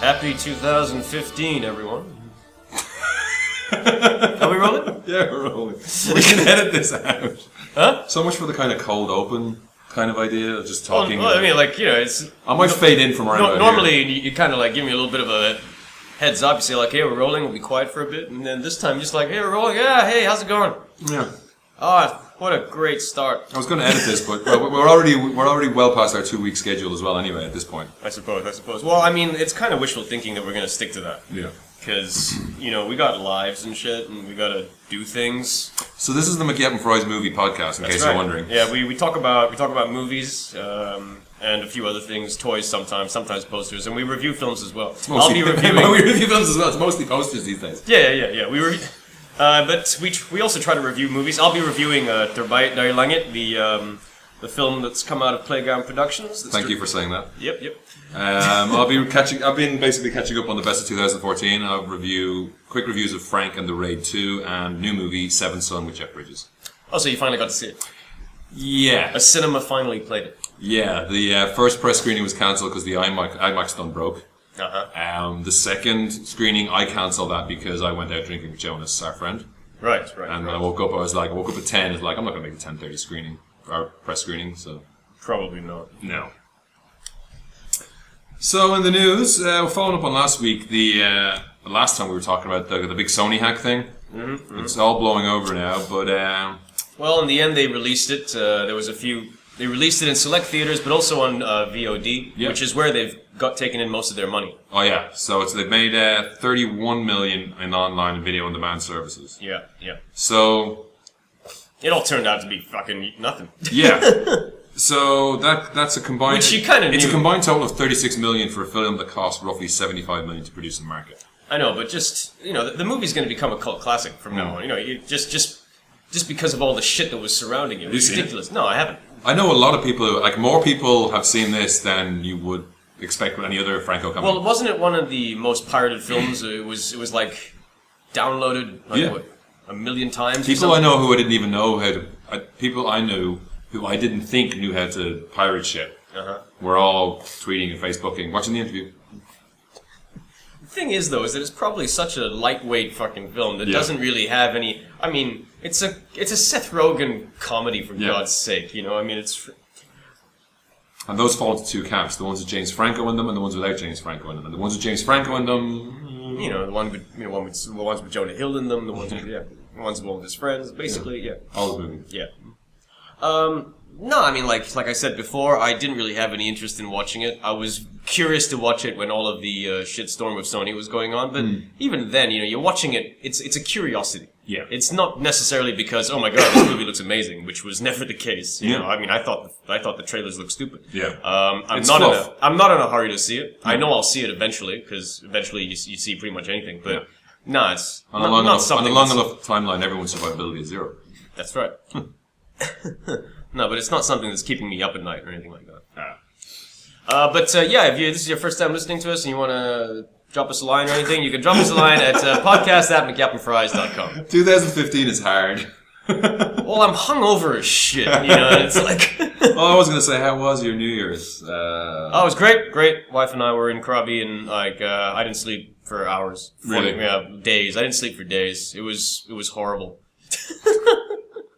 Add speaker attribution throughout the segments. Speaker 1: Happy 2015, everyone. Are we rolling?
Speaker 2: Yeah, we're rolling. We can edit this out.
Speaker 1: Huh?
Speaker 2: So much for the kind of cold open kind of idea of just
Speaker 1: Well,
Speaker 2: talking.
Speaker 1: well, I mean, like you know, it's
Speaker 2: I might fade in from right
Speaker 1: no,
Speaker 2: about
Speaker 1: normally you, you kind of like give me a little bit of a heads up. You say like, "Hey, we're rolling. We'll be quiet for a bit," and then this time you're just like, "Hey, we're rolling. Yeah, hey, how's it going?
Speaker 2: here. Yeah,
Speaker 1: Ah, what a great start."
Speaker 2: I was going to edit this, but well, we're already we're already well past our two week schedule as well. Anyway, at this point.
Speaker 1: I suppose. I suppose. Well, I mean, it's kind of wishful thinking that we're gonna stick to that
Speaker 2: Yeah.
Speaker 1: because you know we got lives and shit, and we gotta do things.
Speaker 2: So this is the McGee and Fry's movie podcast. In case
Speaker 1: That's right.
Speaker 2: you're wondering.
Speaker 1: Yeah, we, we talk about we talk about movies um, and a few other things, toys sometimes, sometimes posters, and we review films as well. I'll be reviewing.
Speaker 2: we review films as well. It's mostly posters these days.
Speaker 1: yeah, yeah, yeah, yeah. We re- uh, but we tr- we also try to review movies. I'll be reviewing uh, Der Beit der Langet, the um, the film that's come out of Playground Productions. That's
Speaker 2: Thank
Speaker 1: dir-
Speaker 2: you for saying that.
Speaker 1: Yep, yep.
Speaker 2: Um, I'll be catching. I've been basically catching up on the best of 2014. I'll review quick reviews of Frank and the Raid 2 and new movie Seven Son with Jeff Bridges.
Speaker 1: Oh, so you finally got to see it.
Speaker 2: Yeah,
Speaker 1: A cinema finally played it.
Speaker 2: Yeah, the uh, first press screening was cancelled because the IMAX, IMAX done broke.
Speaker 1: Uh huh.
Speaker 2: Um, the second screening, I cancelled that because I went out drinking with Jonas, our friend.
Speaker 1: Right, right.
Speaker 2: And uh, when
Speaker 1: right.
Speaker 2: I woke up, I was like, I woke up at 10, I was like, I'm not going to make a 10.30 screening, or press screening, so
Speaker 1: Probably not.
Speaker 2: no. So in the news, uh, following up on last week, the uh, the last time we were talking about the, the big Sony hack thing. Mm-hmm. It's all blowing over now, but um,
Speaker 1: Well, in the end, they released it. Uh, there was a few. They released it in select theaters, but also on uh, VOD,
Speaker 2: Yeah.
Speaker 1: which is where they've got taken in most of their money.
Speaker 2: oh yeah, so it's they've made uh, 31 million in online and video on demand services.
Speaker 1: Yeah, yeah.
Speaker 2: So
Speaker 1: It all turned out to be fucking nothing.
Speaker 2: Yeah. So that that's a combined.
Speaker 1: Which you kinda
Speaker 2: It's
Speaker 1: knew.
Speaker 2: a combined total of thirty six million for a film that cost roughly seventy five million to produce and market.
Speaker 1: I know, but just you know, the, the movie's going to become a cult classic from
Speaker 2: Mm.
Speaker 1: now on. You know, you, just just just because of all the shit that was surrounding it. It's
Speaker 2: seen it?
Speaker 1: ridiculous. No, I haven't.
Speaker 2: I know a lot of people, like more people, have seen this than you would expect with any other Franco company.
Speaker 1: Well, wasn't it one of the most pirated films? it was. It was like downloaded like,
Speaker 2: Yeah.
Speaker 1: what, a million times. or
Speaker 2: people I
Speaker 1: something?
Speaker 2: know who I didn't even know how to. I, people I knew who I didn't think knew how to pirate shit.
Speaker 1: Uh-huh.
Speaker 2: Were all tweeting and Facebooking, watching the interview.
Speaker 1: thing is though is that it's probably such a lightweight fucking film that
Speaker 2: Yeah.
Speaker 1: doesn't really have any i mean it's a it's a seth rogen comedy for
Speaker 2: Yeah.
Speaker 1: god's sake you know i mean it's
Speaker 2: And those fall into two camps: the ones with James Franco in them, and the ones without James Franco in them. And the ones with James Franco in them,
Speaker 1: you know the one with you know one with, the ones with jonah hill in them the ones with,
Speaker 2: Mm-hmm.
Speaker 1: yeah the ones with all of his friends basically yeah
Speaker 2: all the movie.
Speaker 1: yeah, um no i mean like like i said before i didn't really have any interest in watching it i was curious to watch it when all of the uh, shitstorm with sony was going on but even then you know you're watching it it's it's a curiosity
Speaker 2: Hmm. Yeah.
Speaker 1: It's not necessarily because oh my god this movie looks amazing, which was never the case. You
Speaker 2: Yeah.
Speaker 1: know, I mean, I thought the, I thought the trailers looked stupid.
Speaker 2: Yeah.
Speaker 1: Um, I'm
Speaker 2: It's
Speaker 1: not in
Speaker 2: fluff. Hmm.
Speaker 1: a I'm not in a hurry to see it. I know I'll see it eventually because eventually you, s- you see pretty much anything. But
Speaker 2: Yeah.
Speaker 1: nah, it's
Speaker 2: On
Speaker 1: not,
Speaker 2: a long,
Speaker 1: not
Speaker 2: enough, on a
Speaker 1: something.
Speaker 2: long
Speaker 1: that's,
Speaker 2: enough timeline, everyone's survivability is zero.
Speaker 1: that's right. no, but it's not something that's keeping me up at night or anything like that. Uh, but uh, yeah, if you, this is your first time listening to us and you want to drop us a line or anything, you can drop us a line at uh, podcast at mcgappenfries.com.
Speaker 2: 2015 is hard. oh,
Speaker 1: Well, I'm hungover as shit, you know, and it's like.
Speaker 2: I was going to say, how was your New Year's? Uh,
Speaker 1: Oh, it was great, great. Wife and I were in Krabi, and like uh, I didn't sleep for hours. For-
Speaker 2: Really?
Speaker 1: Yeah, days. I didn't sleep for days. It was it was horrible.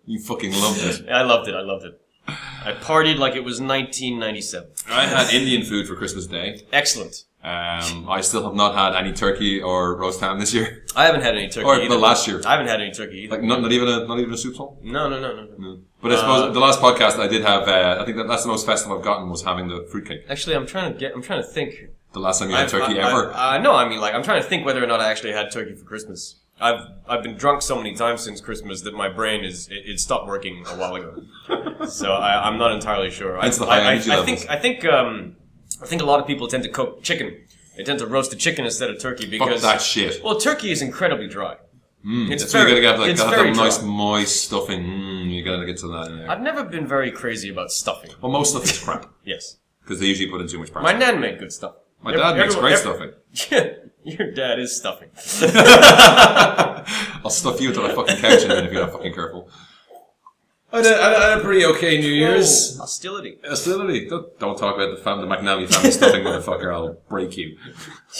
Speaker 2: You fucking loved it.
Speaker 1: I loved it. I loved it. I partied like it was 1997.
Speaker 2: I had Indian food for Christmas Day.
Speaker 1: Excellent.
Speaker 2: Um, I still have not had any turkey or roast ham this year,
Speaker 1: I haven't had any turkey
Speaker 2: or
Speaker 1: either.
Speaker 2: the last year.
Speaker 1: I haven't had any turkey either.
Speaker 2: Like not, not even a not even a soup song.
Speaker 1: no, no, no, no, no.
Speaker 2: But I
Speaker 1: Uh,
Speaker 2: suppose the last podcast I did have, uh, I think that that's the most festive I've gotten was having the fruitcake.
Speaker 1: Actually, I'm trying to get. I'm trying to think.
Speaker 2: The last time you had
Speaker 1: I've-
Speaker 2: turkey
Speaker 1: I, I-
Speaker 2: ever.
Speaker 1: I- no, I mean like I'm trying to think whether or not I actually had turkey for Christmas. I've I've been drunk so many times since Christmas that my brain is it, it stopped working a while ago. so I, I'm not entirely sure. I,
Speaker 2: It's the
Speaker 1: I-
Speaker 2: high
Speaker 1: I-
Speaker 2: energy
Speaker 1: I
Speaker 2: levels.
Speaker 1: think I think um, I think a lot of people tend to cook chicken. They tend to roast a chicken instead of turkey
Speaker 2: Fuck
Speaker 1: because
Speaker 2: that shit.
Speaker 1: well, turkey is incredibly dry. it's
Speaker 2: That's where you gotta get like
Speaker 1: it's
Speaker 2: gotta
Speaker 1: very
Speaker 2: have that nice
Speaker 1: dry.
Speaker 2: moist stuffing. Mm, you gotta get to that in there.
Speaker 1: I've never been very crazy about stuffing.
Speaker 2: Well, most stuff is crap
Speaker 1: Yes,
Speaker 2: because they usually put in too much pressure.
Speaker 1: my nan made good stuff.
Speaker 2: My dad makes great
Speaker 1: everyone- every- Your dad is stuffing.
Speaker 2: eh? stuffing. I'll stuff you into my fucking couch in a minute if you're not fucking careful. I had, a, I had a pretty okay New Year's.
Speaker 1: Oh, hostility.
Speaker 2: Hostility. Don't, don't talk about the, fam- the McNally family stuffing, motherfucker. I'll break you.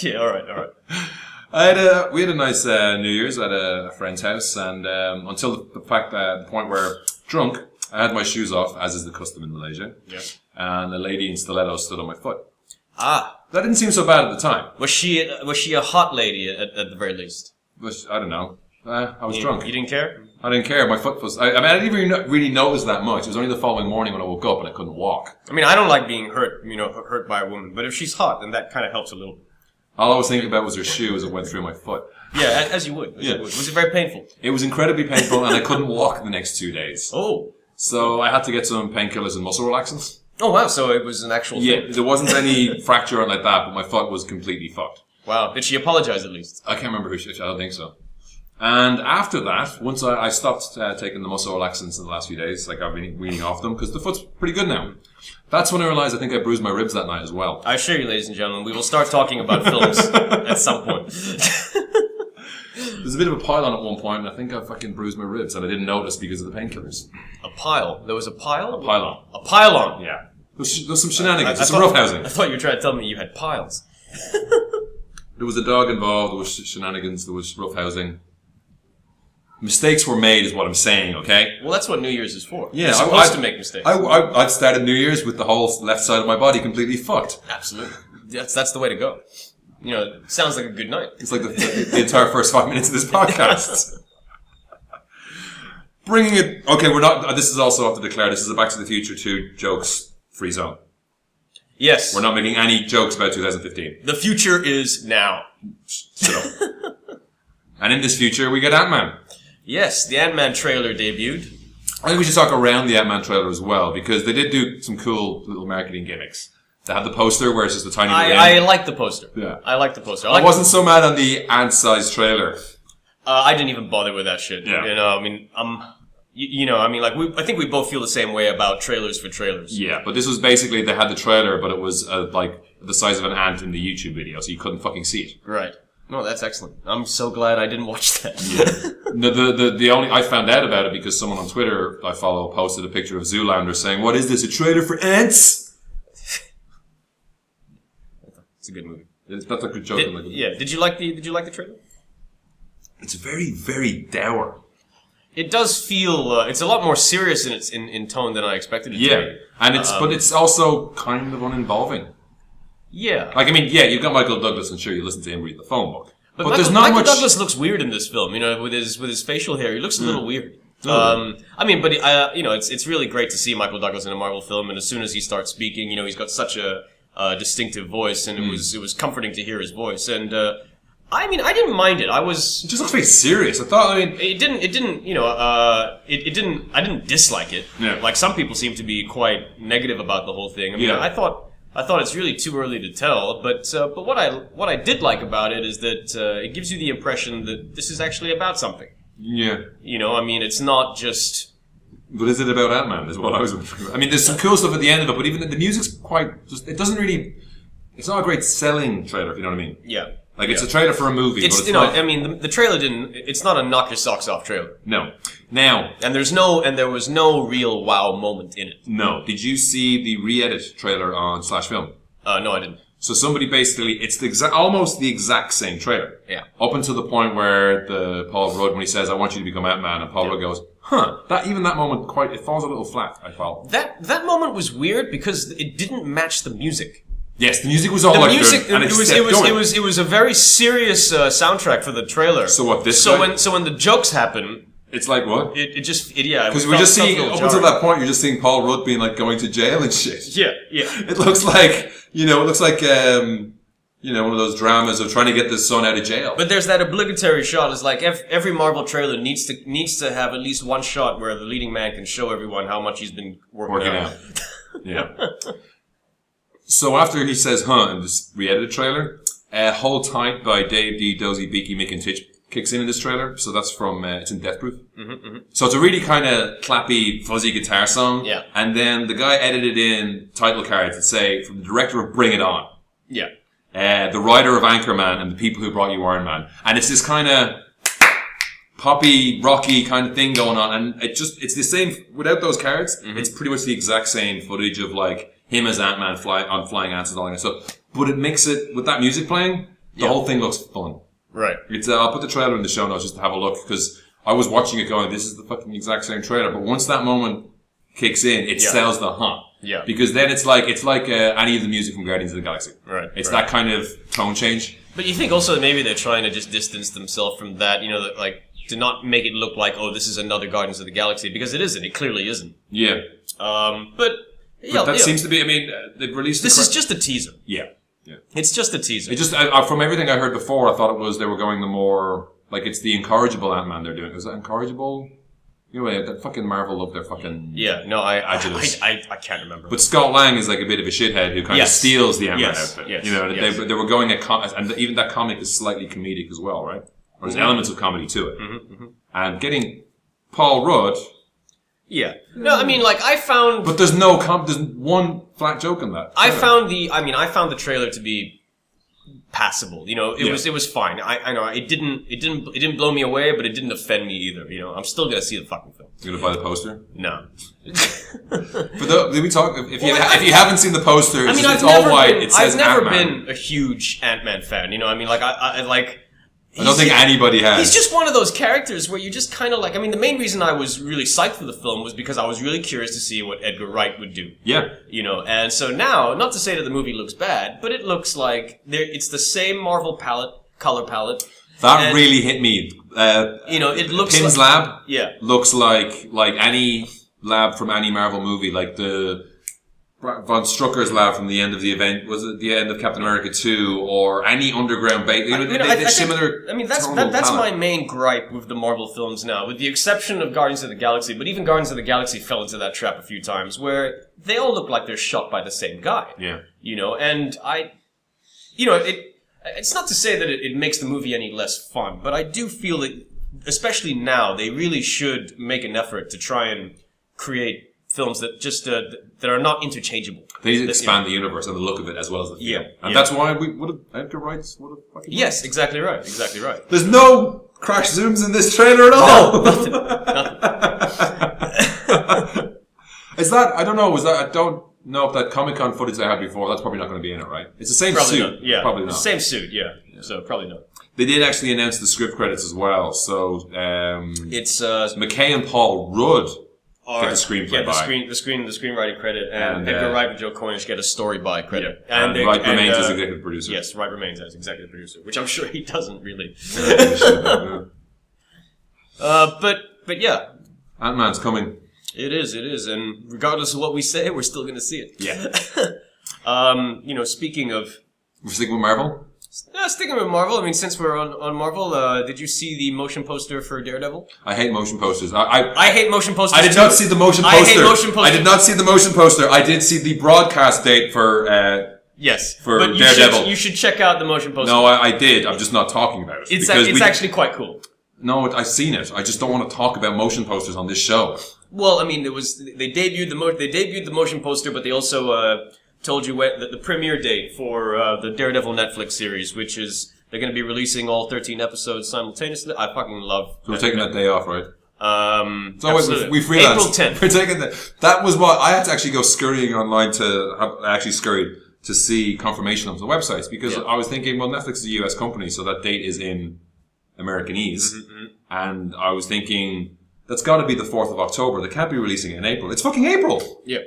Speaker 1: Yeah, all right, all right.
Speaker 2: I had a, we had a nice uh, New Year's at a, a friend's house, and um, until the, the fact that the point where drunk, I had my shoes off, as is the custom in Malaysia,
Speaker 1: Yeah.
Speaker 2: and a lady in stilettos stood on my foot.
Speaker 1: Ah,
Speaker 2: That didn't seem so bad at the time,
Speaker 1: was she was she a hot lady at, at the very least?
Speaker 2: but I don't know. Uh, I was
Speaker 1: You-
Speaker 2: drunk.
Speaker 1: You didn't care.
Speaker 2: I didn't care. My foot was. I, I mean, I didn't even no- really notice that much. It was only the following morning when I woke up and I couldn't walk.
Speaker 1: I mean, I don't like being hurt, you know, hurt by a woman. But if she's hot, then that kind of helps a little.
Speaker 2: All I was thinking about was her shoe as it went through my foot.
Speaker 1: Yeah, as, as you would. As
Speaker 2: Yeah.
Speaker 1: you would. Was it very painful?
Speaker 2: It was incredibly painful, and I couldn't walk the next two days.
Speaker 1: Oh.
Speaker 2: So I had to get some painkillers and muscle relaxants.
Speaker 1: Oh wow! So it was an actual
Speaker 2: Yeah,
Speaker 1: thing.
Speaker 2: there wasn't any fracture or like that, but my foot was completely fucked.
Speaker 1: Wow. Did she apologize at least?
Speaker 2: I can't remember who she. I don't think so. And after that, once I, I stopped uh, taking the muscle relaxants in the last few days, like I've been weaning off them because the foot's pretty good now. That's when I realized I think I bruised my ribs that night as well.
Speaker 1: I assure you, ladies and gentlemen, we will start talking about films at some point.
Speaker 2: There's a bit of a pile on at one point, and I think I fucking bruised my ribs, and I didn't notice because of the painkillers.
Speaker 1: a pile. There was a pile. A
Speaker 2: Pylon.
Speaker 1: A pylon.
Speaker 2: Yeah. There's, sh- there's some shenanigans.
Speaker 1: I
Speaker 2: There's some
Speaker 1: thought-
Speaker 2: roughhousing.
Speaker 1: I thought you were trying to tell me you had piles.
Speaker 2: There was a dog involved. There was sh- shenanigans. There was roughhousing. Mistakes were made, is what I'm saying. Okay.
Speaker 1: Well, that's what New Year's is for.
Speaker 2: Yeah,
Speaker 1: You're
Speaker 2: I-
Speaker 1: supposed
Speaker 2: I-
Speaker 1: to make mistakes.
Speaker 2: I, I, I started New Year's with the whole left side of my body completely fucked.
Speaker 1: Absolutely. That's that's the way to go. You know, it sounds like a good night.
Speaker 2: It's like the, the, the entire first five minutes of this podcast. Bringing it. Okay, we're not. This is also have to declare. This is a Back to the Future Two jokes free zone.
Speaker 1: Yes.
Speaker 2: We're not making any jokes about 2015.
Speaker 1: the future is now.
Speaker 2: Shut up. and in this future, we get Ant Man.
Speaker 1: Yes, the Ant Man trailer debuted.
Speaker 2: I think we should talk around the Ant Man trailer as well because they did do some cool little marketing gimmicks. They had the poster where it's just a tiny. little
Speaker 1: I, I
Speaker 2: ant.
Speaker 1: like the poster.
Speaker 2: Yeah.
Speaker 1: I like the poster. I,
Speaker 2: I
Speaker 1: like
Speaker 2: wasn't so mad on the ant-sized trailer.
Speaker 1: Uh, I didn't even bother with that shit.
Speaker 2: Yeah.
Speaker 1: You know, I mean, um, you, you know, I mean, like, we, I think we both feel the same way about trailers for trailers.
Speaker 2: Yeah, but this was basically they had the trailer, but it was uh, like the size of an ant in the YouTube video, so you couldn't fucking see it.
Speaker 1: Right. No, that's excellent. I'm so glad I didn't watch that.
Speaker 2: No, the, the the only I found out about it because someone on Twitter I follow posted a picture of Zoolander saying, "What is this? A trailer for ants?"
Speaker 1: it's a good movie.
Speaker 2: It's not like a joke.
Speaker 1: Did,
Speaker 2: like,
Speaker 1: yeah. Did you like the Did you like the trailer?
Speaker 2: It's very very dour.
Speaker 1: It does feel. Uh, it's a lot more serious in its in, in tone than I expected it to
Speaker 2: Yeah,
Speaker 1: be.
Speaker 2: and it's but it's also kind of uninvolving.
Speaker 1: Yeah.
Speaker 2: Like I mean, yeah, you've got Michael Douglas, and sure you listen to him read the phone book, but,
Speaker 1: Michael,
Speaker 2: there's not
Speaker 1: Michael
Speaker 2: much. Mm.
Speaker 1: Douglas looks weird in this film. You know, with his with his facial hair, he looks a little weird. Um, I mean, but uh, you know, it's it's really great to see Michael Douglas in a Marvel film, and as soon as he starts speaking, you know, he's got such a uh, distinctive voice, and it
Speaker 2: Mm.
Speaker 1: was it was comforting to hear his voice. And uh, I mean, I didn't mind it. I was
Speaker 2: It just looks very serious. I thought, I mean,
Speaker 1: it didn't it didn't you know uh, it, it didn't I didn't dislike it.
Speaker 2: Yeah.
Speaker 1: Like some people seem to be quite negative about the whole thing. I mean,
Speaker 2: Yeah.
Speaker 1: I thought I thought it's really too early to tell. But uh, but what I what I did like about it is that uh, it gives you the impression that this is actually about something.
Speaker 2: yeah.
Speaker 1: You know, I mean, it's not just
Speaker 2: But is it about Ant Man? Is what I was. I mean, there's some cool stuff at the end of it, but even the music's quite. Just, it doesn't really. It's not a great selling trailer, if you know what I mean.
Speaker 1: yeah.
Speaker 2: Like it's a trailer for a movie,
Speaker 1: It's,
Speaker 2: but it's
Speaker 1: you know
Speaker 2: not.
Speaker 1: I mean the, the trailer didn't it's not a knock your socks off trailer
Speaker 2: no. Now,
Speaker 1: and there's no and there was no real wow moment in it.
Speaker 2: no. Did you see the re-edit trailer on Slash Film?
Speaker 1: Uh, no, I didn't.
Speaker 2: So somebody basically, it's the exact, almost the exact same trailer.
Speaker 1: Yeah.
Speaker 2: Up until the point where the Paul Rudd, when he says, "I want you to become Ant Man," and Paul Rudd goes, "Huh." That even that moment quite it falls a little flat. I felt.
Speaker 1: That that moment was weird because it didn't match the music.
Speaker 2: Yes, the music was all
Speaker 1: The
Speaker 2: like
Speaker 1: music,
Speaker 2: good, and
Speaker 1: it,
Speaker 2: it,
Speaker 1: was,
Speaker 2: kept
Speaker 1: it was,
Speaker 2: going.
Speaker 1: it was, it was a very serious uh, soundtrack for the trailer.
Speaker 2: So what, this
Speaker 1: So
Speaker 2: guy?
Speaker 1: when, so when the jokes happen,
Speaker 2: It's like what?
Speaker 1: it, it just, it, yeah.
Speaker 2: Because we're just seeing up until that point, you're just seeing Paul Rudd being like going to jail and shit.
Speaker 1: Yeah, yeah.
Speaker 2: It looks like you know, it looks like um, you know one of those dramas of trying to get the son out of jail.
Speaker 1: But there's that obligatory shot. It's like ev- every Marvel trailer needs to needs to have at least one shot where the leading man can show everyone how much he's been working,
Speaker 2: working out, yeah. so after he says "huh" in this re-edited trailer, uh, "Hold Tight" by Dave D. Dozy, Beaky, Mick, and Titch kicks in in this trailer. So that's from uh, it's in Death Proof. So it's a really kind of clappy, fuzzy guitar song.
Speaker 1: Yeah.
Speaker 2: And then the guy edited in title cards that say from the director of Bring It On.
Speaker 1: Yeah,
Speaker 2: uh, the writer of Anchorman and the people who brought you Iron Man. And it's this kind of poppy, rocky kind of thing going on, and it just it's the same without those cards. It's pretty much the exact same footage of like him as Ant Man fly on flying ants and all that stuff. But it makes it with that music playing, the
Speaker 1: Yeah.
Speaker 2: whole thing looks fun.
Speaker 1: Right.
Speaker 2: It's, uh, I'll put the trailer in the show notes just to have a look because I was watching it going, this is the fucking exact same trailer. But once that moment kicks in, it
Speaker 1: Yeah.
Speaker 2: sells the hunt.
Speaker 1: Yeah.
Speaker 2: Because then it's like it's like uh, any of the music from Guardians of the Galaxy.
Speaker 1: Right,
Speaker 2: It's
Speaker 1: right.
Speaker 2: that kind of tone change.
Speaker 1: But you think also maybe they're trying to just distance themselves from that, you know, that, like to not make it look like oh this is another Guardians of the Galaxy because it isn't. It clearly isn't.
Speaker 2: Yeah.
Speaker 1: Um, but yeah,
Speaker 2: but that
Speaker 1: yeah.
Speaker 2: seems to be. I mean, uh, they've released
Speaker 1: this
Speaker 2: the
Speaker 1: is
Speaker 2: cra-
Speaker 1: just a teaser.
Speaker 2: yeah.
Speaker 1: It's just a teaser.
Speaker 2: It just I, I, from everything I heard before, I thought it was they were going the more like it's the incorrigible Ant Man they're doing. Is that incorrigible? Anyway, that fucking Marvel love their fucking.
Speaker 1: yeah. No, I I, I
Speaker 2: Adjectives.
Speaker 1: I I can't remember.
Speaker 2: But Scott Lang is like a bit of a shithead who kind
Speaker 1: Yes.
Speaker 2: of steals the Ant Man
Speaker 1: Yes.
Speaker 2: outfit.
Speaker 1: Yes.
Speaker 2: You know,
Speaker 1: Yes.
Speaker 2: they, they were going at com- and even that comic is slightly comedic as well, right? Or
Speaker 1: Mm-hmm.
Speaker 2: there's elements of comedy to it. And getting Paul Rudd,
Speaker 1: yeah. No, I mean like I found
Speaker 2: but there's no com- there's one flat joke in that.
Speaker 1: I
Speaker 2: trailer.
Speaker 1: found the. I mean, I found the trailer to be passable. You know, it
Speaker 2: Yeah.
Speaker 1: was it was fine. I, I know it didn't it didn't it didn't blow me away, but it didn't offend me either. You know, I'm still gonna see the fucking film.
Speaker 2: You're gonna buy the poster.
Speaker 1: No,
Speaker 2: But the, did we talk? If, if you
Speaker 1: Well, I-
Speaker 2: if you haven't seen the poster, it's,
Speaker 1: I mean,
Speaker 2: just-
Speaker 1: I've
Speaker 2: it's
Speaker 1: never
Speaker 2: all white.
Speaker 1: been,
Speaker 2: it says
Speaker 1: I've never
Speaker 2: Ant-Man.
Speaker 1: been a huge Ant Man fan. You know, I mean, like I, I I- like.
Speaker 2: I don't think anybody has.
Speaker 1: He's just one of those characters where you just kind of like. I mean, the main reason I was really psyched for the film was because I was really curious to see what Edgar Wright would do.
Speaker 2: yeah.
Speaker 1: you know and so now not to say that the movie looks bad but it looks like there it's the same marvel palette color palette
Speaker 2: That
Speaker 1: And-
Speaker 2: really hit me. Uh,
Speaker 1: you know it looks
Speaker 2: Pim's
Speaker 1: like
Speaker 2: lab
Speaker 1: yeah
Speaker 2: looks like like any lab from any Marvel movie, like the Bra- von Strucker's lab from the end of the event. Was it the end of Captain America Two or any underground base? You know,
Speaker 1: You know,
Speaker 2: they-
Speaker 1: I- I
Speaker 2: they're
Speaker 1: think-
Speaker 2: similar.
Speaker 1: I mean, that's
Speaker 2: tonal
Speaker 1: that, that's
Speaker 2: palette.
Speaker 1: my main gripe with the Marvel films now, with the exception of Guardians of the Galaxy. But even Guardians of the Galaxy fell into that trap a few times, where they all look like they're shot by the same guy.
Speaker 2: Yeah.
Speaker 1: you know, and I, you know, it. It's not to say that it, it makes the movie any less fun, but I do feel that, especially now, they really should make an effort to try and create films that just uh, that are not interchangeable.
Speaker 2: They need to expand the universe and the look of it as well as the feel.
Speaker 1: Yeah, yeah.
Speaker 2: and that's why we would have Edgar Wright's would have fucking.
Speaker 1: Yes, exactly right, exactly right.
Speaker 2: There's no crash zooms in this trailer at all. Is that I don't know? Was that I don't know if that Comic Con footage I had before? That's probably not going to be in it, right? It's the same
Speaker 1: Probably
Speaker 2: suit.
Speaker 1: not. Yeah,
Speaker 2: probably not.
Speaker 1: Same suit. Yeah. So probably not.
Speaker 2: They did actually announce the script credits as well. So um,
Speaker 1: It's uh,
Speaker 2: McKay and Paul Rudd.
Speaker 1: are,
Speaker 2: Get the screenplay
Speaker 1: get the
Speaker 2: by.
Speaker 1: screen, the screen, the screenwriting credit, and,
Speaker 2: And,
Speaker 1: Edgar
Speaker 2: uh,
Speaker 1: Wright and Joe Cornish get a story by credit,
Speaker 2: And,
Speaker 1: they-
Speaker 2: Wright remains
Speaker 1: uh,
Speaker 2: as executive producer.
Speaker 1: Yes, Wright remains as executive producer, which I'm sure he doesn't really. uh, but but yeah,
Speaker 2: Ant Man's coming.
Speaker 1: it is, it is, and regardless of what we say, we're still going to see it.
Speaker 2: Yeah.
Speaker 1: Um, you know, speaking of
Speaker 2: We're sticking with Marvel.
Speaker 1: uh, sticking with Marvel, I mean, since we're on on Marvel, uh, did you see the motion poster for Daredevil?
Speaker 2: I hate motion posters. I, I
Speaker 1: I hate motion posters.
Speaker 2: I did
Speaker 1: too.
Speaker 2: not see the motion
Speaker 1: I hate
Speaker 2: poster.
Speaker 1: motion posters.
Speaker 2: I did not see the motion poster. I did see the broadcast date for. Uh,
Speaker 1: Yes,
Speaker 2: for
Speaker 1: but you
Speaker 2: Daredevil.
Speaker 1: Should, you should check out the motion poster.
Speaker 2: no, I, I did. I'm just not talking about it
Speaker 1: it's a, it's
Speaker 2: we-
Speaker 1: actually quite cool.
Speaker 2: no. I've seen it. I just don't want to talk about motion posters on this show.
Speaker 1: Well, I mean, there was they debuted the mo- they debuted the motion poster, but they also uh, told you when, the, the premiere date for uh, the Daredevil Netflix series, which is they're going to be releasing all thirteen episodes simultaneously. I fucking love.
Speaker 2: So we're taking that day off, right?
Speaker 1: Um,
Speaker 2: So wait,
Speaker 1: absolutely.
Speaker 2: we, we freelanced.
Speaker 1: April tenth.
Speaker 2: We're taking that. That was what I had to actually go scurrying online to. have- I actually scurried to see confirmation on the websites because
Speaker 1: Yeah.
Speaker 2: I was thinking, well, Netflix is a US company, so that date is in Americanese,
Speaker 1: Mm-hmm,
Speaker 2: and I was thinking that's got to be the fourth of October. They can't be releasing it in April. It's fucking April.
Speaker 1: Yeah.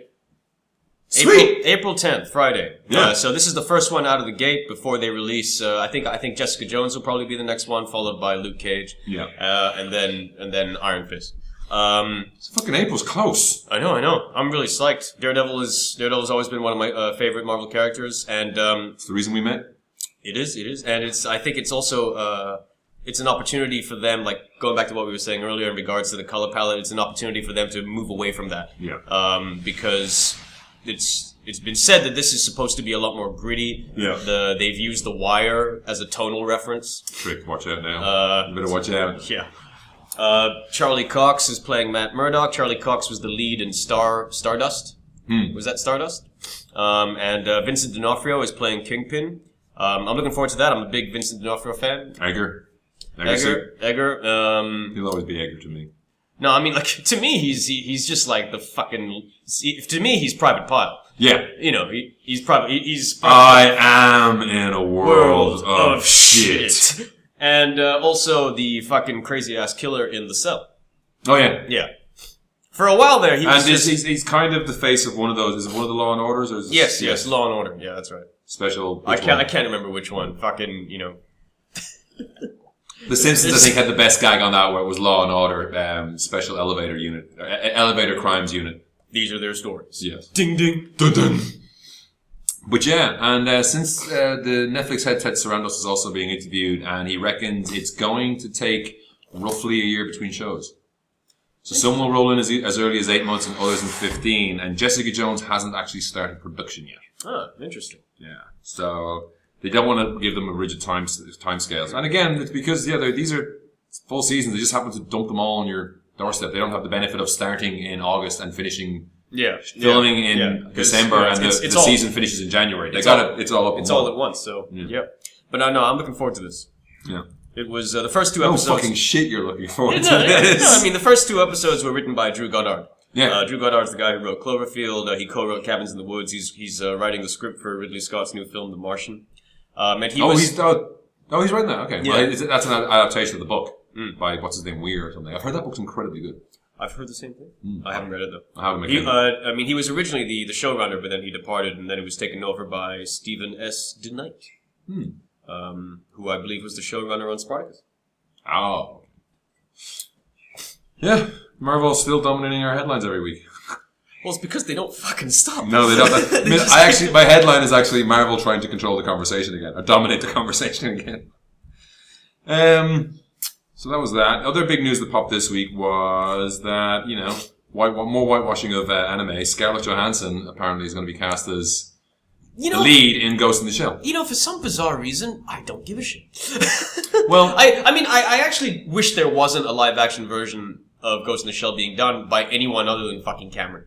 Speaker 2: Sweet.
Speaker 1: April tenth, Friday.
Speaker 2: Yeah.
Speaker 1: Uh, so this is the first one out of the gate before they release. Uh, I think I think Jessica Jones will probably be the next one, followed by Luke Cage.
Speaker 2: Yeah.
Speaker 1: Uh, and then and then Iron Fist. Um,
Speaker 2: It's fucking April's close.
Speaker 1: I know, I know. I'm really psyched. Daredevil is Daredevil's always been one of my uh, favorite Marvel characters, and um,
Speaker 2: It's the reason we met.
Speaker 1: it is, it is, and it's. I think it's also uh, it's an opportunity for them. Like going back to what we were saying earlier in regards to the color palette, it's an opportunity for them to move away from that.
Speaker 2: Yeah.
Speaker 1: Um, because it's it's been said that this is supposed to be a lot more gritty.
Speaker 2: Yeah.
Speaker 1: The they've used the wire as a tonal reference.
Speaker 2: Trick, watch out now.
Speaker 1: Uh,
Speaker 2: you better watch out.
Speaker 1: Yeah. Uh, Charlie Cox is playing Matt Murdock. Charlie Cox was the lead in Star Stardust.
Speaker 2: Hmm.
Speaker 1: Was that Stardust? Um, and uh, Vincent D'Onofrio is playing Kingpin. Um, I'm looking forward to that. I'm a big Vincent D'Onofrio fan.
Speaker 2: Edgar. Egger.
Speaker 1: Egger, Egger. Um,
Speaker 2: He'll always be Egger to me.
Speaker 1: no, I mean, like to me, he's he, he's just like the fucking. he- to me, he's Private Pile.
Speaker 2: Yeah.
Speaker 1: You know, he, he's probably he, he's
Speaker 2: I am in a Ah, world, of, shit.
Speaker 1: and uh, also the fucking crazy ass killer in the cell.
Speaker 2: Oh yeah.
Speaker 1: Yeah, for a while there, he was
Speaker 2: And is,
Speaker 1: just,
Speaker 2: he's, he's kind of the face of one of those. Is it one of the Law and Orders? Or is it
Speaker 1: yes, yes, Law and Order. Yeah, that's right.
Speaker 2: Special.
Speaker 1: I
Speaker 2: which
Speaker 1: can't, I
Speaker 2: one?
Speaker 1: can't remember which one. Fucking, you know,
Speaker 2: The Simpsons, I
Speaker 1: It's-
Speaker 2: think, had the best gag on that, where it was Law and Order, um, Special Elevator Unit, uh, Elevator Crimes Unit.
Speaker 1: these are their stories.
Speaker 2: Yes.
Speaker 1: Ding ding.
Speaker 2: Dun dun. But yeah, and uh, since uh, the Netflix head Ted Sarandos is also being interviewed, and he reckons it's going to take roughly a year between shows. So some will roll in as, e- as early as eight months, and others in fifteen. And Jessica Jones hasn't actually started production yet.
Speaker 1: Ah, interesting.
Speaker 2: Yeah. So they don't want to give them a rigid time timescales. And again, it's because yeah, they're- these are full seasons. They just happen to dump them all on your doorstep. They don't have the benefit of starting in August and finishing
Speaker 1: Yeah,
Speaker 2: filming
Speaker 1: yeah,
Speaker 2: in
Speaker 1: yeah. 'Cause,
Speaker 2: December,
Speaker 1: yeah,
Speaker 2: and the,
Speaker 1: it's- it's
Speaker 2: the
Speaker 1: all-
Speaker 2: season finishes in January. They
Speaker 1: it's
Speaker 2: got
Speaker 1: all-
Speaker 2: it. It's all up. in
Speaker 1: It's
Speaker 2: one.
Speaker 1: all at once. So yeah. But no, no, I'm looking forward to this.
Speaker 2: Yeah.
Speaker 1: It was uh, the first two
Speaker 2: No
Speaker 1: episodes.
Speaker 2: Oh, fucking shit you're looking forward
Speaker 1: Yeah,
Speaker 2: to
Speaker 1: no, yeah,
Speaker 2: this.
Speaker 1: no, I mean, the first two episodes were written by Drew Goddard.
Speaker 2: yeah.
Speaker 1: Uh, Drew Goddard's the guy who wrote Cloverfield. Uh, he co-wrote Cabins in the Woods. He's he's uh, writing the script for Ridley Scott's new film, The Martian. Um, and he
Speaker 2: oh,
Speaker 1: was
Speaker 2: he's oh, oh, he's writing that. Okay.
Speaker 1: Yeah.
Speaker 2: Well, it's- that's an adaptation of the book by what's his name Weir or something. I've heard that book's incredibly good.
Speaker 1: I've heard the same thing.
Speaker 2: Hmm.
Speaker 1: I haven't read it though.
Speaker 2: I haven't made
Speaker 1: He,
Speaker 2: it.
Speaker 1: uh, I mean, he was originally the, the showrunner, but then he departed, and then it was taken over by Stephen S. DeKnight,
Speaker 2: Hmm.
Speaker 1: um, who I believe was the showrunner on Spartacus.
Speaker 2: Oh. Yeah, Marvel's still dominating our headlines every week.
Speaker 1: Well, it's because they don't fucking stop.
Speaker 2: No, they don't. I,
Speaker 1: They
Speaker 2: mean,
Speaker 1: just
Speaker 2: I
Speaker 1: keep-
Speaker 2: actually, my headline is actually Marvel trying to control the conversation again, or dominate the conversation again. Um, so that was that. Other big news that popped this week was that you know, white, more whitewashing of uh, anime. Scarlett Johansson apparently is going to be cast as
Speaker 1: you
Speaker 2: the
Speaker 1: know,
Speaker 2: lead in Ghost in the Shell.
Speaker 1: you know, for some bizarre reason, I don't give a shit.
Speaker 2: Well-
Speaker 1: I, I mean, I, I actually wish there wasn't a live action version of Ghost in the Shell being done by anyone other than fucking Cameron.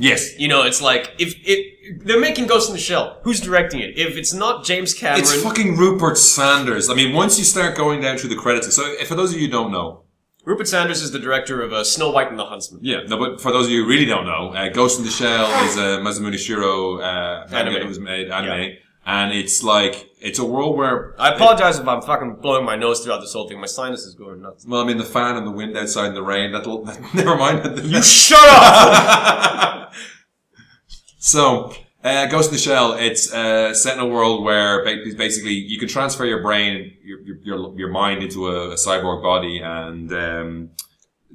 Speaker 2: Yes,
Speaker 1: You know, it's like if it they're making Ghost in the Shell, who's directing it? If it's not James Cameron,
Speaker 2: it's fucking Rupert Sanders. I mean, once you start going down through the credits, so for those of you who don't know,
Speaker 1: Rupert Sanders is the director of uh, Snow White and the Huntsman.
Speaker 2: Yeah, no, but for those of you who really don't know, uh, Ghost in the Shell is a Masamune Shiro uh, manga
Speaker 1: Anime.
Speaker 2: that was made anime, and it's like it's a world where
Speaker 1: I apologize if I'm fucking blowing my nose throughout this whole thing. My sinus is going nuts.
Speaker 2: well, I mean, the fan and the wind outside and the rain. That'll never mind.
Speaker 1: Shut up!
Speaker 2: so, uh, Ghost in the Shell, it's uh, set in a world where ba- basically you can transfer your brain, your your, your, your mind into a, a cyborg body, and um,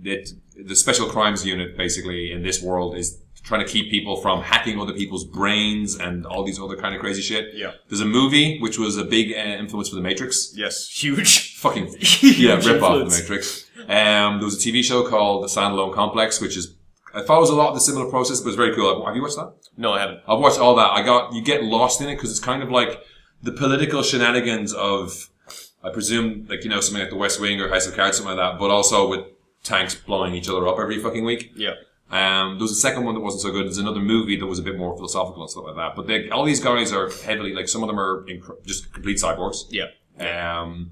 Speaker 2: it, the special crimes unit basically in this world is trying to keep people from hacking other people's brains and all these other kind of crazy shit.
Speaker 1: Yeah.
Speaker 2: There's a movie which was a big uh, influence for The Matrix.
Speaker 1: yes, huge.
Speaker 2: Fucking yeah,
Speaker 1: Huge
Speaker 2: rip off The
Speaker 1: influence.
Speaker 2: Matrix. Um, there was a TV show called The Standalone Complex, which is it follows a lot of the similar process, but it's very cool. Have you watched that?
Speaker 1: No, I haven't.
Speaker 2: I've watched all that. I got you get lost in it because it's kind of like the political shenanigans of, I presume, like you know something like The West Wing or House of Cards, something like that, but also with tanks blowing each other up every fucking week.
Speaker 1: Yeah.
Speaker 2: Um, there was a second one that wasn't so good. There's another movie that was a bit more philosophical and stuff like that. But they, all these guys are heavily like some of them are inc- just complete cyborgs.
Speaker 1: Yeah.
Speaker 2: Um,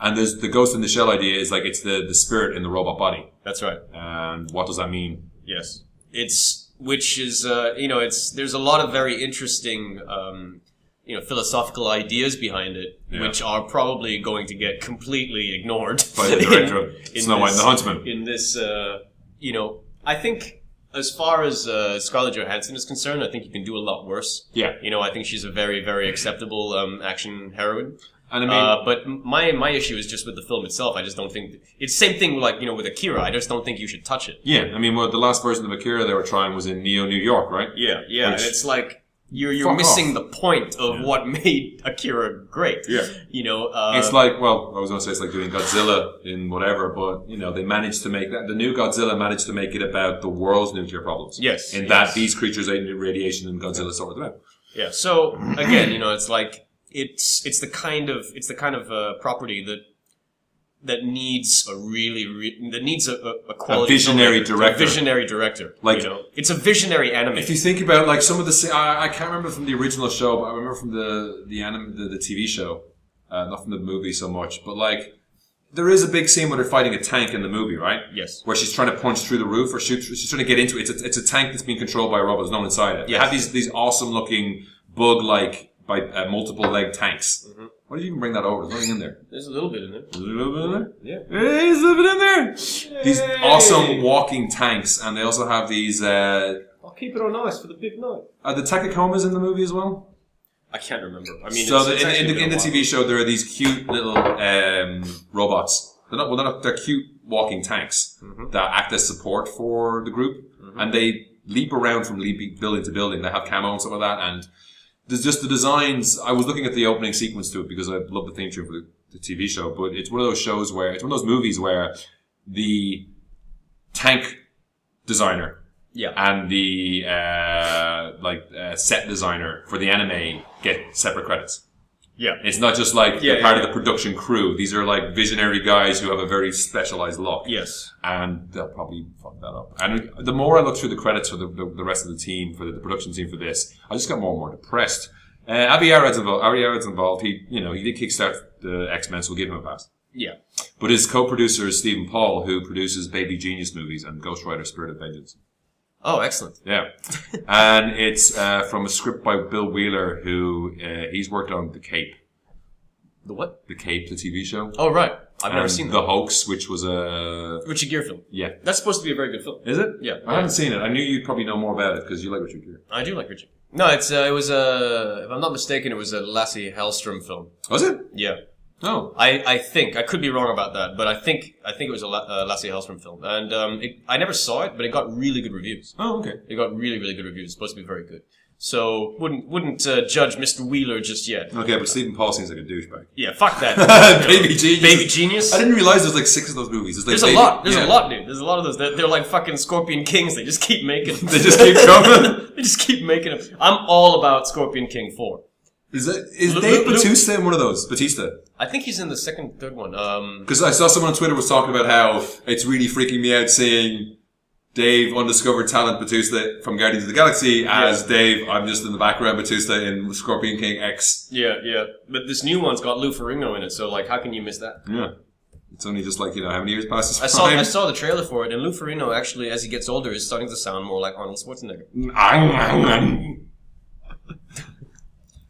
Speaker 2: and there's the ghost in the shell idea is like it's the the spirit in the robot body.
Speaker 1: That's right.
Speaker 2: And what does that mean?
Speaker 1: Yes. It's which is uh, you know it's there's a lot of very interesting um, you know philosophical ideas behind it,
Speaker 2: Yeah.
Speaker 1: which are probably going to get completely ignored
Speaker 2: By the
Speaker 1: in-
Speaker 2: director of
Speaker 1: in
Speaker 2: Snow White and the
Speaker 1: this-
Speaker 2: Huntsman.
Speaker 1: In this, uh, you know, I think as far as uh, Scarlett Johansson is concerned, I think you can do a lot worse.
Speaker 2: Yeah.
Speaker 1: You know, I think she's a very very acceptable um, action heroine.
Speaker 2: And I mean,
Speaker 1: Uh, but my my issue is just with the film itself. I just don't think it's the same thing like you know with Akira. I just don't think you should touch it.
Speaker 2: Yeah, I mean, well, the last version of Akira they were trying was in Neo New York, right?
Speaker 1: Yeah, yeah.
Speaker 2: Which-
Speaker 1: and it's like you're you're
Speaker 2: Fuck
Speaker 1: missing
Speaker 2: off.
Speaker 1: the point of what made Akira great.
Speaker 2: Yeah.
Speaker 1: You know, uh,
Speaker 2: It's like, well, I was going to say it's like doing Godzilla in whatever, but you know, they managed to make that. The new Godzilla managed to make it about the world's nuclear problems.
Speaker 1: Yes,
Speaker 2: in
Speaker 1: yes.
Speaker 2: that these creatures ate radiation and Godzilla sorted them out.
Speaker 1: yeah. So again, you know, it's like it's it's the kind of it's the kind of uh, property that that needs a really re- that needs a, a, a quality
Speaker 2: visionary
Speaker 1: filmmaker,
Speaker 2: director.
Speaker 1: a visionary director.
Speaker 2: Like-
Speaker 1: you know, it's a visionary anime.
Speaker 2: If you think about like some of the, se- I, I can't remember from the original show, but I remember from the the anime, the, the TV show, uh, not from the movie so much. But like there is a big scene where they're fighting a tank in the movie, right?
Speaker 1: Yes.
Speaker 2: Where she's trying to punch through the roof, or shoot, she's trying to get into it. It's a, it's a tank that's being controlled by a robot. There's no one inside it. You
Speaker 1: Yes.
Speaker 2: have these these awesome looking bug like by uh, multiple leg tanks. Why did you even bring that over? There's nothing in there.
Speaker 1: There's a little bit in there.
Speaker 2: Is there a little bit in there?
Speaker 1: Yeah.
Speaker 2: Hey, there's a little bit in there. These
Speaker 1: Yay.
Speaker 2: awesome walking tanks, and they also have these. Uh,
Speaker 1: I'll keep it on ice for the big night.
Speaker 2: are the Takakomas in the movie as well?
Speaker 1: I can't remember. I mean,
Speaker 2: so
Speaker 1: it's,
Speaker 2: the,
Speaker 1: it's
Speaker 2: in, the-
Speaker 1: actually
Speaker 2: in the,
Speaker 1: been
Speaker 2: in the
Speaker 1: a while.
Speaker 2: TV show, there are these cute little um, robots. They're not, well, they're not, they're cute walking tanks
Speaker 1: Mm-hmm.
Speaker 2: that act as support for the group, and they leap around from leaping building to building. They have camo and stuff like that, and there's just the designs. I was looking at the opening sequence to it because I love the theme tune for the, the TV show, but it's one of those shows where it's one of those movies where the tank designer
Speaker 1: Yeah.
Speaker 2: and the uh, like uh, set designer for the anime get separate credits.
Speaker 1: Yeah.
Speaker 2: It's not just like
Speaker 1: Yeah,
Speaker 2: they're part
Speaker 1: yeah,
Speaker 2: of the production crew. These are like visionary guys who have a very specialized look.
Speaker 1: Yes.
Speaker 2: And they'll probably fuck that up. And the more I look through the credits for the, the, the rest of the team, for the, the production team for this, I just got more and more depressed. Uh, Abby Arrod's involved. Abby Arrod's involved. He, you know, he did kickstart the X-Men, so we'll give him a pass.
Speaker 1: Yeah.
Speaker 2: But his co-producer is Stephen Paul, who produces Baby Genius movies and Ghost Rider Spirit of Vengeance.
Speaker 1: Oh, excellent.
Speaker 2: Yeah, and it's uh, from a script by Bill Wheeler, who uh, he's worked on The Cape,
Speaker 1: The what?
Speaker 2: The Cape, the TV show.
Speaker 1: Oh, right. I've never
Speaker 2: and
Speaker 1: seen
Speaker 2: The
Speaker 1: that.
Speaker 2: Hoax, which was a
Speaker 1: Richard Gere film.
Speaker 2: yeah,
Speaker 1: That's supposed to be a very good film.
Speaker 2: is it?
Speaker 1: Yeah.
Speaker 2: I haven't seen it. I knew you'd probably know more about it because you like Richard Gere.
Speaker 1: I do like Richard. No, it's uh, it was a. Uh, if I'm not mistaken, it was a Lassie Hellstrom film.
Speaker 2: Was it?
Speaker 1: Yeah.
Speaker 2: No.
Speaker 1: I, I think I could be wrong about that, but I think I think it was a La- uh, Lassie Hellstrom film, and um, it, I never saw it, but it got really good reviews.
Speaker 2: Oh, okay.
Speaker 1: It got really really good reviews. It's supposed to be very good. So wouldn't wouldn't uh, judge Mr. Wheeler just yet.
Speaker 2: Okay, but Stephen Paul seems like a douchebag.
Speaker 1: Yeah, fuck that.
Speaker 2: Baby Genius.
Speaker 1: Baby genius.
Speaker 2: I didn't realize there's like six of those movies. There's, like
Speaker 1: There's
Speaker 2: Baby-
Speaker 1: a lot. There's a
Speaker 2: yeah.
Speaker 1: lot, dude. There's a lot of those. They're, they're like fucking Scorpion Kings. They just keep making.
Speaker 2: They just keep coming.
Speaker 1: they just keep making them. I'm all about Scorpion King four.
Speaker 2: Is that is
Speaker 1: Lu-
Speaker 2: Dave
Speaker 1: Lu- Lu-
Speaker 2: Batista in one of those? Batista.
Speaker 1: I think he's in the second, third one. Um,
Speaker 2: Because I saw someone on Twitter was talking about how it's really freaking me out seeing Dave undiscovered talent Batista from Guardians of the Galaxy as Dave. I'm just in the background Batista in Scorpion King X.
Speaker 1: yeah, yeah. But this new one's got Lou Ferrigno in it, so like, how can you miss that?
Speaker 2: Yeah, it's only just like you know how many years past his
Speaker 1: I saw
Speaker 2: prime.
Speaker 1: I saw the trailer for it, and Lou Ferrigno actually, as he gets older, is starting to sound more like Arnold Schwarzenegger.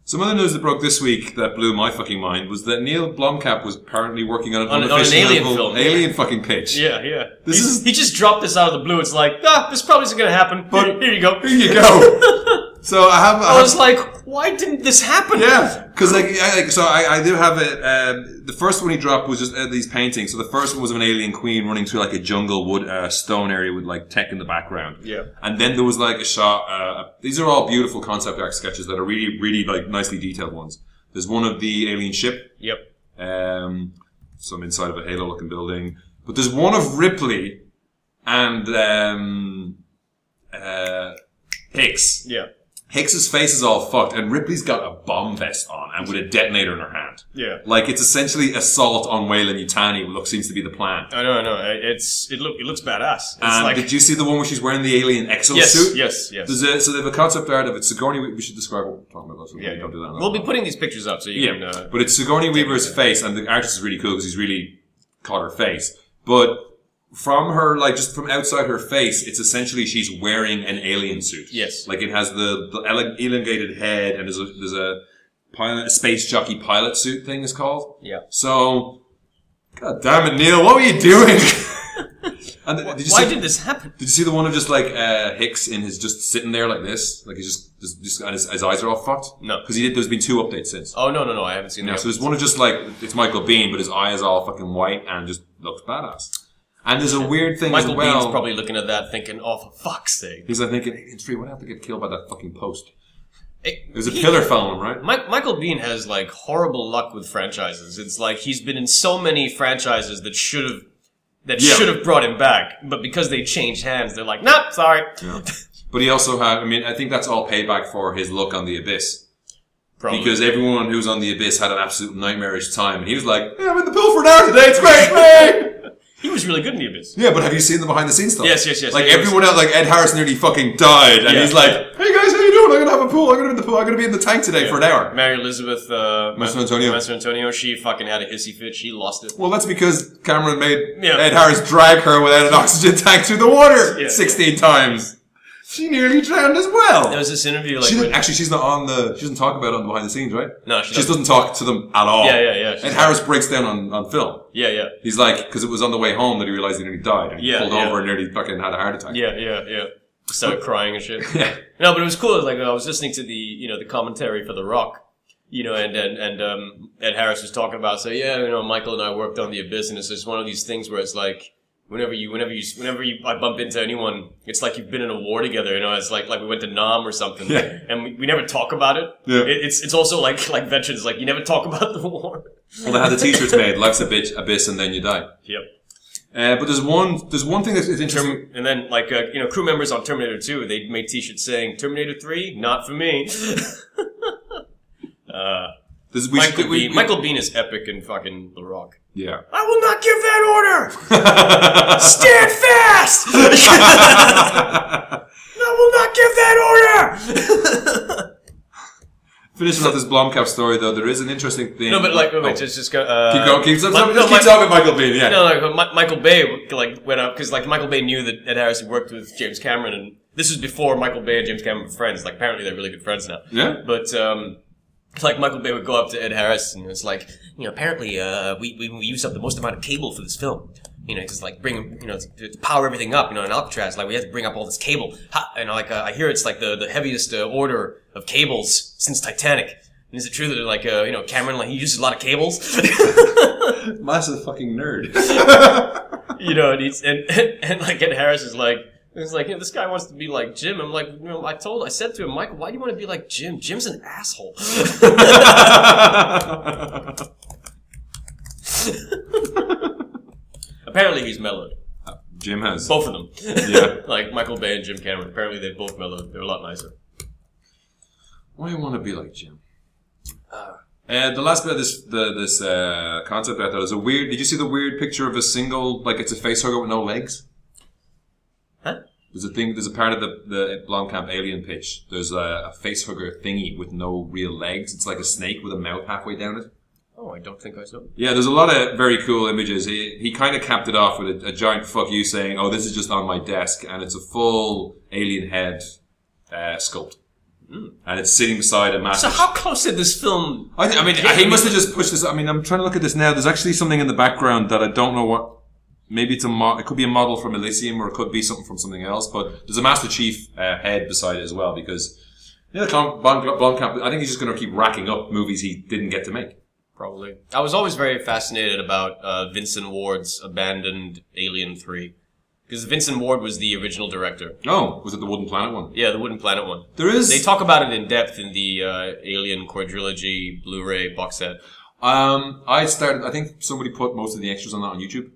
Speaker 2: Some other news that broke this week that blew my fucking mind was that Neil Blomkamp was apparently working on an,
Speaker 1: On an- on an
Speaker 2: unofficial
Speaker 1: alien
Speaker 2: level-
Speaker 1: film, yeah.
Speaker 2: alien fucking pitch.
Speaker 1: Yeah, yeah.
Speaker 2: This
Speaker 1: He's-
Speaker 2: is-
Speaker 1: he just dropped this out of the blue. It's like, ah, this probably isn't gonna happen.
Speaker 2: But-
Speaker 1: here you go.
Speaker 2: Here you go. so I have.
Speaker 1: I
Speaker 2: have-
Speaker 1: was like, why didn't this happen?
Speaker 2: Yeah, because like, I, like so I, I do have it. Um, the first one he dropped was just uh, these paintings. So the first one was of an alien queen running through like a jungle wood uh, stone area with like tech in the background.
Speaker 1: Yeah.
Speaker 2: and then there was like a shot. Uh, these are all beautiful concept art sketches that are really, really like nicely detailed ones. There's one of the alien ship,
Speaker 1: Yep.
Speaker 2: um, some inside of a halo-looking building, but there's one of Ripley and um, uh, Hicks.
Speaker 1: Yeah.
Speaker 2: Hicks's face is all fucked, and Ripley's got a bomb vest on and with a detonator in her hand.
Speaker 1: Yeah.
Speaker 2: Like it's essentially assault on Wayland Yutani. Look, seems to be the plan.
Speaker 1: I know, I know. It- It's it look it looks badass. It's
Speaker 2: And
Speaker 1: like
Speaker 2: did you see the one where she's wearing the alien exosuit?
Speaker 1: yes, yes, yes,
Speaker 2: There's a, so they have a concept art of it. Sigourney. We we should describe what we're talking about. So
Speaker 1: Yeah,
Speaker 2: we don't do that.
Speaker 1: We'll be putting these pictures up so you can.
Speaker 2: yeah,
Speaker 1: Uh,
Speaker 2: but it's Sigourney Weaver's face, and the artist is really cool because he's really caught her face. But from her, like just from outside her face, it's essentially she's wearing an alien suit.
Speaker 1: yes.
Speaker 2: Like it has the, the ele- elongated head, and there's a there's a pilot, space jockey pilot suit thing is called.
Speaker 1: Yeah.
Speaker 2: So, god damn it, Neil, what were you doing? and th- did you
Speaker 1: Why
Speaker 2: see? Did-,
Speaker 1: did this happen?
Speaker 2: you see the one of just like uh, Hicks in his just sitting there like this, like he's just just, just and his, his eyes are all fucked?
Speaker 1: No.
Speaker 2: because he did. There's been two updates since.
Speaker 1: Oh no, no, no! I haven't seen
Speaker 2: Yeah,
Speaker 1: that.
Speaker 2: so there's one of just like it's Michael Bean, but his eyes are all fucking white and just looks badass. And there's a weird thing
Speaker 1: Michael
Speaker 2: as well.
Speaker 1: Bean's probably looking at that, thinking, "Oh, for fuck's sake!"
Speaker 2: He's like thinking, "Aliens free. What have to get killed by that fucking post?"
Speaker 1: It-
Speaker 2: There's a
Speaker 1: he-
Speaker 2: pillar following him, right?
Speaker 1: Mi- Michael Bean has like horrible luck with franchises. It's like he's been in so many franchises that should have that
Speaker 2: Yeah.
Speaker 1: should have brought him back, but because they changed hands, they're like, "Nope, sorry."
Speaker 2: But he also had, I mean, I think that's all payback for his look on The Abyss.
Speaker 1: Probably.
Speaker 2: Because everyone who was on The Abyss had an absolute nightmarish time. And he was like, yeah, I'm in the pill for an hour today, it's great! yay!"
Speaker 1: he was really good in the Abyss.
Speaker 2: yeah, but have you seen the behind the scenes stuff?
Speaker 1: Yes, yes, yes,
Speaker 2: Like
Speaker 1: yes.
Speaker 2: everyone else, like Ed Harris nearly fucking died. And
Speaker 1: Yeah.
Speaker 2: he's like, hey guys, how you doing? I'm gonna have a pool. I'm gonna be in the pool. I'm gonna be in the tank today for an hour.
Speaker 1: Mary Elizabeth uh,
Speaker 2: Master Antonio.
Speaker 1: Master Antonio, she fucking had a hissy fit. She lost it.
Speaker 2: Well, that's because Cameron made
Speaker 1: Yeah.
Speaker 2: Ed Harris drag her without an oxygen tank through the water
Speaker 1: Yeah.
Speaker 2: 16 times. She nearly drowned as
Speaker 1: There
Speaker 2: well.
Speaker 1: was this interview like
Speaker 2: She
Speaker 1: with,
Speaker 2: didn't, actually, she's not on the. She doesn't talk about it on the behind the scenes, right?
Speaker 1: no,
Speaker 2: She
Speaker 1: she
Speaker 2: just
Speaker 1: doesn't.
Speaker 2: doesn't talk to them at all.
Speaker 1: Yeah, yeah, yeah.
Speaker 2: Ed
Speaker 1: She's-
Speaker 2: Harris breaks down on, on film.
Speaker 1: Yeah, yeah,
Speaker 2: He's like, because it was on the way home that he realized he nearly died. And he
Speaker 1: Yeah,
Speaker 2: pulled
Speaker 1: yeah.
Speaker 2: over and nearly fucking had a heart attack.
Speaker 1: yeah, yeah, yeah. Started crying and shit.
Speaker 2: Yeah.
Speaker 1: No, but it was cool. Like I was listening to the you know the commentary for The Rock, you know, and and and um, Ed Harris was talking about so yeah, you know, Michael and I worked on The Abyss, and it's just one of these things where it's like. Whenever you, whenever you, whenever you, I bump into anyone, it's like you've been in a war together. You know, it's like like we went to Nam or something,
Speaker 2: Yeah.
Speaker 1: and we, we never talk about it.
Speaker 2: Yeah.
Speaker 1: It, it's it's also like like veterans, like you never talk about the war.
Speaker 2: Well, they had the T-shirts made. Life's a bitch, abyss, and then you die.
Speaker 1: Yep.
Speaker 2: Uh, but there's one, there's one thing that's it's interesting.
Speaker 1: Term- and then like uh, you know, crew members on Terminator Two, they made T-shirts saying "Terminator Three, not for me." uh,
Speaker 2: There's, we
Speaker 1: Michael,
Speaker 2: should, we,
Speaker 1: Bean,
Speaker 2: we-
Speaker 1: Michael Bean is epic in fucking The Rock.
Speaker 2: Yeah.
Speaker 1: I will not give that order.
Speaker 2: Stand.
Speaker 1: Stand fast. I will not give that order.
Speaker 2: Finishing off this Blomkamp story, though, there is an interesting thing.
Speaker 1: no, but like, wait, wait,
Speaker 2: Oh.
Speaker 1: just just go. Uh,
Speaker 2: keep going, keep,
Speaker 1: Mi-
Speaker 2: just keep
Speaker 1: Mi-
Speaker 2: talking, Michael Bean. Yeah.
Speaker 1: No, like when Mi- Michael Bay like went up because like Michael Bay knew that Ed Harris had worked with James Cameron, and this was before Michael Bay and James Cameron were friends. Like apparently they're really good friends now.
Speaker 2: Yeah.
Speaker 1: But um, like Michael Bay would go up to Ed Harris and it's like, you know, apparently uh, we, we we used up the most amount of cable for this film. You know, just like bring you know to, to power everything up. You know, in Alcatraz, like we had to bring up all this cable. Ha, and like uh, I hear it's like the the heaviest uh, order of cables since Titanic. And is it true that like uh, you know Cameron like he uses a lot of cables?
Speaker 2: Massive fucking nerd.
Speaker 1: you know, and he's and, and, and like Ed Harris is like he's like, you know, this guy wants to be like Jim. I'm like, you know, I told I said to him, Michael, why do you want to be like Jim? Jim's an asshole. Apparently he's mellowed.
Speaker 2: Jim has.
Speaker 1: Both of them.
Speaker 2: Yeah.
Speaker 1: like Michael Bay and Jim Cameron. Apparently they both mellowed. They're a lot nicer.
Speaker 2: Why do you want to be like Jim? Uh, the last bit of this the, this uh, concept I thought was a weird. Did you see the weird picture of a single like it's a facehugger with no legs?
Speaker 1: Huh?
Speaker 2: There's a thing. There's a part of the the Blomkamp alien pitch. There's a, a facehugger thingy with no real legs. It's like a snake with a mouth halfway down it.
Speaker 1: Oh, I don't think I saw.
Speaker 2: Yeah, there's a lot of very cool images. He he kind of capped it off with a, a giant fuck you saying, "Oh, this is just on my desk," and it's a full alien head uh, sculpt, and it's sitting beside a
Speaker 1: So
Speaker 2: massive.
Speaker 1: how close did this film
Speaker 2: I, thi- I mean, he must have just pushed this. I mean, I'm trying to look at this now. There's actually something in the background that I don't know what. Maybe it's a mo- it could be a model from Elysium, or it could be something from something else. But there's a Master Chief uh, head beside it as well because you know, Blom- Blom- Blomkamp. I think he's just going to keep racking up movies he didn't get to make.
Speaker 1: Probably. I was always very fascinated about uh, Vincent Ward's abandoned Alien 3. Because Vincent Ward was the original director.
Speaker 2: Oh, was it the Wooden Planet one?
Speaker 1: Yeah, the Wooden Planet one.
Speaker 2: There is.
Speaker 1: They talk about it in depth in the uh, Alien Quadrilogy Blu-ray box set.
Speaker 2: um, I started. I think somebody put most of the extras on that on YouTube.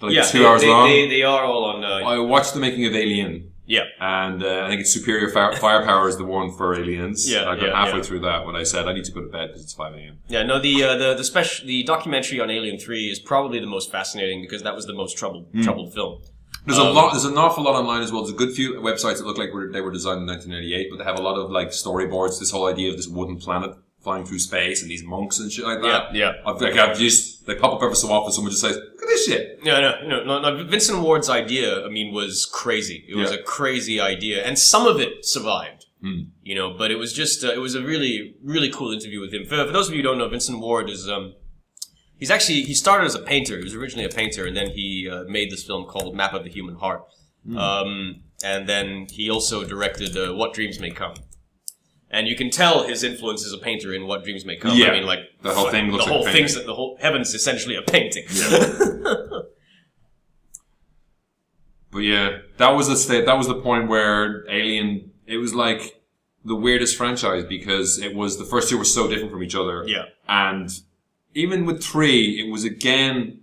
Speaker 2: They're Like
Speaker 1: yeah,
Speaker 2: two
Speaker 1: they,
Speaker 2: hours
Speaker 1: they,
Speaker 2: long.
Speaker 1: They, they are all on. Uh,
Speaker 2: I watched the making of Alien
Speaker 1: yeah,
Speaker 2: and uh, I think it's Superior Fire- Firepower is the one for aliens.
Speaker 1: Yeah,
Speaker 2: I got
Speaker 1: yeah,
Speaker 2: halfway
Speaker 1: yeah.
Speaker 2: through that when I said I need to go to bed because it's five a.m.
Speaker 1: yeah. No, the uh, the the special the documentary on Alien Three is probably the most fascinating because that was the most troubled troubled film.
Speaker 2: There's
Speaker 1: Um,
Speaker 2: a lot. There's an awful lot online as well. There's a good few websites that look like were, they were designed in 1988, but they have a lot of like storyboards. This whole idea of this wooden planet flying through space and these monks and shit like that.
Speaker 1: Yeah,
Speaker 2: I've, like, I've just they pop up every so often. Someone just says, "Look at this shit."
Speaker 1: No, no, no, no, no. Vincent Ward's idea, I mean, was crazy. It was
Speaker 2: Yeah.
Speaker 1: a crazy idea, and some of it survived.
Speaker 2: Hmm.
Speaker 1: You know, but it was just, uh, it was a really, really cool interview with him. For, for those of you who don't know, Vincent Ward is, um, he's actually, he started as a painter. He was originally a painter, and then he uh, made this film called Map of the Human Heart.
Speaker 2: Hmm.
Speaker 1: Um, and then he also directed uh, What Dreams May Come. And you can tell his influence as a painter in What Dreams May Come.
Speaker 2: Yeah.
Speaker 1: I mean, like
Speaker 2: The whole thing looks
Speaker 1: the
Speaker 2: like a
Speaker 1: whole
Speaker 2: painting.
Speaker 1: thing's the whole heaven's essentially a painting.
Speaker 2: But yeah, that was the state. That was the point where Alien. It was like the weirdest franchise because it was the first two were so different from each other.
Speaker 1: yeah.
Speaker 2: and even with three, it was again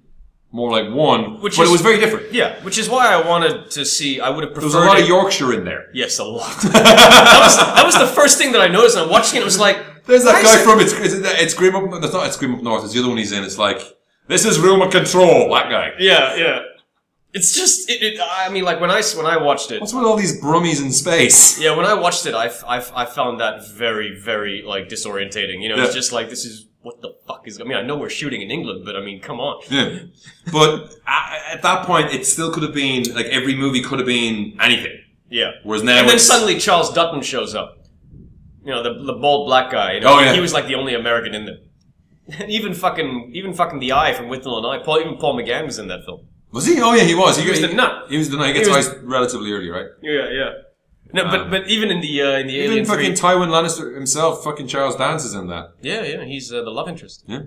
Speaker 2: more like one,
Speaker 1: Which
Speaker 2: but
Speaker 1: is-
Speaker 2: it was very different.
Speaker 1: Yeah, which is why I wanted to see. I would have
Speaker 2: There
Speaker 1: preferred.
Speaker 2: was a lot
Speaker 1: it-
Speaker 2: of Yorkshire in there.
Speaker 1: yes, a lot. that, was, that was the first thing that I noticed. And I'm watching it. It was like,
Speaker 2: There's that
Speaker 1: Why is
Speaker 2: guy
Speaker 1: it-
Speaker 2: from it's it's, it's Grim up. That's not it's Grim up north. It's the other one he's in. It's like this is room of control. That guy.
Speaker 1: yeah, yeah. It's just, it, it, I mean, like when I s- when I watched it,
Speaker 2: What's with all these brummies in space?
Speaker 1: yeah, when I watched it, I, f- I, f- I found that very, very like disorientating. You know,
Speaker 2: Yeah.
Speaker 1: it's just like this is what the fuck is. I mean, I know we're shooting in England, but I mean, come on.
Speaker 2: Yeah. But a- at that point, it still could have been like every movie could have been anything.
Speaker 1: Yeah.
Speaker 2: Whereas now,
Speaker 1: And then
Speaker 2: it's-
Speaker 1: suddenly Charles Dutton shows up. You know, the, the bald black guy. You know,
Speaker 2: Oh,
Speaker 1: he,
Speaker 2: yeah.
Speaker 1: he was like the only American in there. And even fucking, even fucking the eye from Whittle and I. Paul, even Paul McGann was in that film.
Speaker 2: was he? Oh yeah, he was. He,
Speaker 1: was
Speaker 2: he-
Speaker 1: the nut.
Speaker 2: He was the nut. He gets
Speaker 1: He was-
Speaker 2: hired relatively early, right?
Speaker 1: Yeah, yeah. No,
Speaker 2: Wow.
Speaker 1: but but even in the uh, in the
Speaker 2: Ah. Even
Speaker 1: Alien
Speaker 2: fucking
Speaker 1: Three,
Speaker 2: Tywin Lannister himself, fucking Charles Dance is in that.
Speaker 1: yeah, yeah, he's uh, the love interest.
Speaker 2: Yeah.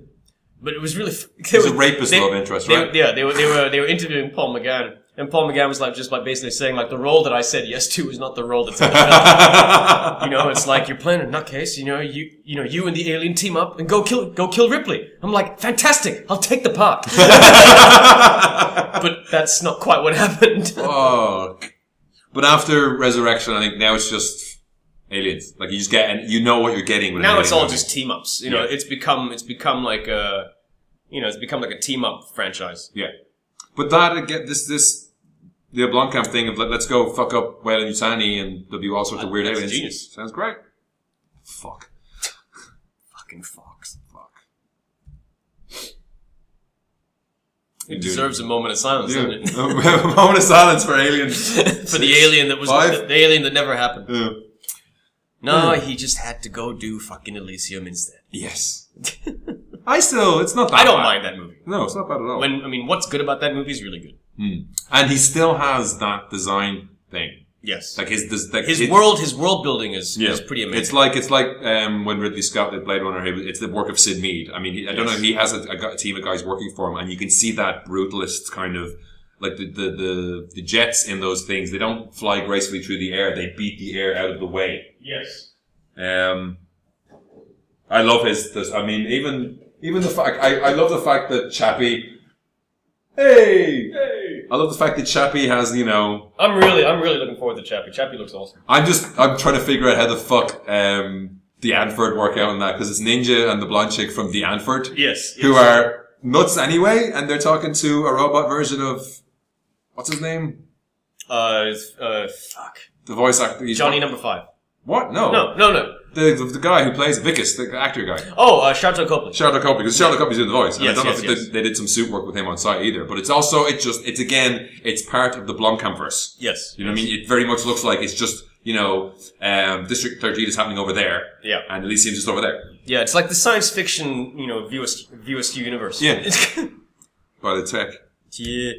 Speaker 1: But it was really f-
Speaker 2: He's a rapist love interest,
Speaker 1: they-
Speaker 2: right?
Speaker 1: yeah, they were they were they were interviewing Paul McGann, and Paul McGann was like just like basically saying like the role that I said yes to is not the role that's in the film. You know, it's like you're playing a nutcase. You know, you you know, you and the alien team up and go kill go kill Ripley. I'm like, fantastic! I'll take the part. but that's not quite what happened.
Speaker 2: oh. But after Resurrection, I think now it's just aliens. Like you just get, and you know what you're getting. With an
Speaker 1: now it's
Speaker 2: alien
Speaker 1: all
Speaker 2: movie.
Speaker 1: just team ups. You know,
Speaker 2: Yeah.
Speaker 1: it's become it's become like a you know it's become like a team up franchise.
Speaker 2: Yeah, but that again, this this the Blomkamp thing of let, let's go fuck up Whale and Utani and there'll be all sorts of weird
Speaker 1: That's
Speaker 2: aliens.
Speaker 1: genius.
Speaker 2: Sounds great. Fuck.
Speaker 1: Fucking fox.
Speaker 2: Fuck.
Speaker 1: It deserves a moment of silence,
Speaker 2: Yeah.
Speaker 1: doesn't it?
Speaker 2: a moment of silence for aliens.
Speaker 1: For the alien that was
Speaker 2: Five. Hmm.
Speaker 1: the alien that never happened.
Speaker 2: Yeah.
Speaker 1: No, he just had to go do fucking Elysium instead.
Speaker 2: yes. I still, it's not that
Speaker 1: I don't
Speaker 2: bad.
Speaker 1: mind that movie.
Speaker 2: No, it's not bad at all.
Speaker 1: When I mean, what's good about that movie is really good.
Speaker 2: and he still has that design thing.
Speaker 1: Yes.
Speaker 2: Like his, des- like
Speaker 1: his world his world building is,
Speaker 2: Yeah.
Speaker 1: is pretty amazing.
Speaker 2: It's like it's like um, when Ridley Scott did Blade Runner. he was- It's the work of Sid Mead. I mean, he, I don't know.
Speaker 1: Yes.
Speaker 2: He has a, a gu- a team of guys working for him, and you can see that brutalist kind of like the, the the the jets in those things. They don't fly gracefully through the air. They beat the air out of the way.
Speaker 1: yes.
Speaker 2: Um, I love his. This, I mean, even even the fact I, I love the fact that Chappie. Hey,
Speaker 1: Hey.
Speaker 2: I love the fact that Chappie has you know
Speaker 1: I'm really I'm really looking forward to Chappie. Chappie looks awesome.
Speaker 2: I'm just I'm trying to figure out how the fuck um, the Anford work out on that because it's Ninja and the blonde chick from the Anford
Speaker 1: Yes.
Speaker 2: who are nuts anyway, and they're talking to a robot version of what's his name,
Speaker 1: uh, uh fuck.
Speaker 2: the voice actor he's-
Speaker 1: Johnny number five.
Speaker 2: What? No,
Speaker 1: No, no, no.
Speaker 2: The, the, the guy who plays Vickers, the actor guy.
Speaker 1: Oh, uh Charlton Copley.
Speaker 2: Charlotte Copley, because Charlotte Copley's doing the voice. And I
Speaker 1: Yes,
Speaker 2: don't know
Speaker 1: yes,
Speaker 2: if
Speaker 1: yes.
Speaker 2: They, they did some suit work with him on site either, but it's also it's just it's again it's part of the Blomkamp verse.
Speaker 1: yes.
Speaker 2: You know what I mean? It very much looks like it's just you know um, District 13 is happening over there,
Speaker 1: Yeah.
Speaker 2: and Elysium's just over there.
Speaker 1: Yeah, it's like the science fiction, you know, VOS VOSQ universe.
Speaker 2: Yeah. by the tech.
Speaker 1: yeah.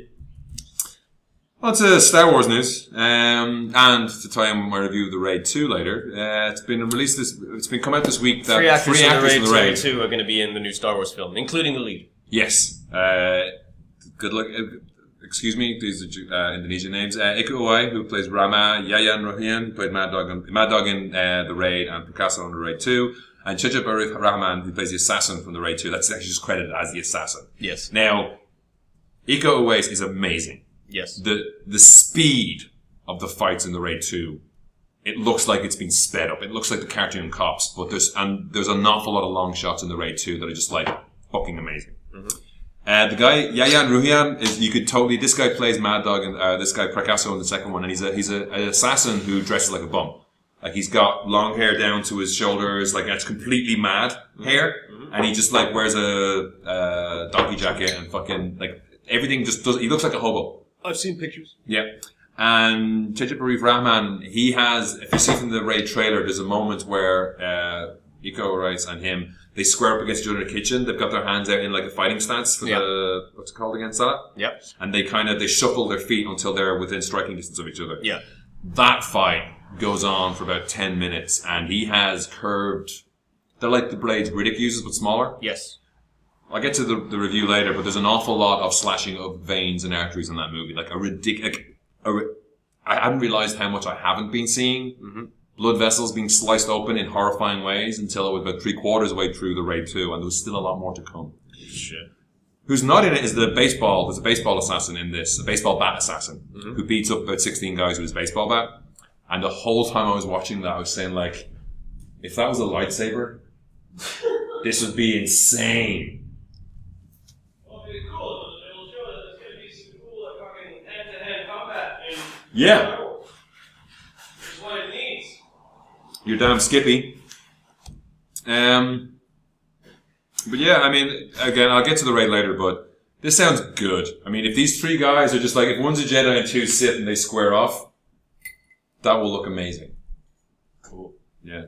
Speaker 2: On to Star Wars news, um, and to tie in with my review of the Raid Two later. Uh, it's been released this. It's been come out this week that
Speaker 1: Three actors
Speaker 2: Uh, three
Speaker 1: in the
Speaker 2: actors
Speaker 1: Raid, 2 are going to be in the new Star Wars film, including the lead.
Speaker 2: Yes. Uh, good luck. Uh, excuse me. These are Ju- uh, Indonesian names. Uh, Iko Uwais, who plays Rama, Yayan Rohian, played Mad Dog, on, Mad Dog in uh, the Raid, and Picasso on the Raid Two, and Chijib Arif Rahman, who plays the assassin from the Raid Two. That's actually just credited as the assassin.
Speaker 1: Yes.
Speaker 2: Now, Iko Uwais is amazing.
Speaker 1: Yes.
Speaker 2: the the speed of the fights in the raid 2 it looks like it's been sped up it looks like the cartoon cops but there's and there's an awful lot of long shots in the raid 2 that are just like fucking amazing uh, the guy Yayan Ruhian is you could totally this guy plays Mad Dog and uh, this guy Picasso in the second one and he's a he's a, an assassin who dresses like a bum like he's got long hair down to his shoulders like that's completely mad hair and he just like wears a uh, donkey jacket and fucking like everything just does he looks like a hobo
Speaker 1: I've seen pictures.
Speaker 2: yeah. And Chajit Arif Rahman, he has, if you see from the Raid trailer, there's a moment where uh, Iko Rice and him, they square up against each other in the kitchen. They've got their hands out in like a fighting stance for
Speaker 1: Yeah.
Speaker 2: the, what's it called against that?
Speaker 1: Yep.
Speaker 2: And they kind of, they shuffle their feet until they're within striking distance of each other.
Speaker 1: Yeah.
Speaker 2: That fight goes on for about 10 minutes and he has curved, they're like the blades Riddick uses, but smaller.
Speaker 1: Yes.
Speaker 2: I'll get to the, the review later, but there's an awful lot of slashing of veins and arteries in that movie. Like a ridiculous. A, ri- I hadn't realized how much I haven't been seeing. Blood vessels being sliced open in horrifying ways until it was about three quarters way through the raid two, and there was still a lot more to come.
Speaker 1: Shit.
Speaker 2: Who's not in it is the baseball. There's a baseball assassin in this, a baseball bat assassin who beats up about 16 guys with his baseball bat. And the whole time I was watching that, I was saying like, if that was a lightsaber, this would be insane.
Speaker 3: Well, it'd be cool. It'll show that there's going to be some cool like, fucking
Speaker 2: Yeah.
Speaker 1: That's what it needs.
Speaker 2: You're damn skippy. Um, but yeah, I mean, again, I'll get to the raid later, but this sounds good. I mean, if these three guys are just like, if one's a Jedi and two Sith and they square off, that will look amazing. Cool. Yeah.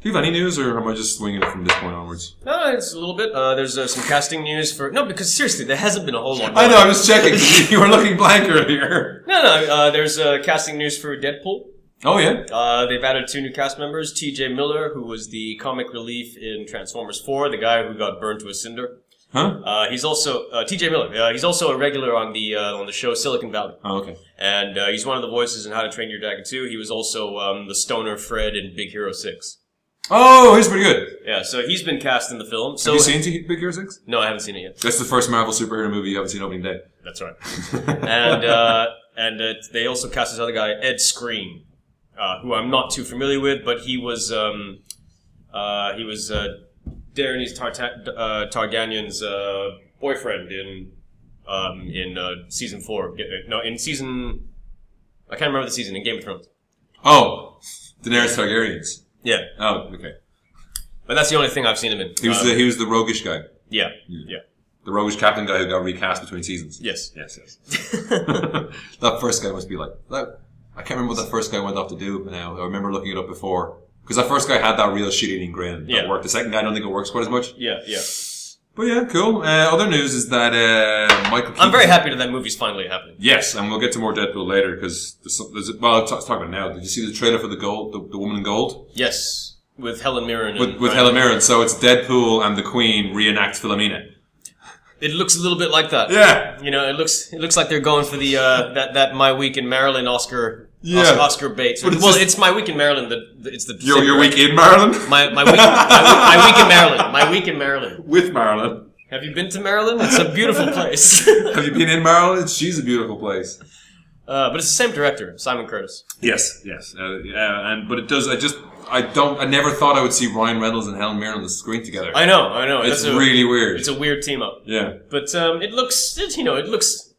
Speaker 2: Do you have any news, or am I just swinging it from this point onwards?
Speaker 1: No, it's a little bit. Uh, there's uh, some casting news for no, because seriously, there hasn't been a whole lot.
Speaker 2: I know, I'm just checking. you were looking blank earlier.
Speaker 1: No, no. Uh, there's uh, casting news for Deadpool.
Speaker 2: Oh, yeah?
Speaker 1: Uh, they've added two new cast members: T.J. Miller, who was the comic relief in Transformers Four, the guy who got burned to a cinder.
Speaker 2: Huh?
Speaker 1: Uh, he's also uh, T.J. Miller. Uh, he's also a regular on the uh, on the show Silicon Valley,
Speaker 2: Oh, okay.
Speaker 1: and uh, he's one of the voices in How to Train Your Dragon Two. He was also um, the stoner Fred in Big Hero Six.
Speaker 2: Oh, he's pretty good.
Speaker 1: Yeah, so he's been cast in the film. So
Speaker 2: Have you seen T- Big Hero 6?
Speaker 1: no, I haven't seen it yet.
Speaker 2: That's the first Marvel superhero movie you haven't seen opening day.
Speaker 1: That's right. and uh, and uh, they also cast this other guy, Ed Screen, uh, who I'm not too familiar with, but he was um, uh, he was uh, Daenerys Tarta- uh, Targaryen's uh, boyfriend in um, in uh, season four. No, in season I can't remember the season in Game of Thrones.
Speaker 2: Oh, Daenerys Targaryens.
Speaker 1: Yeah,
Speaker 2: Oh, okay.
Speaker 1: but that's the only thing I've seen him in.
Speaker 2: He was
Speaker 1: Uh,
Speaker 2: the he was the roguish guy,
Speaker 1: yeah, yeah,
Speaker 2: the roguish captain guy who got recast between seasons.
Speaker 1: yes.
Speaker 2: Yes, yes. that first guy must be like that. I can't remember what that first guy went off to do now. I remember looking it up before because that first guy had that real shit-eating grin that
Speaker 1: Yeah.
Speaker 2: worked. The second guy, I don't think it works quite as much.
Speaker 1: Yeah, yeah.
Speaker 2: But yeah, cool. Uh, other news is that uh, Michael.
Speaker 1: I'm very
Speaker 2: Keaton-
Speaker 1: happy that that movie's finally happening.
Speaker 2: Yes, and we'll get to more Deadpool later because there's, some- there's well, let's talk about it now. Did you see the trailer for the gold, the, the woman in gold?
Speaker 1: Yes, with Helen Mirren.
Speaker 2: with,
Speaker 1: and
Speaker 2: with
Speaker 1: Ryan
Speaker 2: Helen Mirren. So it's Deadpool and the Queen reenact Philomena.
Speaker 1: It looks a little bit like that.
Speaker 2: Yeah,
Speaker 1: You know, it looks it looks like they're going for the uh, that that My Week in Maryland Oscar
Speaker 2: Yeah.
Speaker 1: Oscar, Oscar Bates.
Speaker 2: But it's
Speaker 1: well,
Speaker 2: just-
Speaker 1: it's My Week in Maryland. The, the- it's the
Speaker 2: your your week in Maryland
Speaker 1: My my week, my, week- my week in Maryland. My week in Maryland.
Speaker 2: with Maryland.
Speaker 1: Have you been to Maryland? It's a beautiful place.
Speaker 2: Have you been in Maryland? She's a beautiful place.
Speaker 1: Uh, but it's the same director, Simon Curtis.
Speaker 2: Yes, yes, uh, yeah, and but it does. I just I don't. I never thought I would see Ryan Reynolds and Helen Mirren on the screen together.
Speaker 1: I know, I know.
Speaker 2: it's
Speaker 1: That's a-
Speaker 2: really weird.
Speaker 1: it's a weird team up,
Speaker 2: yeah,
Speaker 1: but um, it looks it, you know it looks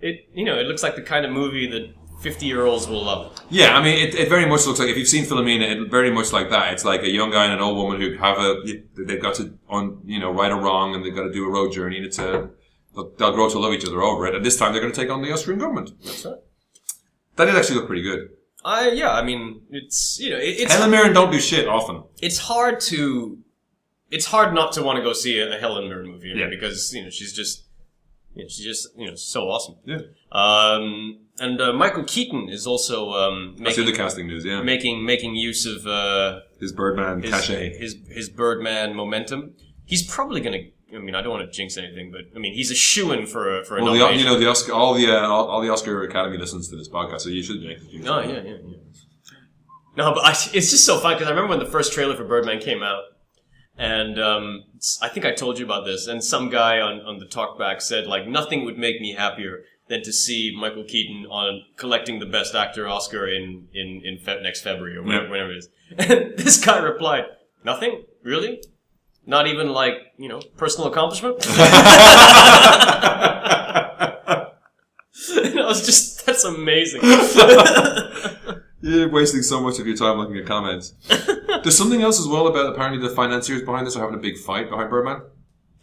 Speaker 1: it you know it looks like the kind of movie that fifty year olds will love.
Speaker 2: yeah. I mean, it, it very much looks like if you've seen Philomena, it very much like that. It's like a young guy and an old woman who have a they've got to on you know right or wrong, and they've got to do a road journey, and it's a they'll, they'll grow to love each other over it. And this time, they're going to take on the Austrian government.
Speaker 1: That's right.
Speaker 2: That did actually look pretty good.
Speaker 1: I yeah, I mean it's you know it, it's
Speaker 2: Helen Mirren don't do shit often.
Speaker 1: it's hard to it's hard not to want to go see a, a Helen Mirren movie you know,
Speaker 2: Yeah.
Speaker 1: because you know she's just you know, she's just you know so awesome.
Speaker 2: Yeah.
Speaker 1: Um, and uh, Michael Keaton is also um,
Speaker 2: That's the
Speaker 1: making,
Speaker 2: other casting news, yeah.
Speaker 1: making making use of uh,
Speaker 2: His Birdman
Speaker 1: his,
Speaker 2: cachet.
Speaker 1: his his Birdman momentum. He's probably gonna. I mean, I don't want to jinx anything, but I mean, he's a shoo in for a, for a
Speaker 2: Well, the,
Speaker 1: nomination.
Speaker 2: you know, the Oscar, all the uh, all, all the Oscar Academy listens to this podcast, so you should make the jinx.
Speaker 1: Oh yeah, yeah, yeah. No, but I, it's just so fun because I remember when the first trailer for Birdman came out, and um, s- I think I told you about this. And some guy on on the talkback said like nothing would make me happier than to see Michael Keaton on collecting the Best Actor Oscar in in in fe- next February or whenever,
Speaker 2: Yeah.
Speaker 1: whenever it is. And this guy replied, "Nothing really." Not even like you know personal accomplishment. and I was just that's amazing.
Speaker 2: You're wasting so much of your time looking at comments. There's something else as well about apparently the financiers behind this are having a big fight behind Birdman.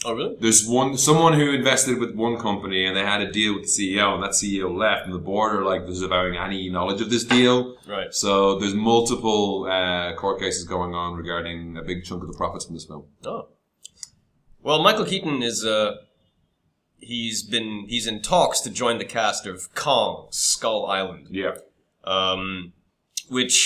Speaker 1: oh really?
Speaker 2: There's one someone who invested with one company and they had a deal with the CEO, and that CEO left, and the board are like disavowing any knowledge of this deal.
Speaker 1: Right.
Speaker 2: So there's multiple uh, court cases going on regarding a big chunk of the profits from this film.
Speaker 1: Oh. Well, Michael Keaton is uh he's been he's in talks to join the cast of Kong Skull Island.
Speaker 2: Yeah.
Speaker 1: Um which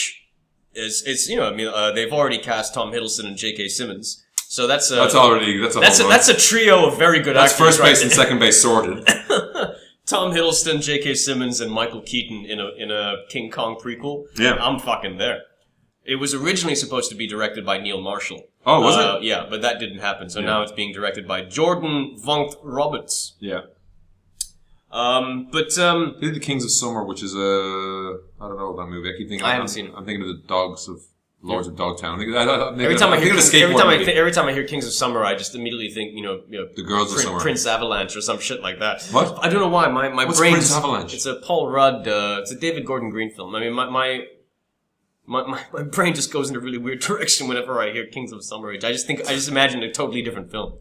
Speaker 1: is it's you know, I mean uh, they've already cast Tom Hiddleston and J.K. Simmons. So that's a
Speaker 2: That's already that's a
Speaker 1: that's a,
Speaker 2: home run.
Speaker 1: that's a trio of very good
Speaker 2: That's
Speaker 1: actors.
Speaker 2: first
Speaker 1: right
Speaker 2: base and
Speaker 1: there.
Speaker 2: second base sorted.
Speaker 1: Tom Hiddleston, J.K. Simmons, and Michael Keaton in a in a King Kong prequel.
Speaker 2: Yeah.
Speaker 1: I'm fucking there. It was originally supposed to be directed by Neil Marshall.
Speaker 2: Oh, was
Speaker 1: Uh,
Speaker 2: it?
Speaker 1: Yeah, but that didn't happen. So
Speaker 2: Yeah.
Speaker 1: now it's being directed by Jordan Vonk Roberts.
Speaker 2: Yeah.
Speaker 1: Um, but um,
Speaker 2: They did the Kings of Summer, which is a I don't know that movie. I keep thinking
Speaker 1: I
Speaker 2: of-
Speaker 1: haven't seen it.
Speaker 2: I'm thinking of the Dogs of Lords of Dogtown. I think, I, I, I,
Speaker 1: Every time I,
Speaker 2: think
Speaker 1: hear
Speaker 2: of
Speaker 1: Kings,
Speaker 2: the
Speaker 1: every
Speaker 2: skateboard
Speaker 1: time I
Speaker 2: movie.
Speaker 1: thi- every time I hear Kings of Summer, I just immediately think you know, you know
Speaker 2: The Girls of
Speaker 1: Prin-
Speaker 2: Summer.
Speaker 1: Prince Avalanche or some shit like that.
Speaker 2: What?
Speaker 1: I don't know why my my
Speaker 2: What's
Speaker 1: brain
Speaker 2: Prince
Speaker 1: just-
Speaker 2: Avalanche?
Speaker 1: It's a Paul Rudd. Uh, it's a David Gordon Green film. I mean, my my. My, my, my brain just goes in a really weird direction whenever I hear Kings of Summer Age. I just think I just imagine a totally different film.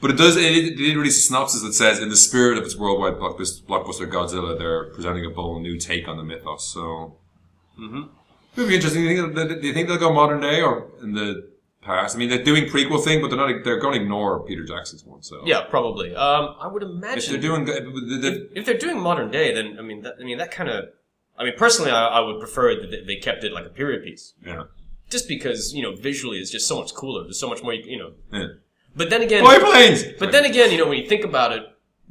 Speaker 2: But it does. It, it did release a synopsis that says, "In the spirit of its worldwide blockbus- blockbuster Godzilla, they're presenting a bold new take on the mythos." So,
Speaker 1: Mm-hmm.
Speaker 2: it'd be interesting. Do you, think that- that- do you think they'll go modern day or in the past? I mean, they're doing prequel thing, but they're not. They're going to ignore Peter Jackson's one. So,
Speaker 1: Yeah, probably. Um, I would
Speaker 2: if
Speaker 1: imagine
Speaker 2: they're doing, go- the- the-
Speaker 1: if they're doing modern day, then I mean, that, I mean that kind of. I mean, personally, I, I would prefer that they- they kept it like a period piece,
Speaker 2: yeah.
Speaker 1: just because you know visually it's just so much cooler. There's so much more, you, you know.
Speaker 2: yeah.
Speaker 1: But then again,
Speaker 2: Boy planes.
Speaker 1: but then again, you know, when you think about it,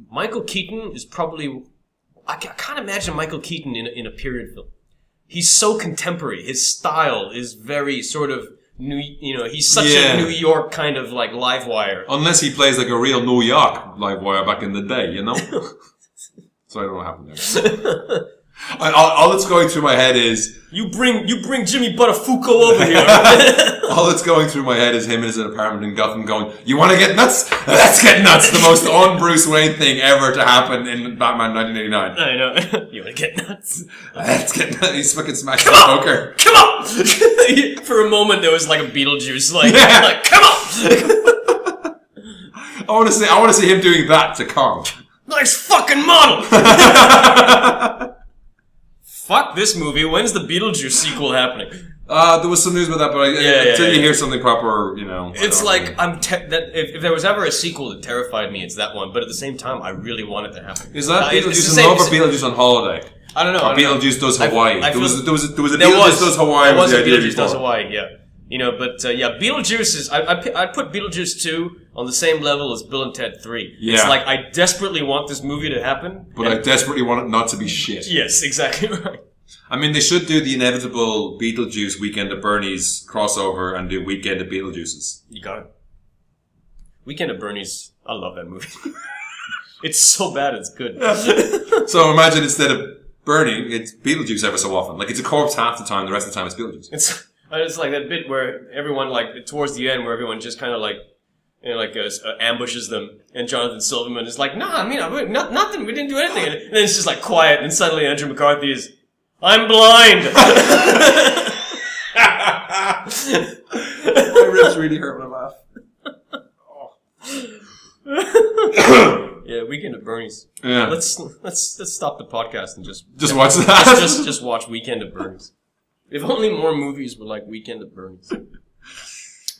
Speaker 1: Michael Keaton is probably. I, ca- I can't imagine Michael Keaton in a, in a period film. He's so contemporary. His style is very sort of new. You know, he's such
Speaker 2: Yeah.
Speaker 1: a New York kind of like live wire.
Speaker 2: Unless he plays like a real New York live wire back in the day, you know? so I don't know what happened there. I, all, all that's going through my head is
Speaker 1: You bring you bring Jimmy Buttafuoco over here.
Speaker 2: all that's going through my head is him in his apartment in Gotham going, "You want to get nuts? Let's get nuts!" The most on Bruce Wayne thing ever to happen in Batman 1989.
Speaker 1: I know. you want to get nuts?
Speaker 2: Let's get nuts! He's fucking smashing the poker.
Speaker 1: Come on! For a moment, there was like a Beetlejuice, like,
Speaker 2: Yeah.
Speaker 1: like come on!
Speaker 2: I want to see. I want to see him doing that to Kong.
Speaker 1: nice fucking model! Fuck this movie. When's the Beetlejuice sequel happening?
Speaker 2: Uh, there was some news about that, but I,
Speaker 1: Yeah, yeah,
Speaker 2: until you
Speaker 1: yeah.
Speaker 2: hear something proper, you know. I
Speaker 1: It's
Speaker 2: don't
Speaker 1: like
Speaker 2: really-
Speaker 1: I'm te- that if, if there was ever a sequel that terrified me, it's that one. But at the same time, I really want it to happen.
Speaker 2: Is that
Speaker 1: Uh, it's- it's the
Speaker 2: Beetlejuice in
Speaker 1: same-
Speaker 2: love or
Speaker 1: it's-
Speaker 2: Beetlejuice on holiday?
Speaker 1: I don't know. I
Speaker 2: Or
Speaker 1: don't know.
Speaker 2: Beetlejuice does
Speaker 1: I-
Speaker 2: Hawaii.
Speaker 1: I
Speaker 2: there, was,
Speaker 1: feel-
Speaker 2: there was a, there was a
Speaker 1: There
Speaker 2: Oh, Beetlejuice
Speaker 1: was
Speaker 2: does Hawaii.
Speaker 1: There was
Speaker 2: the
Speaker 1: a
Speaker 2: idea
Speaker 1: Beetlejuice does
Speaker 2: before.
Speaker 1: Hawaii. Yeah, you know, but uh, yeah, Beetlejuice is. I, I pi- I'd put Beetlejuice two on the same level as Bill and Ted three.
Speaker 2: Yeah.
Speaker 1: it's like I desperately want this movie to happen.
Speaker 2: But I desperately want it not to be shit.
Speaker 1: yes, exactly right.
Speaker 2: I mean, they should do the inevitable Beetlejuice Weekend at Bernie's crossover and do Weekend at Beetlejuices.
Speaker 1: You got it. Weekend at Bernie's. I love that movie. it's so bad, it's good.
Speaker 2: So imagine instead of Bernie, it's Beetlejuice ever so often. Like it's a corpse half the time, the rest of the time it's Beetlejuice.
Speaker 1: It's it's like that bit where everyone like towards the end where everyone just kind of like you know, like uh, s- uh, ambushes them and Jonathan Silverman is like, nah, I mean, I, we- not, nothing, we didn't do anything. And then it's just like quiet and suddenly Andrew McCarthy is, I'm blind.
Speaker 2: My ribs really hurt when I laugh.
Speaker 1: yeah, Weekend at Bernie's.
Speaker 2: Yeah.
Speaker 1: Let's let's let's stop the podcast and just
Speaker 2: just watch that.
Speaker 1: just just, just watch Weekend at Bernie's. If only more movies were like Weekend at Bernie's,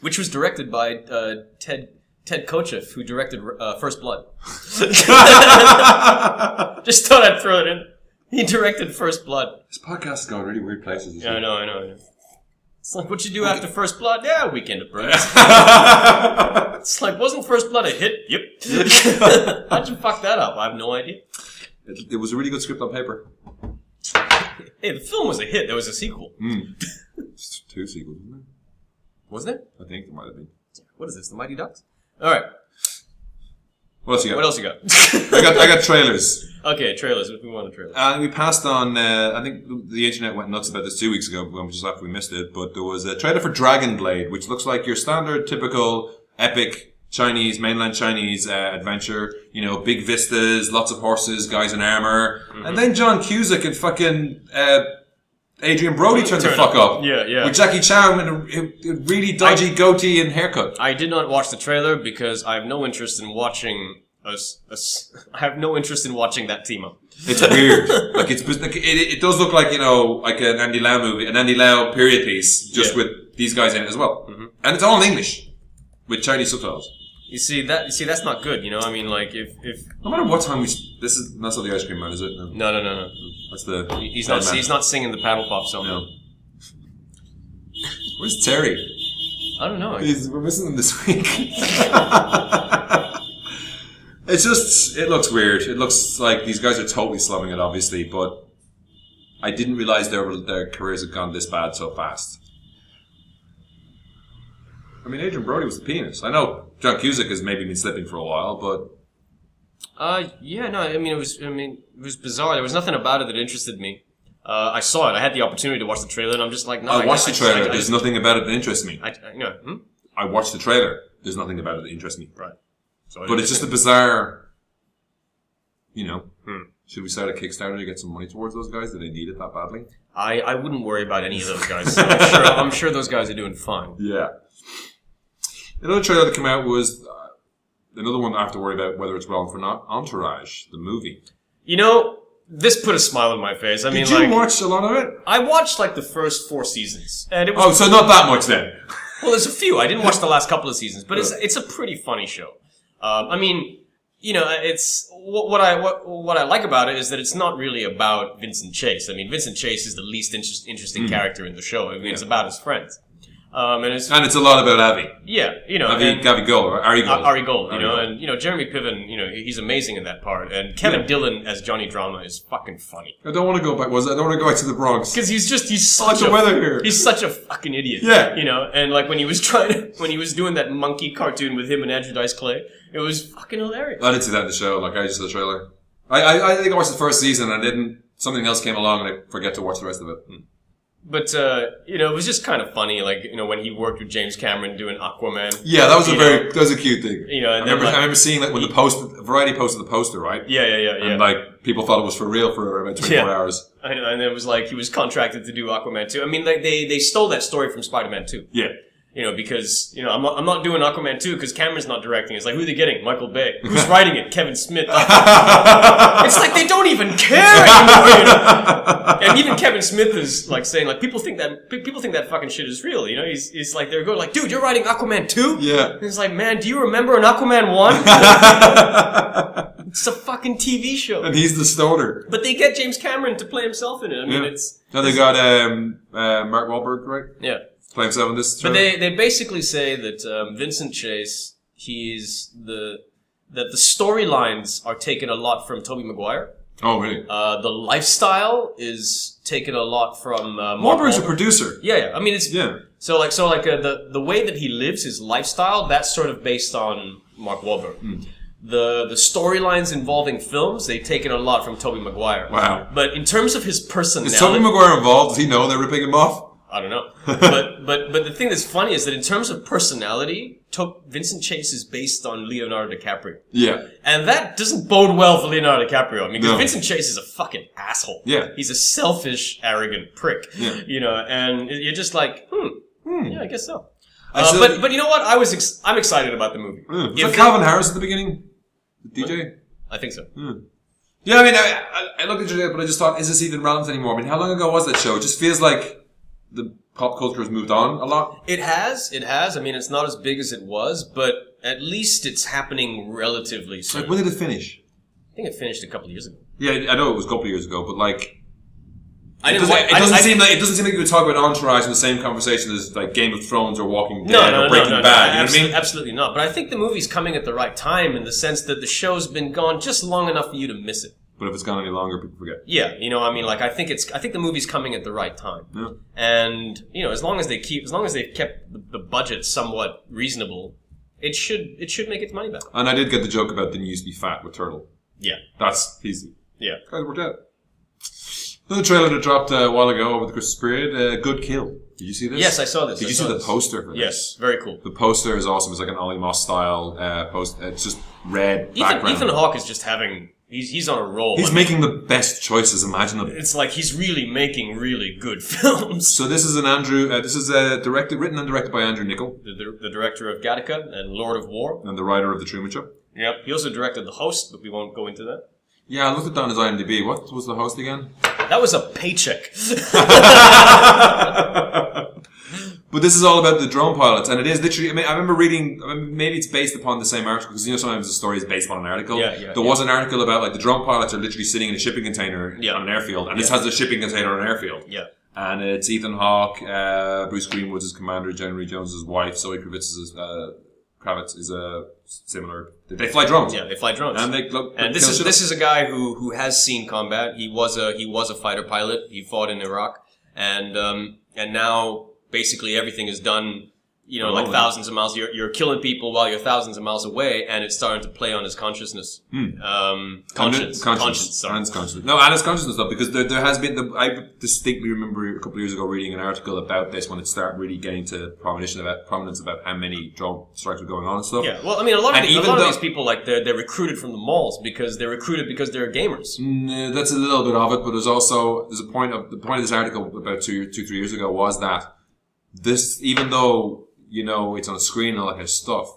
Speaker 1: which was directed by uh, Ted Ted Kochev, who directed uh, First Blood. Just thought I'd throw it in. He directed First Blood.
Speaker 2: this podcast is going really weird places. This
Speaker 1: Yeah, I know, I know, I know. It's like what you do after First Blood. Yeah, Weekend at Bernie's.
Speaker 2: week.
Speaker 1: It's like wasn't First Blood a hit? Yep. How'd you fuck that up? I have no idea.
Speaker 2: it, it was a really good script on paper.
Speaker 1: Hey, the film was a hit. There was a sequel,
Speaker 2: It's two sequels, isn't
Speaker 1: wasn't there?
Speaker 2: it? I think it might have been.
Speaker 1: What is this? The Mighty Ducks. All right.
Speaker 2: What else you got?
Speaker 1: What else you got?
Speaker 2: I got I got trailers.
Speaker 1: okay, trailers. We want a trailer.
Speaker 2: Uh, we passed on. Uh, I think the- the internet went nuts about this two weeks ago, which is after we missed it. But there was a trailer for Dragon Blade, which looks like your standard, typical, epic Chinese, mainland Chinese uh, adventure. You know, big vistas, lots of horses, guys in armor,
Speaker 1: Mm-hmm.
Speaker 2: and then John Cusick and fucking uh, Adrian Brody turned the
Speaker 1: Turn
Speaker 2: fuck
Speaker 1: up.
Speaker 2: up.
Speaker 1: Yeah, yeah.
Speaker 2: With Jackie Chan and a, a- a really dodgy goatee and haircut.
Speaker 1: I did not watch the trailer because I have no interest in watching us. us I have no interest in watching that team up.
Speaker 2: It's weird. like it's bus- like, it, it does look like you know like an Andy Lau movie, an Andy Lau period piece, just
Speaker 1: Yeah. Mm-hmm.
Speaker 2: with these guys in it as well, and it's all in English with Chinese subtitles.
Speaker 1: You see that? You see that's not good. You know, I mean, like if if
Speaker 2: No matter what time we s- this is that's not the ice cream man, is it? No,
Speaker 1: no no no no
Speaker 2: that's the
Speaker 1: he's not
Speaker 2: Sandman.
Speaker 1: he's not singing the paddle pop song.
Speaker 2: No. Where's Terry?
Speaker 1: I don't know.
Speaker 2: He's, we're missing him this week. it's just it looks weird. It looks like these guys are totally slumming it, obviously, but. I didn't realize their their careers had gone this bad so fast. I mean, Adrian Brody was the penis. I know John Cusick has maybe been slipping for a while, but
Speaker 1: Uh yeah no. I mean it was I mean it was bizarre. There was nothing about it that interested me. Uh, I saw it. I had the opportunity to watch the trailer, and I'm just like, no.
Speaker 2: I watched the
Speaker 1: just-
Speaker 2: trailer.
Speaker 1: I,
Speaker 2: There's nothing about it that interests me.
Speaker 1: I, I, you know, hmm?
Speaker 2: I watched the trailer. There's nothing about it that interests me.
Speaker 1: right. So I
Speaker 2: But
Speaker 1: didn't
Speaker 2: it's
Speaker 1: think-
Speaker 2: just a bizarre, you know.
Speaker 1: Hmm.
Speaker 2: Should we start a Kickstarter to get some money towards those guys? Do they need it that badly?
Speaker 1: I, I wouldn't worry about any of those guys. I'm, sure, I'm sure those guys are doing fine.
Speaker 2: Yeah. Another trailer that came out was uh, another one I have to worry about whether it's relevant or not. Entourage, the movie.
Speaker 1: You know, this put a smile on my face. I mean,
Speaker 2: Did
Speaker 1: like,
Speaker 2: you watch a lot of it?
Speaker 1: I watched like the first four seasons, and it was
Speaker 2: Oh, so not that much then.
Speaker 1: Well, there's a few. I didn't watch the last couple of seasons, but it's it's a pretty funny show. Um, I mean, you know, it's what, what I what, what I like about it is that it's not really about Vincent Chase. I mean, Vincent Chase is the least interest, interesting
Speaker 2: Hmm.
Speaker 1: character in the show. I mean, it's about his friends, um, and it's
Speaker 2: And it's a lot about Avi.
Speaker 1: yeah, you know,
Speaker 2: Avi,
Speaker 1: and-
Speaker 2: Gavi Gold, or Ari Gold.
Speaker 1: uh, Ari Gold, you
Speaker 2: Ari
Speaker 1: know,
Speaker 2: Gold.
Speaker 1: and you know Jeremy Piven, you know, he- he's amazing in that part, and Kevin
Speaker 2: Yeah.
Speaker 1: Dillon as Johnny Drama is fucking funny
Speaker 2: I don't want to go back. Was it? I don't want to go back to the Bronx.
Speaker 1: because he's just he's
Speaker 2: like
Speaker 1: such
Speaker 2: the
Speaker 1: a
Speaker 2: weather here.
Speaker 1: He's such a fucking idiot.
Speaker 2: Yeah.
Speaker 1: You know, and like when he was trying to, when he was doing that monkey cartoon with him and Andrew Dice Clay, it was fucking hilarious.
Speaker 2: I didn't see that in the show. Like I just saw the trailer. I, I, I think I watched the first season and I didn't. Something else came along and I forget to watch the rest of it. Hmm.
Speaker 1: But, uh, you know, it was just kind of funny, like, you know, when he worked with James Cameron doing Aquaman.
Speaker 2: Yeah, that was a
Speaker 1: You
Speaker 2: very that was a cute thing.
Speaker 1: You know,
Speaker 2: I
Speaker 1: and then,
Speaker 2: remember,
Speaker 1: like-
Speaker 2: I remember seeing that when the post Variety posted the poster, right?
Speaker 1: Yeah, yeah, yeah, yeah.
Speaker 2: And like people thought it was for real for about twenty four
Speaker 1: Yeah.
Speaker 2: hours.
Speaker 1: I know, and it was like he was contracted to do Aquaman 2. I mean, like, they, they stole that story from Spider Man 2.
Speaker 2: Yeah,
Speaker 1: You know, because, you know, I'm not, I'm not doing Aquaman 2 because Cameron's not directing. It's like, who are they getting? Michael Bay. Who's writing it? Kevin Smith. it's like they don't even care anymore, you know? and even Kevin Smith is like saying like people think that pe- people think that fucking shit is real. You know, he's, he's like they're going like, dude, you're writing Aquaman two.
Speaker 2: yeah.
Speaker 1: And it's like, man, do you remember an Aquaman one? it's a fucking TV show.
Speaker 2: and he's the stoner.
Speaker 1: But they get James Cameron to play himself in it. I mean,
Speaker 2: Yeah.
Speaker 1: it's
Speaker 2: Now they got um, uh, Mark Wahlberg, right?
Speaker 1: yeah.
Speaker 2: Play himself in this.
Speaker 1: But
Speaker 2: trailer.
Speaker 1: they they basically say that um, Vincent Chase he's the that the storylines are taken a lot from Toby Maguire.
Speaker 2: oh, really?
Speaker 1: Uh, the lifestyle is taken a lot from uh, Mark
Speaker 2: Wahlberg's a
Speaker 1: Wahlberg.
Speaker 2: producer.
Speaker 1: yeah, yeah. I mean, it's
Speaker 2: Yeah.
Speaker 1: So like so like uh, the the way that he lives his lifestyle that's sort of based on Mark Wahlberg.
Speaker 2: Hmm.
Speaker 1: The the storylines involving films they've taken a lot from Toby Maguire.
Speaker 2: Wow.
Speaker 1: But in terms of his personality,
Speaker 2: Is Tobey Maguire involved? Does he know they're ripping him off?
Speaker 1: I don't know. but but but the thing that's funny is that in terms of personality, to- Vincent Chase is based on Leonardo DiCaprio,
Speaker 2: Yeah.
Speaker 1: and that doesn't bode well for Leonardo DiCaprio. I mean, because
Speaker 2: No.
Speaker 1: Vincent Chase is a fucking asshole.
Speaker 2: Yeah.
Speaker 1: he's a selfish, arrogant prick.
Speaker 2: Yeah.
Speaker 1: You know, and you're just like, hmm, yeah, I guess so.
Speaker 2: I
Speaker 1: Uh,
Speaker 2: saw
Speaker 1: but
Speaker 2: the-
Speaker 1: but you know what? I was ex- I'm excited about the movie.
Speaker 2: Hmm. Was
Speaker 1: If
Speaker 2: that
Speaker 1: they-
Speaker 2: Calvin Harris at the beginning? The DJ.
Speaker 1: I think so.
Speaker 2: Yeah, I mean, I, I- I looked at it, but I just thought, is this even relevant anymore? I mean, how long ago was that show? It just feels like the pop culture has moved on a lot.
Speaker 1: It has, it has. I mean, it's not as big as it was, but at least it's happening relatively soon.
Speaker 2: Like, when did it finish?
Speaker 1: I think it finished a couple of years ago.
Speaker 2: Yeah, I- I know it was a couple of years ago, but like,
Speaker 1: I
Speaker 2: it
Speaker 1: didn't.
Speaker 2: doesn't,
Speaker 1: wa-
Speaker 2: it
Speaker 1: I-
Speaker 2: doesn't
Speaker 1: I-
Speaker 2: seem like it doesn't seem like you would talk about Entourage in the same conversation as like Game of Thrones or Walking Dead
Speaker 1: No, no,
Speaker 2: or
Speaker 1: no,
Speaker 2: Breaking
Speaker 1: no, no,
Speaker 2: Bad. you know
Speaker 1: abso-
Speaker 2: what I mean?
Speaker 1: Absolutely not. But I think the movie's coming at the right time in the sense that the show's been gone just long enough for you to miss it.
Speaker 2: But if it's gone any longer, people forget.
Speaker 1: Yeah, you know, I mean, like I think it's I think the movie's coming at the right time.
Speaker 2: Yeah.
Speaker 1: And you know, as long as they keep as long as they've kept the, the budget somewhat reasonable, it should it should make its money back.
Speaker 2: And I did get the joke about the used to be fat with Turtle.
Speaker 1: Yeah,
Speaker 2: That's easy.
Speaker 1: yeah.
Speaker 2: Guys worked out. Another trailer that dropped uh, a while ago over the Christmas period, uh, Good Kill. Did you see this?
Speaker 1: Yes, I saw this.
Speaker 2: Did
Speaker 1: I
Speaker 2: you
Speaker 1: saw
Speaker 2: see the
Speaker 1: this.
Speaker 2: poster for this?
Speaker 1: Yes, very cool.
Speaker 2: The poster is awesome. It's like an Ollie Moss style uh, post. It's just red
Speaker 1: Ethan,
Speaker 2: background.
Speaker 1: Ethan Hawke is just having he's he's on a roll. I
Speaker 2: He's
Speaker 1: mean,
Speaker 2: making the best choices imaginable.
Speaker 1: it's like he's really making really good films.
Speaker 2: So this is an Andrew. Uh, this is uh, directed, written and directed by Andrew Nichol,
Speaker 1: The, the, the director of Gattaca and Lord of War.
Speaker 2: and the writer of the Truman Show.
Speaker 1: Yep. He also directed The Host, but we won't go into that.
Speaker 2: Yeah, I looked at that on his IMDb. What was the host again?
Speaker 1: That was a paycheck.
Speaker 2: But this is all about the drone pilots, and it is literally. I mean, I remember reading. I mean, maybe it's based upon the same article because you know sometimes a story is based on an article.
Speaker 1: Yeah, yeah,
Speaker 2: there was an article about like the drone pilots are literally sitting in a shipping container
Speaker 1: Yeah.
Speaker 2: on an airfield, and this has a shipping container on an airfield.
Speaker 1: yeah.
Speaker 2: And it's Ethan Hawke, uh, Bruce Greenwood's his commander, January Jones's wife, Zoe Kravitz's uh, Kravitz is a similar. They fly drones.
Speaker 1: Yeah, they fly drones.
Speaker 2: And they look,
Speaker 1: And this is this is a guy who who has seen combat. He was a he was a fighter pilot. He fought in Iraq, and um, and now basically everything is done you know,
Speaker 2: Oh,
Speaker 1: like
Speaker 2: yeah.
Speaker 1: thousands of miles. You're, you're killing people while you're thousands of miles away, and it's starting to play on his consciousness. Um, conscience,
Speaker 2: Hmm. Conscience.
Speaker 1: conscience. Sorry.
Speaker 2: Anne's conscience. No, Anne's consciousness though, because there, there has been. The, I distinctly remember a couple of years ago reading an article about this when it started really getting to prominence about prominence about how many drone strikes were going on and stuff.
Speaker 1: Yeah, well, I mean, a lot of,
Speaker 2: And
Speaker 1: these, a
Speaker 2: even
Speaker 1: lot
Speaker 2: though-
Speaker 1: of these people, like, they're, they're recruited from the malls because they're recruited because they're gamers.
Speaker 2: Mm, that's a little bit of it, but there's also there's a point of the point of this article about two two three years ago was that this even though you know it's on a screen and all that kind of stuff,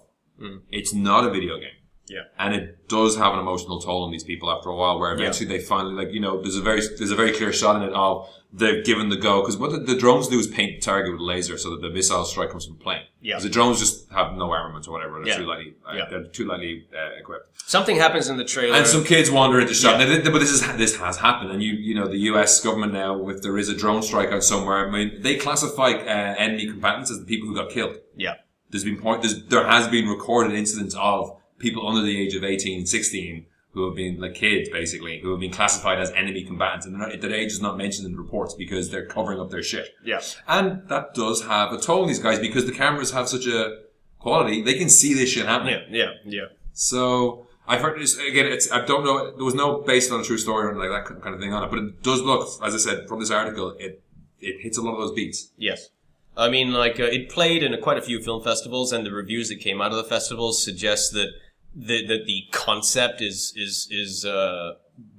Speaker 2: it's not a video game.
Speaker 1: Hmm. Yeah.
Speaker 2: and it does have an emotional toll on these people after a while, where eventually they finally like you know there's a very there's a very clear shot in it of they're given the go because what the, the drones do is paint the target with laser so that the missile strike comes from the plane.
Speaker 1: Yeah.
Speaker 2: 'Cause the drones just have no armament or whatever. They're
Speaker 1: Yeah.
Speaker 2: too lightly uh,
Speaker 1: Yeah.
Speaker 2: they're too lightly uh, equipped.
Speaker 1: Something happens in the trailer.
Speaker 2: And some kids wander into shop. Now, th- but this is this has happened, and you you know the U.S. government now, if there is a drone strike out somewhere, I mean they classify uh, enemy combatants as the people who got killed.
Speaker 1: yeah.
Speaker 2: There's been point there's, there has been recorded incidents of people under the age of 18, 16 who have been like kids basically who have been classified as enemy combatants, and they're not, their age is not mentioned in the reports because they're covering up their shit.
Speaker 1: Yeah.
Speaker 2: And that does have a toll on these guys because the cameras have such a quality; they can see this shit happening.
Speaker 1: Yeah. Yeah. Yeah.
Speaker 2: So I've heard this again. It's I don't know. There was no based on a true story or anything like that kind of thing on it, but it does look, as I said from this article, it it hits a lot of those beats.
Speaker 1: Yes. I mean, like, uh, it played in a, quite a few film festivals, and the reviews that came out of the festivals suggest that the, that the concept is, is, is, uh,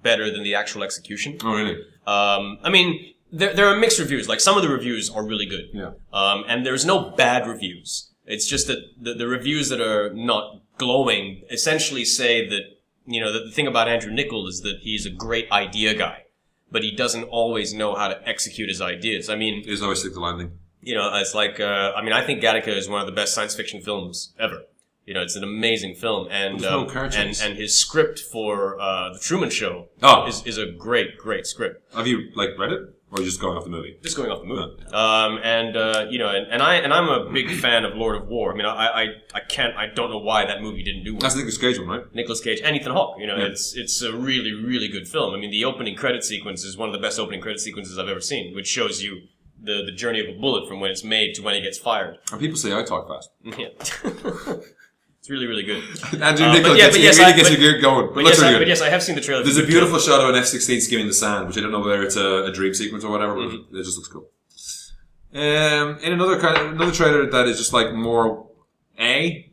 Speaker 1: better than the actual execution.
Speaker 2: Oh really?
Speaker 1: Um, I mean, there, there are mixed reviews. Like some of the reviews are really good.
Speaker 2: Yeah.
Speaker 1: Um, and there's no bad reviews. It's just that the, the reviews that are not glowing essentially say that, you know, that the thing about Andrew Nichol is that he's a great idea guy, but he doesn't always know how to execute his ideas. I mean,
Speaker 2: There's no stick the landing.
Speaker 1: you know, it's like, uh, I mean, I think Gattaca is one of the best science fiction films ever. You know, it's an amazing film, and
Speaker 2: There's no
Speaker 1: um,
Speaker 2: car
Speaker 1: and
Speaker 2: chase.
Speaker 1: and his script for uh, the Truman Show
Speaker 2: Oh.
Speaker 1: is is a great great script.
Speaker 2: Have you like read it, or are you just going off the movie?
Speaker 1: just going off the movie. Um, and uh, you know, and, and I and I'm a big fan of Lord of War. I mean, I, I I can't, I don't know why that movie didn't do well.
Speaker 2: That's the Nicolas Cage one, right?
Speaker 1: Nicolas Cage and Ethan Hawke. You know,
Speaker 2: Yeah.
Speaker 1: it's it's a really really good film. I mean, the opening credit sequence is one of the best opening credit sequences I've ever seen, which shows you the the journey of a bullet from when it's made to when it gets fired.
Speaker 2: And people say I talk fast.
Speaker 1: Yeah. it's really really good.
Speaker 2: Andrew
Speaker 1: Uh, but
Speaker 2: Nicholas
Speaker 1: yeah,
Speaker 2: gets,
Speaker 1: but
Speaker 2: he
Speaker 1: yes,
Speaker 2: really
Speaker 1: I-
Speaker 2: gets
Speaker 1: but-
Speaker 2: you going. But,
Speaker 1: But
Speaker 2: looks
Speaker 1: yes, I,
Speaker 2: really
Speaker 1: but
Speaker 2: good.
Speaker 1: yes, I have seen the trailer.
Speaker 2: There's a beautiful shot of an F-16 skimming the sand, which I don't know whether it's a, a dream sequence or whatever, but
Speaker 1: Mm-hmm.
Speaker 2: it just looks cool. Um, in another kind of, another trailer that is just like more a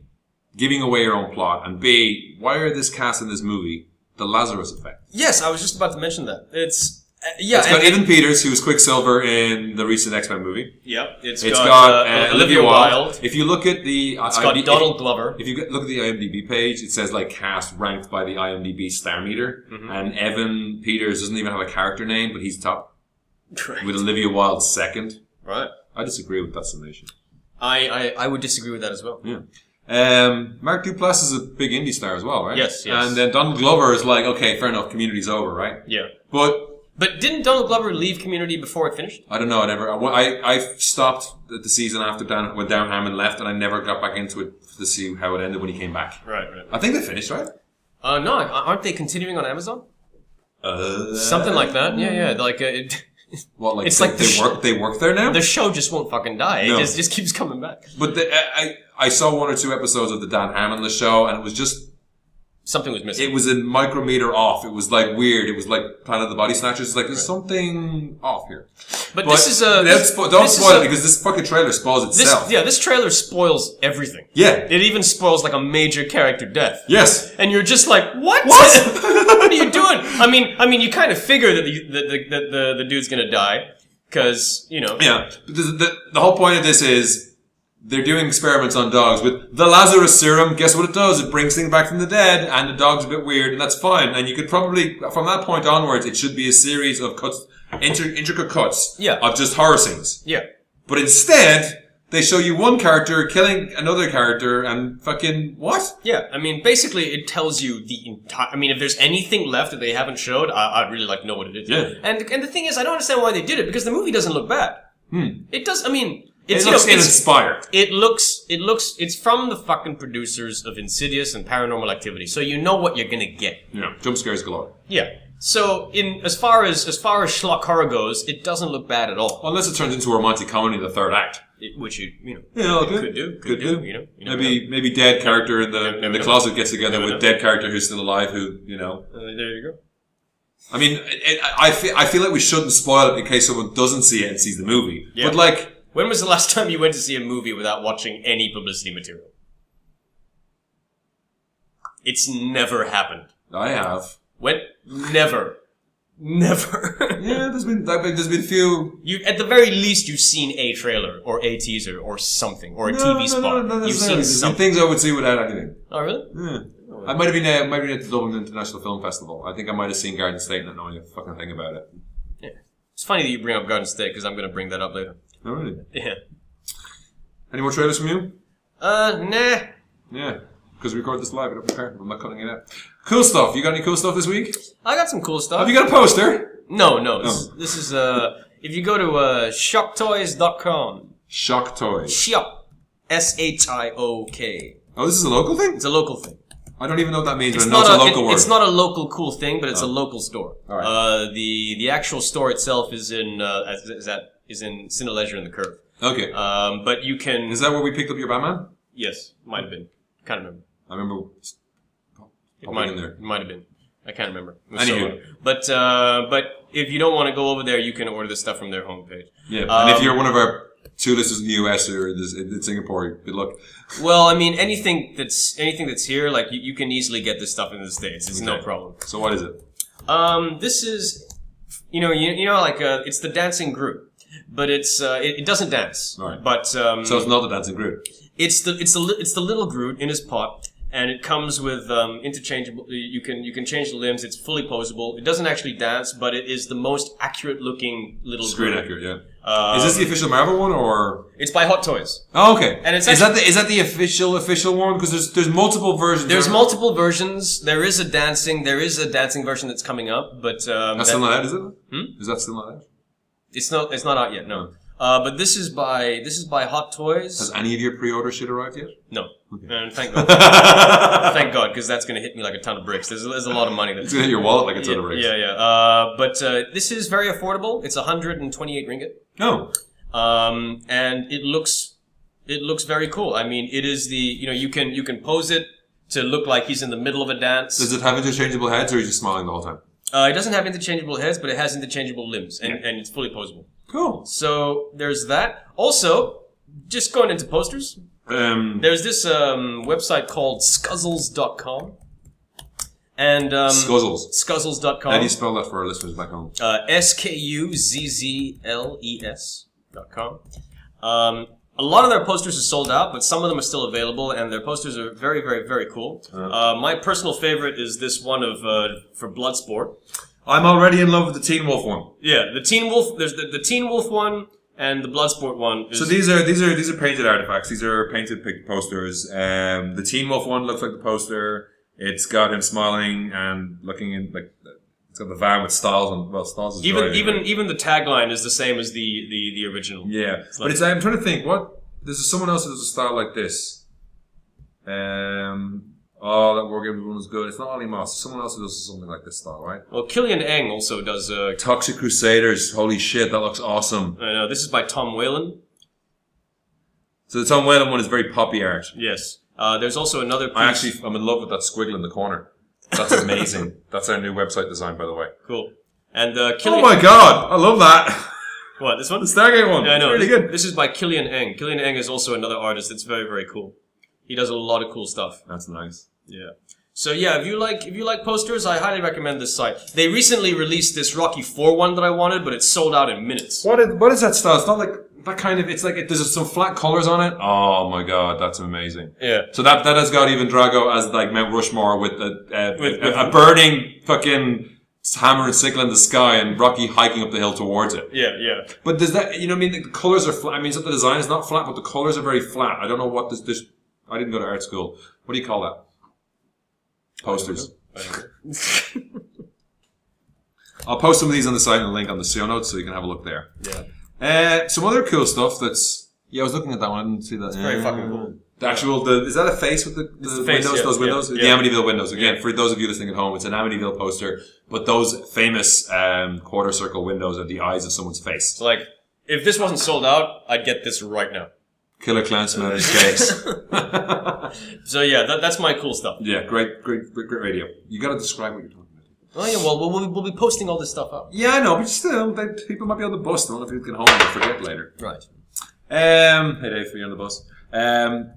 Speaker 2: giving away your own plot, and b why are this cast in this movie the Lazarus effect?
Speaker 1: Yes, I was just about to mention that. It's uh, yeah,
Speaker 2: It's
Speaker 1: and-
Speaker 2: got Evan Peters, who was Quicksilver in the recent X-Men movie.
Speaker 1: yep. It's
Speaker 2: It's
Speaker 1: got,
Speaker 2: got,
Speaker 1: uh,
Speaker 2: uh, Olivia Wilde.
Speaker 1: It's
Speaker 2: If you look at the, uh, it's
Speaker 1: got Donald Glover.
Speaker 2: If you get- look at the IMDb page, it says like cast ranked by the IMDb star meter,
Speaker 1: Mm-hmm.
Speaker 2: and Evan Peters doesn't even have a character name, but he's top. with Olivia Wilde second.
Speaker 1: Right.
Speaker 2: I disagree with that summation.
Speaker 1: I, I, I would disagree with that as well.
Speaker 2: Yeah. Um, Mark Duplass is a big indie star as well, right?
Speaker 1: Yes, yes.
Speaker 2: And then Donald Glover is like, okay, fair enough, Community's over, right?
Speaker 1: Yeah.
Speaker 2: But
Speaker 1: But didn't Donald Glover leave Community before it finished?
Speaker 2: I don't know. I never. I I stopped at the season after Dan when Dan Hammond left, and I never got back into it to see how it ended when he came back.
Speaker 1: Right, right.
Speaker 2: I think they finished, right?
Speaker 1: Uh, no, aren't they continuing on Amazon?
Speaker 2: Uh,
Speaker 1: Something like that. Yeah, yeah. Like uh, it,
Speaker 2: What? Like
Speaker 1: It's
Speaker 2: they,
Speaker 1: like the
Speaker 2: they
Speaker 1: sh-
Speaker 2: work. They work there now.
Speaker 1: the show just won't fucking die. It
Speaker 2: No.
Speaker 1: just, just keeps coming back.
Speaker 2: but the, I I- I saw one or two episodes of the Dan Hammond the show, and it was just
Speaker 1: Something was missing.
Speaker 2: it was a micrometer off. It was like weird. It was like Planet of the Body Snatchers. It's like there's something off here.
Speaker 1: but,
Speaker 2: But
Speaker 1: this is a
Speaker 2: let's
Speaker 1: this,
Speaker 2: spo- don't
Speaker 1: this is
Speaker 2: spoil
Speaker 1: a-
Speaker 2: it because this fucking trailer spoils
Speaker 1: this,
Speaker 2: itself.
Speaker 1: yeah, this trailer spoils everything.
Speaker 2: yeah.
Speaker 1: It even spoils like a major character death.
Speaker 2: Yes.
Speaker 1: And you're just like, what? what are you doing? I mean, I mean, you kind of figure that the the the, the, the, the dude's gonna die because you know.
Speaker 2: Yeah. But The, the, the whole point of this is they're doing experiments on dogs with the Lazarus serum. Guess what it does? It brings things back from the dead, and the dog's a bit weird, and that's fine. And you could probably, from that point onwards, it should be a series of cuts, inter, intricate cuts
Speaker 1: Yeah.
Speaker 2: of just horror scenes.
Speaker 1: Yeah.
Speaker 2: But instead, they show you one character killing another character, and fucking what?
Speaker 1: Yeah, I mean, basically, it tells you the entire. I mean, if there's anything left that they haven't showed, I, I'd really like to know what it is.
Speaker 2: Yeah.
Speaker 1: And and the thing is, I don't understand why they did it because the movie doesn't look bad. Hmm. It does. I mean, it's,
Speaker 2: It
Speaker 1: you
Speaker 2: looks
Speaker 1: know, it's-
Speaker 2: inspired.
Speaker 1: it looks it looks it's from the fucking producers of Insidious and Paranormal Activity, so you know what you're gonna get.
Speaker 2: Yeah, jump scares galore.
Speaker 1: Yeah. So in as far as as far as schlock horror goes, it doesn't look bad at all.
Speaker 2: Unless it turns into a romantic comedy in the third act.
Speaker 1: It- which you you know
Speaker 2: Yeah, okay.
Speaker 1: could do, could, do, you know you never
Speaker 2: maybe maybe dead character in the
Speaker 1: never
Speaker 2: in the
Speaker 1: know.
Speaker 2: closet gets together
Speaker 1: Never
Speaker 2: with
Speaker 1: know.
Speaker 2: dead character who's still alive who you know.
Speaker 1: know. Uh, there you go.
Speaker 2: I mean, it, I I feel I feel like we shouldn't spoil it in case someone doesn't see it and sees the movie.
Speaker 1: Yeah.
Speaker 2: But like,
Speaker 1: When was the last time you went to see a movie without watching any publicity material? It's never happened.
Speaker 2: I have.
Speaker 1: When never, never.
Speaker 2: Yeah, there's been like, there's been a few.
Speaker 1: You at the very least you've seen a trailer or a teaser or something or a
Speaker 2: No,
Speaker 1: TV
Speaker 2: no,
Speaker 1: spot.
Speaker 2: No, no, no,
Speaker 1: you've
Speaker 2: necessarily.
Speaker 1: seen
Speaker 2: There's been
Speaker 1: something.
Speaker 2: things I would see without anything.
Speaker 1: Oh really?
Speaker 2: Yeah. I might have been uh, might have been at the Dublin International Film Festival. I think I might have seen Garden State and not knowing a fucking thing about it.
Speaker 1: It's funny that you bring up Garden State because I'm going to bring that up later.
Speaker 2: Oh, really?
Speaker 1: Yeah.
Speaker 2: Any more trailers from you?
Speaker 1: Uh nah.
Speaker 2: Yeah, because we recorded this live. I don't prepare. I'm not cutting it out. Cool stuff. You got any cool stuff this week?
Speaker 1: I got some cool stuff.
Speaker 2: Have you got Oh. a poster?
Speaker 1: No, no. This, this is uh, if you go to uh, shocktoys.com,
Speaker 2: Shock toys.
Speaker 1: shop, S H I O K.
Speaker 2: Oh, this is a local thing.
Speaker 1: It's a local thing.
Speaker 2: I don't even know what that means.
Speaker 1: It's
Speaker 2: but I know
Speaker 1: not
Speaker 2: it's a
Speaker 1: a,
Speaker 2: local
Speaker 1: it-
Speaker 2: word. Oh.
Speaker 1: it's not a local cool thing, but it's a local store.
Speaker 2: All right.
Speaker 1: Uh, the the actual store itself is in uh, is- is that is in Cine Leisure in the Curve.
Speaker 2: Okay.
Speaker 1: Um, but you can
Speaker 2: is that where we picked up your Batman?
Speaker 1: yes, might have been. Can't remember.
Speaker 2: I remember.
Speaker 1: It
Speaker 2: Popping
Speaker 1: might
Speaker 2: in there.
Speaker 1: It might have been. I can't remember. It was so
Speaker 2: Anywho.
Speaker 1: long. but uh, but if you don't want to go over there, you can order this stuff from their homepage.
Speaker 2: Yeah.
Speaker 1: Um,
Speaker 2: and if you're one of our two listeners in the US or this- in Singapore, good luck.
Speaker 1: Well, I mean, anything that's anything that's here, like you, you can easily get this stuff in the states. It's no
Speaker 2: Okay.
Speaker 1: problem.
Speaker 2: So what is it?
Speaker 1: Um, this is, you know, you, you know, like uh, it's the dancing group, but it's uh, it, it doesn't dance.
Speaker 2: Right.
Speaker 1: But um,
Speaker 2: So it's not the dancing group.
Speaker 1: it's the it's the li- it's the little Groot in his pot, and it comes with um, interchangeable. You can you can change the limbs. It's fully posable. It doesn't actually dance, but it is the most accurate looking little
Speaker 2: Screen
Speaker 1: Groot.
Speaker 2: accurate, yeah.
Speaker 1: Um,
Speaker 2: is this the official Marvel one or?
Speaker 1: It's by Hot Toys.
Speaker 2: Oh, okay.
Speaker 1: And it's
Speaker 2: is that the is that the official official one? Because there's there's multiple versions.
Speaker 1: There's
Speaker 2: right?
Speaker 1: multiple versions. There is a dancing. There is a dancing version that's coming up, but um,
Speaker 2: That's
Speaker 1: that-
Speaker 2: still not out, is it? Is that still not out?
Speaker 1: It's not. It's not out yet. No. Uh, but this is by this is by Hot Toys.
Speaker 2: Has any of your pre-order shit arrived yet?
Speaker 1: No. And thank God.
Speaker 2: it's
Speaker 1: thank God, because that's going to hit me like a ton of bricks. There's, there's a lot of money. That's
Speaker 2: gonna hit your wallet like it's on a
Speaker 1: yeah,
Speaker 2: race.
Speaker 1: yeah, yeah. Uh, but uh, this is very affordable. It's 128 ringgit,
Speaker 2: No.
Speaker 1: um, and it looks it looks very cool. I mean, it is the you know you can you can pose it to look like he's in the middle of a dance.
Speaker 2: Does it have interchangeable heads, or are you just smiling the whole time?
Speaker 1: Uh, it doesn't have interchangeable heads, but it has interchangeable limbs, and, and it's fully posable.
Speaker 2: Cool.
Speaker 1: So there's that. Also, just going into posters,
Speaker 2: Um,
Speaker 1: there's this um, website called scuzzles.com. And um,
Speaker 2: Scuzzles. How do you
Speaker 1: scuzzles.com.
Speaker 2: spell that for our listeners back home?
Speaker 1: Uh, S K U Z Z L E S dot com. Um, a lot of their posters are sold out, but some of them are still available, and their posters are very, very, very cool.
Speaker 2: Uh-huh.
Speaker 1: Uh, my personal favorite is this one of uh, for Bloodsport.
Speaker 2: I'm already in love with the Teen Wolf one.
Speaker 1: Yeah, the Teen Wolf. There's the, the Teen Wolf one and the Bloodsport one. Is,
Speaker 2: So these are these are these are painted artifacts. These are painted pic- posters. Um, the Teen Wolf one looks like the poster. It's got him smiling and looking in like it's got the van with Styles and well Styles is
Speaker 1: even
Speaker 2: driving,
Speaker 1: even
Speaker 2: right?
Speaker 1: even the tagline is the same as the the the original.
Speaker 2: yeah. But it's I'm trying to think what there's someone else that does a style like this. Um, oh that War Games one was good. It's not Ollie Moss. Someone else that does something like this style, right?
Speaker 1: Well, Killian Eng also does. Uh,
Speaker 2: Toxic Crusaders. Holy shit, that looks awesome.
Speaker 1: I know Uh, this is by Tom Whalen.
Speaker 2: So the Tom Whalen one is very poppy art.
Speaker 1: Yes. Uh, there's also another. Piece.
Speaker 2: I actually, I'm in love with that squiggle in the corner. That's amazing. That's our new website design, by the way.
Speaker 1: cool. And uh, Killian,
Speaker 2: Oh my god, I love that.
Speaker 1: what this one?
Speaker 2: The Stargate one.
Speaker 1: Yeah, I know.
Speaker 2: Really
Speaker 1: this,
Speaker 2: good.
Speaker 1: This is by Killian Eng. Killian Eng is also another artist that's very very cool. He does a lot of cool stuff.
Speaker 2: That's nice.
Speaker 1: Yeah. So yeah, if you like if you like posters, I highly recommend this site. They recently released this Rocky Four one that I wanted, but it's sold out in minutes.
Speaker 2: What is, what is that style? It's not like that kind of. It's like it, there's some flat colors on it. Oh my god, that's amazing.
Speaker 1: Yeah.
Speaker 2: So that that has got even Drago as like Mount Rushmore with a a,
Speaker 1: With-
Speaker 2: a, a burning fucking hammer and sickle in the sky, and Rocky hiking up the hill towards it.
Speaker 1: Yeah, yeah.
Speaker 2: But does that, you know what I mean? The colors are flat. I mean, it's not the design is not flat, but the colors are very flat. I don't know what this, this, I didn't go to art school. What do you call that? Posters. I'll post some of these on the site and a link on the show notes so you can have a look there.
Speaker 1: yeah.
Speaker 2: Uh, some other cool stuff that's, yeah, I was looking at that one. I didn't see that. It's
Speaker 1: very fucking cool.
Speaker 2: The actual, the, is that a face with the, the
Speaker 1: a face,
Speaker 2: windows,
Speaker 1: yeah,
Speaker 2: those
Speaker 1: yeah,
Speaker 2: windows?
Speaker 1: yeah.
Speaker 2: The Amityville windows. Again, for those of you listening at home, it's an Amityville poster, but those famous um, quarter circle windows are the eyes of someone's face.
Speaker 1: So like If this wasn't sold out, I'd get this right now.
Speaker 2: Killer Klansman in his case.
Speaker 1: So yeah, that, that's my cool stuff.
Speaker 2: yeah, great, great, great, great radio. You got to describe what you're talking about.
Speaker 1: Oh yeah, well we'll, we'll be posting all this stuff up.
Speaker 2: Yeah, I know, but still, they, people might be on the bus. They don't know if you can home and forget later.
Speaker 1: Right.
Speaker 2: Um, hey Dave, you're on the bus. Um,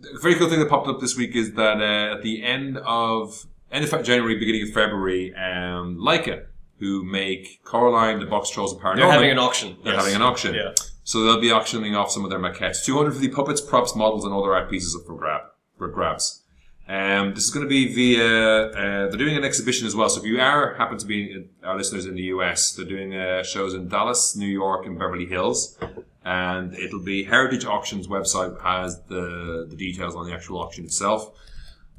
Speaker 2: the very cool thing that popped up this week is that uh, at the end of end of January, beginning of February, um, Leica, who make Coraline, the Box Trolls, and Paranormal,
Speaker 1: They're having an auction.
Speaker 2: they're
Speaker 1: Yes.
Speaker 2: having an auction.
Speaker 1: Yeah.
Speaker 2: So they'll be auctioning off some of their maquettes. 250 puppets, props, models, and other art pieces up for, grab, for grabs. Um, this is going to be via, uh, they're doing an exhibition as well. So if you are, happen to be uh, our listeners in the US, they're doing uh, shows in Dallas, New York, and Beverly Hills. And it'll be Heritage Auctions website has the, the details on the actual auction itself.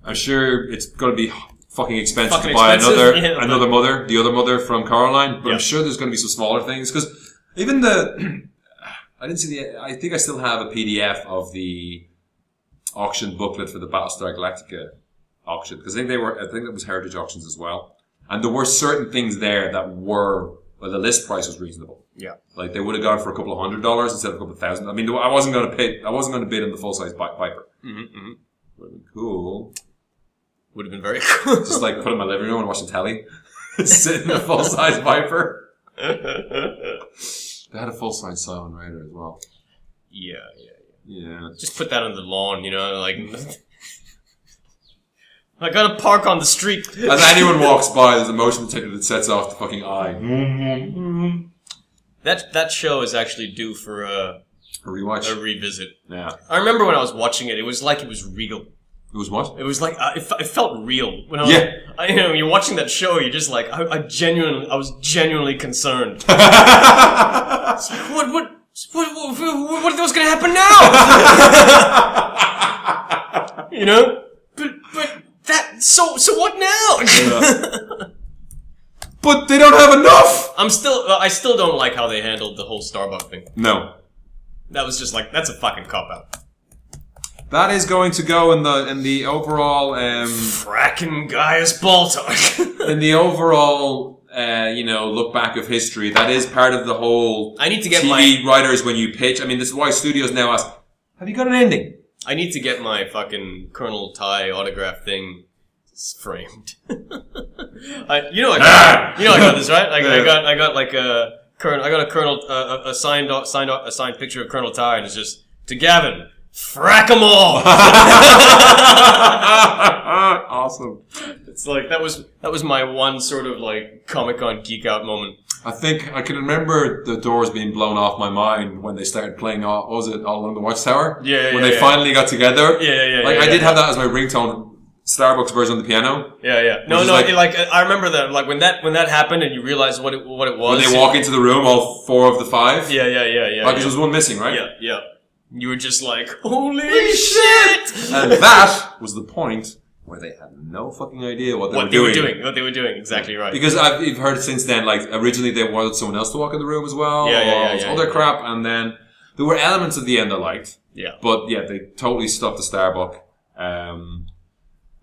Speaker 2: I'm sure it's going to be fucking expensive
Speaker 1: Fucking
Speaker 2: to buy
Speaker 1: expensive,
Speaker 2: another
Speaker 1: yeah.
Speaker 2: another mother, the other mother from Caroline. But
Speaker 1: Yeah.
Speaker 2: I'm sure there's going to be some smaller things because even the I didn't see the I think I still have a PDF of the auction booklet for the Battlestar Galactica auction because I think they were I think that was Heritage Auctions as well, and there were certain things there that were well the list price was reasonable.
Speaker 1: Yeah.
Speaker 2: Like they would have gone for a couple of hundred dollars instead of a couple of thousand. I mean, I wasn't going to pay. I wasn't going to bid on the full size Viper.
Speaker 1: Mm-hmm.
Speaker 2: Would have been cool.
Speaker 1: Would have been very cool.
Speaker 2: Just like put in my living room and watch the telly, sit in a full size Viper. They had a full size Silent Raider as well.
Speaker 1: yeah, yeah.
Speaker 2: Yeah.
Speaker 1: Just put that on the lawn, you know, like. I gotta park on the street.
Speaker 2: As anyone walks by, there's a motion detector that sets off the fucking eye.
Speaker 1: That that show is actually due for a,
Speaker 2: A rewatch.
Speaker 1: a revisit.
Speaker 2: yeah.
Speaker 1: I remember when I was watching it, it was like it was real.
Speaker 2: It was what?
Speaker 1: It was like uh, it, fe- it felt real when I was.
Speaker 2: Yeah.
Speaker 1: I, you know, when you're watching that show, you're just like, I, I genuinely, I was genuinely concerned. what, what, what, what, what, what was going to happen now? you know, but but that so so what now?
Speaker 2: but they don't have enough.
Speaker 1: I'm still, uh, I still don't like how they handled the whole Starbucks thing.
Speaker 2: No.
Speaker 1: That was just like that's a fucking cop out.
Speaker 2: That is going to go in the in the overall um,
Speaker 1: Fracking Gaius Baltar.
Speaker 2: in the overall uh, you know look back of history. That is part of the whole
Speaker 1: I need to get my,
Speaker 2: TV writers when you pitch. I mean, this is why studios now ask, "Have you got an ending?"
Speaker 1: I need to get my fucking Colonel Ty autograph thing s- framed. I, you know, I got, you know, I got this right. I, I got, I got like a Colonel, I got a Colonel, uh, a- a signed, au- signed, au- a signed picture of Colonel Ty, and it's just to Gavin. Frack 'em all.
Speaker 2: awesome.
Speaker 1: it's like that was that was my one sort of like Comic Con geek out moment.
Speaker 2: I think I can remember the doors being blown off my mind when they started playing. All, what was it all along the watchtower?
Speaker 1: Yeah, yeah,
Speaker 2: When they
Speaker 1: yeah.
Speaker 2: finally got together.
Speaker 1: Yeah, yeah, yeah,
Speaker 2: Like
Speaker 1: yeah,
Speaker 2: I did
Speaker 1: yeah.
Speaker 2: have that as my ringtone, Starbucks version of the piano.
Speaker 1: Yeah, yeah. No,
Speaker 2: Which is
Speaker 1: no.
Speaker 2: like-
Speaker 1: Like, like I remember that. Like when that when that happened, and you realize what it what it was.
Speaker 2: When they walk into the room, all four of the five.
Speaker 1: Yeah, yeah, yeah, yeah.
Speaker 2: Like
Speaker 1: yeah.
Speaker 2: there was one missing, right?
Speaker 1: Yeah, yeah. You were just like, holy shit!
Speaker 2: And that was the point where they had no fucking idea what they,
Speaker 1: what
Speaker 2: were,
Speaker 1: they
Speaker 2: doing.
Speaker 1: were doing, what they were doing, exactly right.
Speaker 2: Because I've you've heard since then, like originally they wanted someone else to walk in the room as
Speaker 1: Yeah,
Speaker 2: well,
Speaker 1: yeah,
Speaker 2: or
Speaker 1: yeah,
Speaker 2: all this
Speaker 1: yeah,
Speaker 2: other
Speaker 1: yeah.
Speaker 2: crap, and then there were elements of the end I liked.
Speaker 1: yeah,
Speaker 2: But yeah, they totally stopped the Starbuck. Um,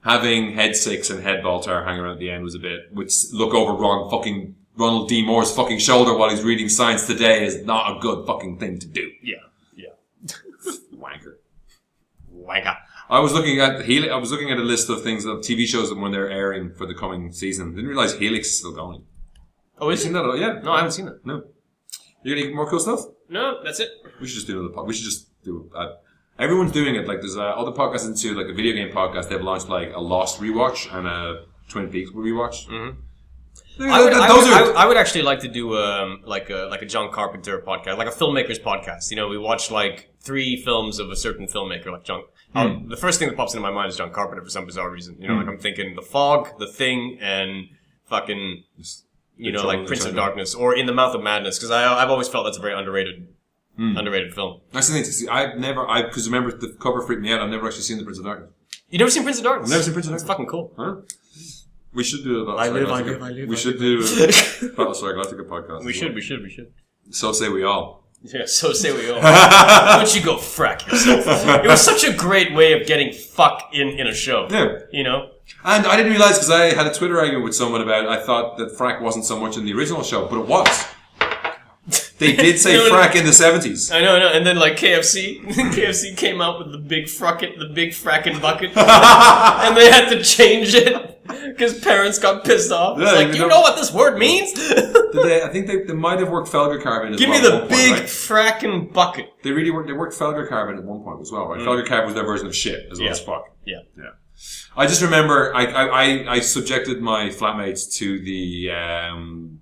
Speaker 2: having head six and head Baltar hang around at the end was a bit. Which look over Ron fucking Ronald D Moore's fucking shoulder while he's reading Science Today is not a good fucking thing to do.
Speaker 1: yeah, yeah.
Speaker 2: Wanker.
Speaker 1: Wanker.
Speaker 2: I was looking at Helix. I was looking at a list of things of TV shows and when they're airing for the coming season. Didn't realize Helix is still going.
Speaker 1: Oh,
Speaker 2: Have you
Speaker 1: is
Speaker 2: seen
Speaker 1: it?
Speaker 2: that? at all? Yeah.
Speaker 1: No, I haven't seen that.
Speaker 2: No. You gonna get more cool stuff?
Speaker 1: No, that's it.
Speaker 2: We should just do another podcast. We should just do. A, uh, everyone's doing it. Like there's uh, other podcasts into like a video game podcast. They've launched like a Lost rewatch and a Twin Peaks rewatch.
Speaker 1: Mhm.
Speaker 2: They're-
Speaker 1: I would,
Speaker 2: they're-
Speaker 1: I,
Speaker 2: those
Speaker 1: would,
Speaker 2: are
Speaker 1: I would- I would actually like to do um, like a like a John Carpenter podcast, like a filmmakers podcast. You know, we watch like three films of a certain filmmaker, like John. Um, the first thing that pops into my mind is John Carpenter for some bizarre reason. You know, like I'm thinking The Fog, The Thing, and fucking you know,
Speaker 2: Trouble
Speaker 1: like
Speaker 2: in
Speaker 1: Prince of
Speaker 2: China.
Speaker 1: Darkness or In the Mouth of Madness, because I've always felt that's a very underrated, underrated film.
Speaker 2: that's the thing. to see. I've never. I because remember the cover freaked me out. I've never actually seen the Prince of Darkness.
Speaker 1: You never seen Prince of Darkness?
Speaker 2: Never seen Prince of
Speaker 1: That's
Speaker 2: Darkness.
Speaker 1: fucking cool.
Speaker 2: Huh? We should do a Battlestar
Speaker 1: I live, I
Speaker 2: Galactica-
Speaker 1: live, I live,
Speaker 2: We
Speaker 1: I
Speaker 2: should do a Battlestar Galactica podcast.
Speaker 1: We
Speaker 2: as
Speaker 1: should,
Speaker 2: well.
Speaker 1: we should, we should.
Speaker 2: So say we all.
Speaker 1: Yeah, so say we all. Why don't you go frack yourself? It was such a great way of getting fuck in in a show.
Speaker 2: Yeah.
Speaker 1: You know?
Speaker 2: And I didn't realize because I had a Twitter argument with someone about I thought that Frack wasn't so much in the original show, but it was. They did say
Speaker 1: No, no.
Speaker 2: frack in the 70s.
Speaker 1: I know, I know. And then like KFC, KFC came out with the big frucket, the big frackin' bucket, and they had to change it because parents got pissed off. It's
Speaker 2: Yeah,
Speaker 1: like,
Speaker 2: you
Speaker 1: you
Speaker 2: know-
Speaker 1: know what this word means? Give
Speaker 2: Did they- I think they, they might have worked Feldercarbon as
Speaker 1: me
Speaker 2: well. at
Speaker 1: the
Speaker 2: one point,
Speaker 1: big
Speaker 2: Oh, right?
Speaker 1: frackin' bucket.
Speaker 2: They really worked. They worked Feldercarbon at one point as well, right? Feldercarbon was their version of shit as well
Speaker 1: Mm. Yeah.
Speaker 2: as fuck.
Speaker 1: Yeah.
Speaker 2: yeah. I just remember I I, I, I subjected my flatmates to the um,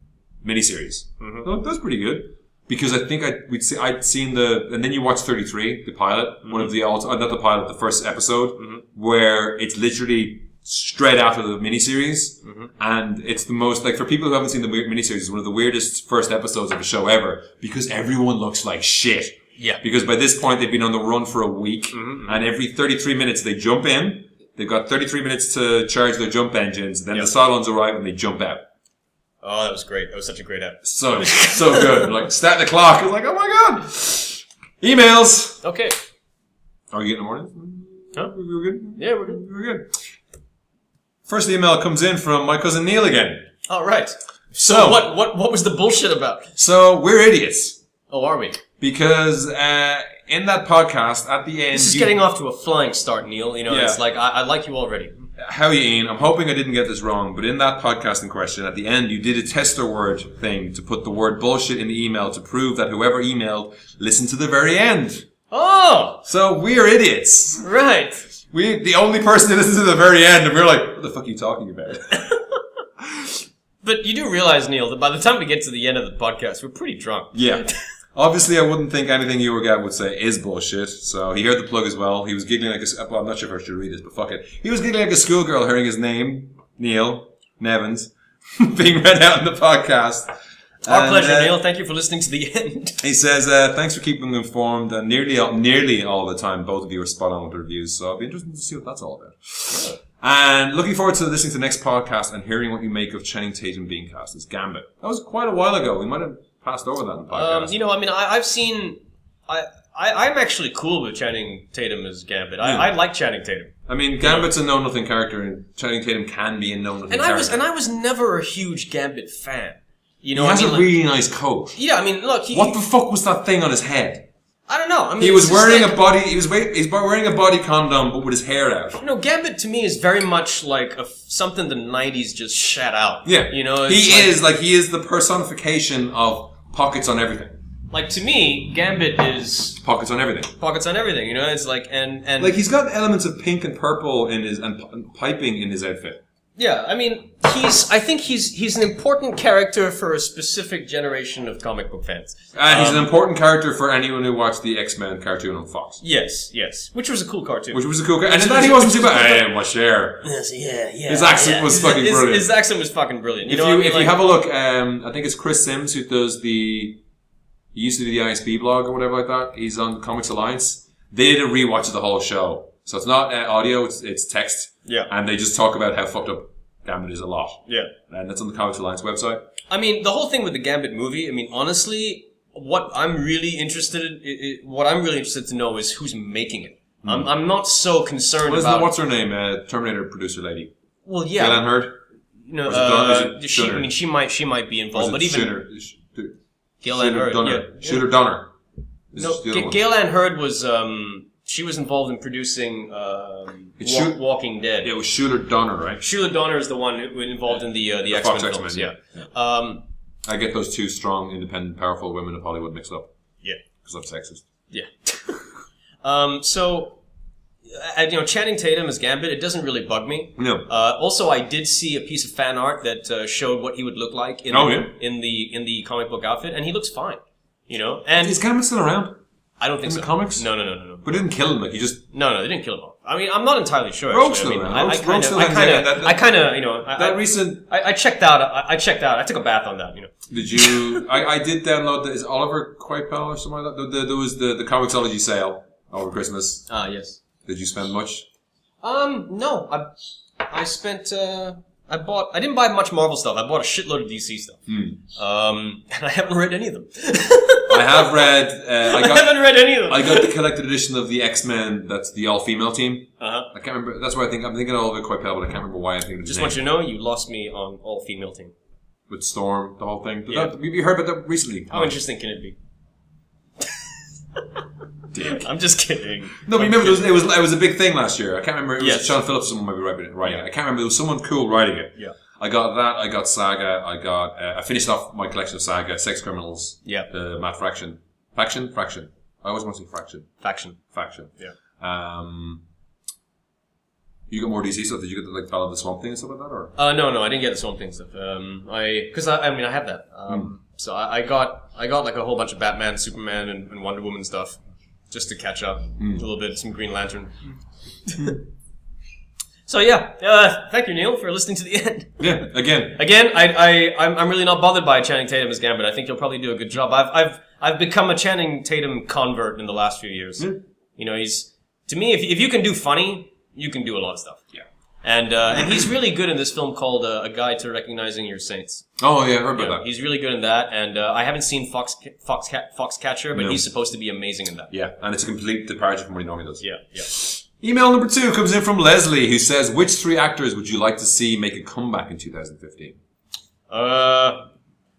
Speaker 2: miniseries.
Speaker 1: Mhm.
Speaker 2: Oh, that's pretty good because I think I we'd see, I'd seen the and then you watch Thirty Three, the pilot,
Speaker 1: Mm-hmm.
Speaker 2: one of the all uh, not the pilot, the first episode, where it's literally straight after the miniseries,
Speaker 1: Mm-hmm.
Speaker 2: and it's the most like for people who haven't seen the weird miniseries, it's one of the weirdest first episodes of a show ever because everyone looks like shit.
Speaker 1: Yeah.
Speaker 2: Because by this point, they've been on the run for a week,
Speaker 1: Mm-hmm,
Speaker 2: and every 33 minutes they jump in. They've got 33 minutes to charge their jump engines, then
Speaker 1: Yeah.
Speaker 2: the Cylons arrive and they jump out.
Speaker 1: Oh, that was great. That was such a great episode.
Speaker 2: So, so good. Like, stat the clock. It's like, oh my god! Emails!
Speaker 1: Okay.
Speaker 2: Are you getting the morning?
Speaker 1: Huh?
Speaker 2: We were good?
Speaker 1: Yeah, we're good.
Speaker 2: We were good. First email comes in from my cousin Neil again.
Speaker 1: All right. So
Speaker 2: So-
Speaker 1: what? What? What was the bullshit about?
Speaker 2: So, we're idiots.
Speaker 1: Oh, are we?
Speaker 2: Because uh, in that podcast, at the end.
Speaker 1: This is
Speaker 2: you-
Speaker 1: getting off to a flying start, Neil. You know,
Speaker 2: Yeah.
Speaker 1: it's like I, I like you already.
Speaker 2: How you, Ian? I'm hoping I didn't get this wrong, but in that podcast in question, at the end, you did a tester word thing to put the word bullshit in the email to prove that whoever emailed listened to the very end.
Speaker 1: Oh,
Speaker 2: So we are idiots.
Speaker 1: right.
Speaker 2: We the only person who listened to the very end, and we are like, "What the fuck are you talking about?"
Speaker 1: But you do realize, Neil, that by the time we get to the end of the podcast, we're pretty drunk.
Speaker 2: yeah. Obviously, I wouldn't think anything you or Gab would say is bullshit. So he heard the plug as well. He was giggling like a. s- uh, Well, I'm not sure if I should read this, but fuck it. He was giggling like a schoolgirl hearing his name, Neil Nevins, being read out in the podcast.
Speaker 1: Our
Speaker 2: And,
Speaker 1: pleasure,
Speaker 2: uh,
Speaker 1: Neil. Thank you for listening to the end.
Speaker 2: He says, uh, "Thanks for keeping them informed. And nearly, all, nearly all the time, both of you are spot on with the reviews. So I'll be interested to see what that's all about. And looking forward to listening to the next podcast and hearing what you make of Channing Tatum being cast as Gambit. That was quite a while ago. We might have passed over that in the podcast.
Speaker 1: Um, you know, I mean, I, I've seen. I, I I'm actually cool with Channing Tatum as Gambit. I,
Speaker 2: Yeah.
Speaker 1: I like Channing Tatum,
Speaker 2: I mean, Gambit's a know nothing character, and Channing Tatum can be a know nothing
Speaker 1: and
Speaker 2: character.
Speaker 1: I was and I was never a huge Gambit fan. You know,
Speaker 2: he
Speaker 1: I
Speaker 2: has
Speaker 1: mean,
Speaker 2: a
Speaker 1: like-
Speaker 2: really nice coat.
Speaker 1: yeah. I mean, look, he,
Speaker 2: What the fuck was that thing on his head?
Speaker 1: I don't know. I mean,
Speaker 2: He was
Speaker 1: it's just
Speaker 2: wearing
Speaker 1: like-
Speaker 2: a body. He was wait, he's wearing a body condom, but with his hair out.
Speaker 1: You know, Gambit to me is very much like a f something the '90s just shat out.
Speaker 2: Yeah,
Speaker 1: you know,
Speaker 2: he
Speaker 1: it's like-
Speaker 2: is like he is the personification of pockets on everything.
Speaker 1: like to me, Gambit is
Speaker 2: Pockets on everything.
Speaker 1: pockets on everything. You know, it's like and and
Speaker 2: Like he's got elements of pink and purple in his and pi- piping in his outfit.
Speaker 1: Yeah, I mean, he's. I think he's he's an important character for a specific generation of comic book fans.
Speaker 2: And Uh, he's
Speaker 1: Um,
Speaker 2: an important character for anyone who watched the X Men cartoon on Fox,
Speaker 1: Yes, yes, which was a cool cartoon.
Speaker 2: which was a cool. Car- and in that he wasn't too bad. I didn't watch there.
Speaker 1: Yes, yeah, yeah.
Speaker 2: His accent was fucking
Speaker 1: his,
Speaker 2: brilliant.
Speaker 1: His accent was fucking brilliant. You
Speaker 2: If
Speaker 1: know,
Speaker 2: you
Speaker 1: what I mean?
Speaker 2: if
Speaker 1: Like,
Speaker 2: you have a look, um, I think it's Chris Sims who does the. He used to do the ISB blog or whatever like that. He's on Comics Alliance. They did a rewatch of the whole show, so it's not uh, audio; it's, it's text.
Speaker 1: Yeah.
Speaker 2: and they just talk about how fucked up Gambit is a lot.
Speaker 1: yeah.
Speaker 2: and that's on the Comics Alliance website.
Speaker 1: I mean, the whole thing with the Gambit movie. I mean, honestly, what I'm really interested, in, i- i- what I'm really interested to know is who's making it.
Speaker 2: Hmm.
Speaker 1: I'm, I'm not so concerned
Speaker 2: What is the,
Speaker 1: about.
Speaker 2: what's her name? Uh, Terminator producer lady.
Speaker 1: well,
Speaker 2: Yeah.
Speaker 1: yeah,
Speaker 2: Heard.
Speaker 1: you know,
Speaker 2: was it Don- is
Speaker 1: uh, she.
Speaker 2: it
Speaker 1: I
Speaker 2: Shooter?
Speaker 1: mean, she might she might be
Speaker 2: Or is
Speaker 1: involved,
Speaker 2: it
Speaker 1: but even
Speaker 2: Shooter, Sh-
Speaker 1: Gail Ann
Speaker 2: Shooter
Speaker 1: Hurd.
Speaker 2: Donner.
Speaker 1: yeah.
Speaker 2: Shooter Donner. Is
Speaker 1: No,
Speaker 2: the other
Speaker 1: G-
Speaker 2: one.
Speaker 1: Gail Ann Hurd was um, she was involved in producing um,
Speaker 2: It's
Speaker 1: Wa-
Speaker 2: Shul-
Speaker 1: Walking Dead.
Speaker 2: Yeah, it was Shooter Donner, right?
Speaker 1: Sheila Donner is the one who involved in the uh, the, X Men
Speaker 2: Fox
Speaker 1: films.
Speaker 2: X-Men,
Speaker 1: Yeah. Um,
Speaker 2: I get those two strong, independent, powerful women of Hollywood mixed up
Speaker 1: yeah,
Speaker 2: because I'm sexist.
Speaker 1: yeah. um, so, uh, you know, Channing Tatum as Gambit, it doesn't really bug me.
Speaker 2: No.
Speaker 1: Uh, also, I did see a piece of fan art that uh, showed what he would look like in,
Speaker 2: Oh,
Speaker 1: the,
Speaker 2: yeah.
Speaker 1: in the in the comic book outfit, and he looks fine. You know, and
Speaker 2: Is Gambit still around?
Speaker 1: I don't think
Speaker 2: in
Speaker 1: so.
Speaker 2: the comics?
Speaker 1: No, no, no, no, no.
Speaker 2: But it didn't kill him. Like he just
Speaker 1: No, no, they didn't kill him off. I mean, I'm not entirely sure.
Speaker 2: Rogue's
Speaker 1: actually.
Speaker 2: still
Speaker 1: I
Speaker 2: around.
Speaker 1: mean, I- I
Speaker 2: Rogue's- Rogue's
Speaker 1: kind
Speaker 2: still
Speaker 1: of, I
Speaker 2: around.
Speaker 1: kind
Speaker 2: Yeah, that-
Speaker 1: of,
Speaker 2: that-
Speaker 1: I kind of, you know, I,
Speaker 2: that
Speaker 1: I-
Speaker 2: recent.
Speaker 1: I, I checked out. I, I checked out. I took a bath on that. You know.
Speaker 2: Did you? I, I did download. The, is Oliver Quipel or something like that? There, there was the the Comixology sale over Christmas.
Speaker 1: Ah, yes.
Speaker 2: Did you spend much?
Speaker 1: Um, no, I, I spent. Uh, I bought. I didn't buy much Marvel stuff. I bought a shitload of DC stuff. Um, and I haven't read any of them.
Speaker 2: Hmm. I have read. Uh, I
Speaker 1: I
Speaker 2: got
Speaker 1: haven't read any of them.
Speaker 2: I got the collected edition of the X Men. That's the all female team.
Speaker 1: uh-huh.
Speaker 2: I can't remember. That's why I think I'm thinking of Oliver Quipel, but I can't remember why I'm thinking of his
Speaker 1: Just
Speaker 2: name.
Speaker 1: want you to know, you lost me on all female team.
Speaker 2: with Storm, the whole thing.
Speaker 1: Yeah.
Speaker 2: That, you heard about that recently.
Speaker 1: How interesting can it be?
Speaker 2: Dick.
Speaker 1: I'm just kidding.
Speaker 2: No, but remember, there was, it was it was a big thing last year. I can't remember. It was
Speaker 1: Yes.
Speaker 2: Sean Phillips, someone might be writing it. Writing it. I can't remember. There was someone cool writing it.
Speaker 1: Yeah.
Speaker 2: I got that. I got Saga. I got. Uh, I finished off my collection of Saga, Sex Criminals,
Speaker 1: Yeah.
Speaker 2: the Matt Fraction, Faction, Fraction. I always want to say Fraction,
Speaker 1: Faction.
Speaker 2: Faction.
Speaker 1: Yeah.
Speaker 2: Um. You got more DC stuff? Did you get like Battle of the Swamp Thing and stuff like that, or
Speaker 1: Uh, no, no, I didn't get the Swamp Thing stuff. Um, I because I, I mean I have that.
Speaker 2: Hmm.
Speaker 1: Um, so I, I got I got like a whole bunch of Batman, Superman, and, and Wonder Woman stuff just to catch up
Speaker 2: Hmm.
Speaker 1: a little bit. Some Green Lantern. so yeah, uh, thank you, Neil, for listening to the end.
Speaker 2: yeah? Again,
Speaker 1: Again, I, I, I'm, I'm really not bothered by Channing Tatum as Gambit. I think he'll probably do a good job. I've, I've, I've become a Channing Tatum convert in the last few years.
Speaker 2: Hmm.
Speaker 1: You know, he's, to me, if, if you can do funny, you can do a lot of stuff.
Speaker 2: Yeah.
Speaker 1: And, uh, and he's really good in this film called uh, A Guide to Recognizing Your Saints.
Speaker 2: oh yeah, I heard about
Speaker 1: Yeah,
Speaker 2: that.
Speaker 1: he's really good in that. And uh, I haven't seen Fox, Fox, Foxcatcher, but
Speaker 2: No.
Speaker 1: he's supposed to be amazing in that.
Speaker 2: Yeah, and it's a complete departure from what he normally does.
Speaker 1: Yeah, yeah.
Speaker 2: Email number two comes in from Leslie, who says, "Which three actors would you like to see make a comeback in 2015?"
Speaker 1: Uh,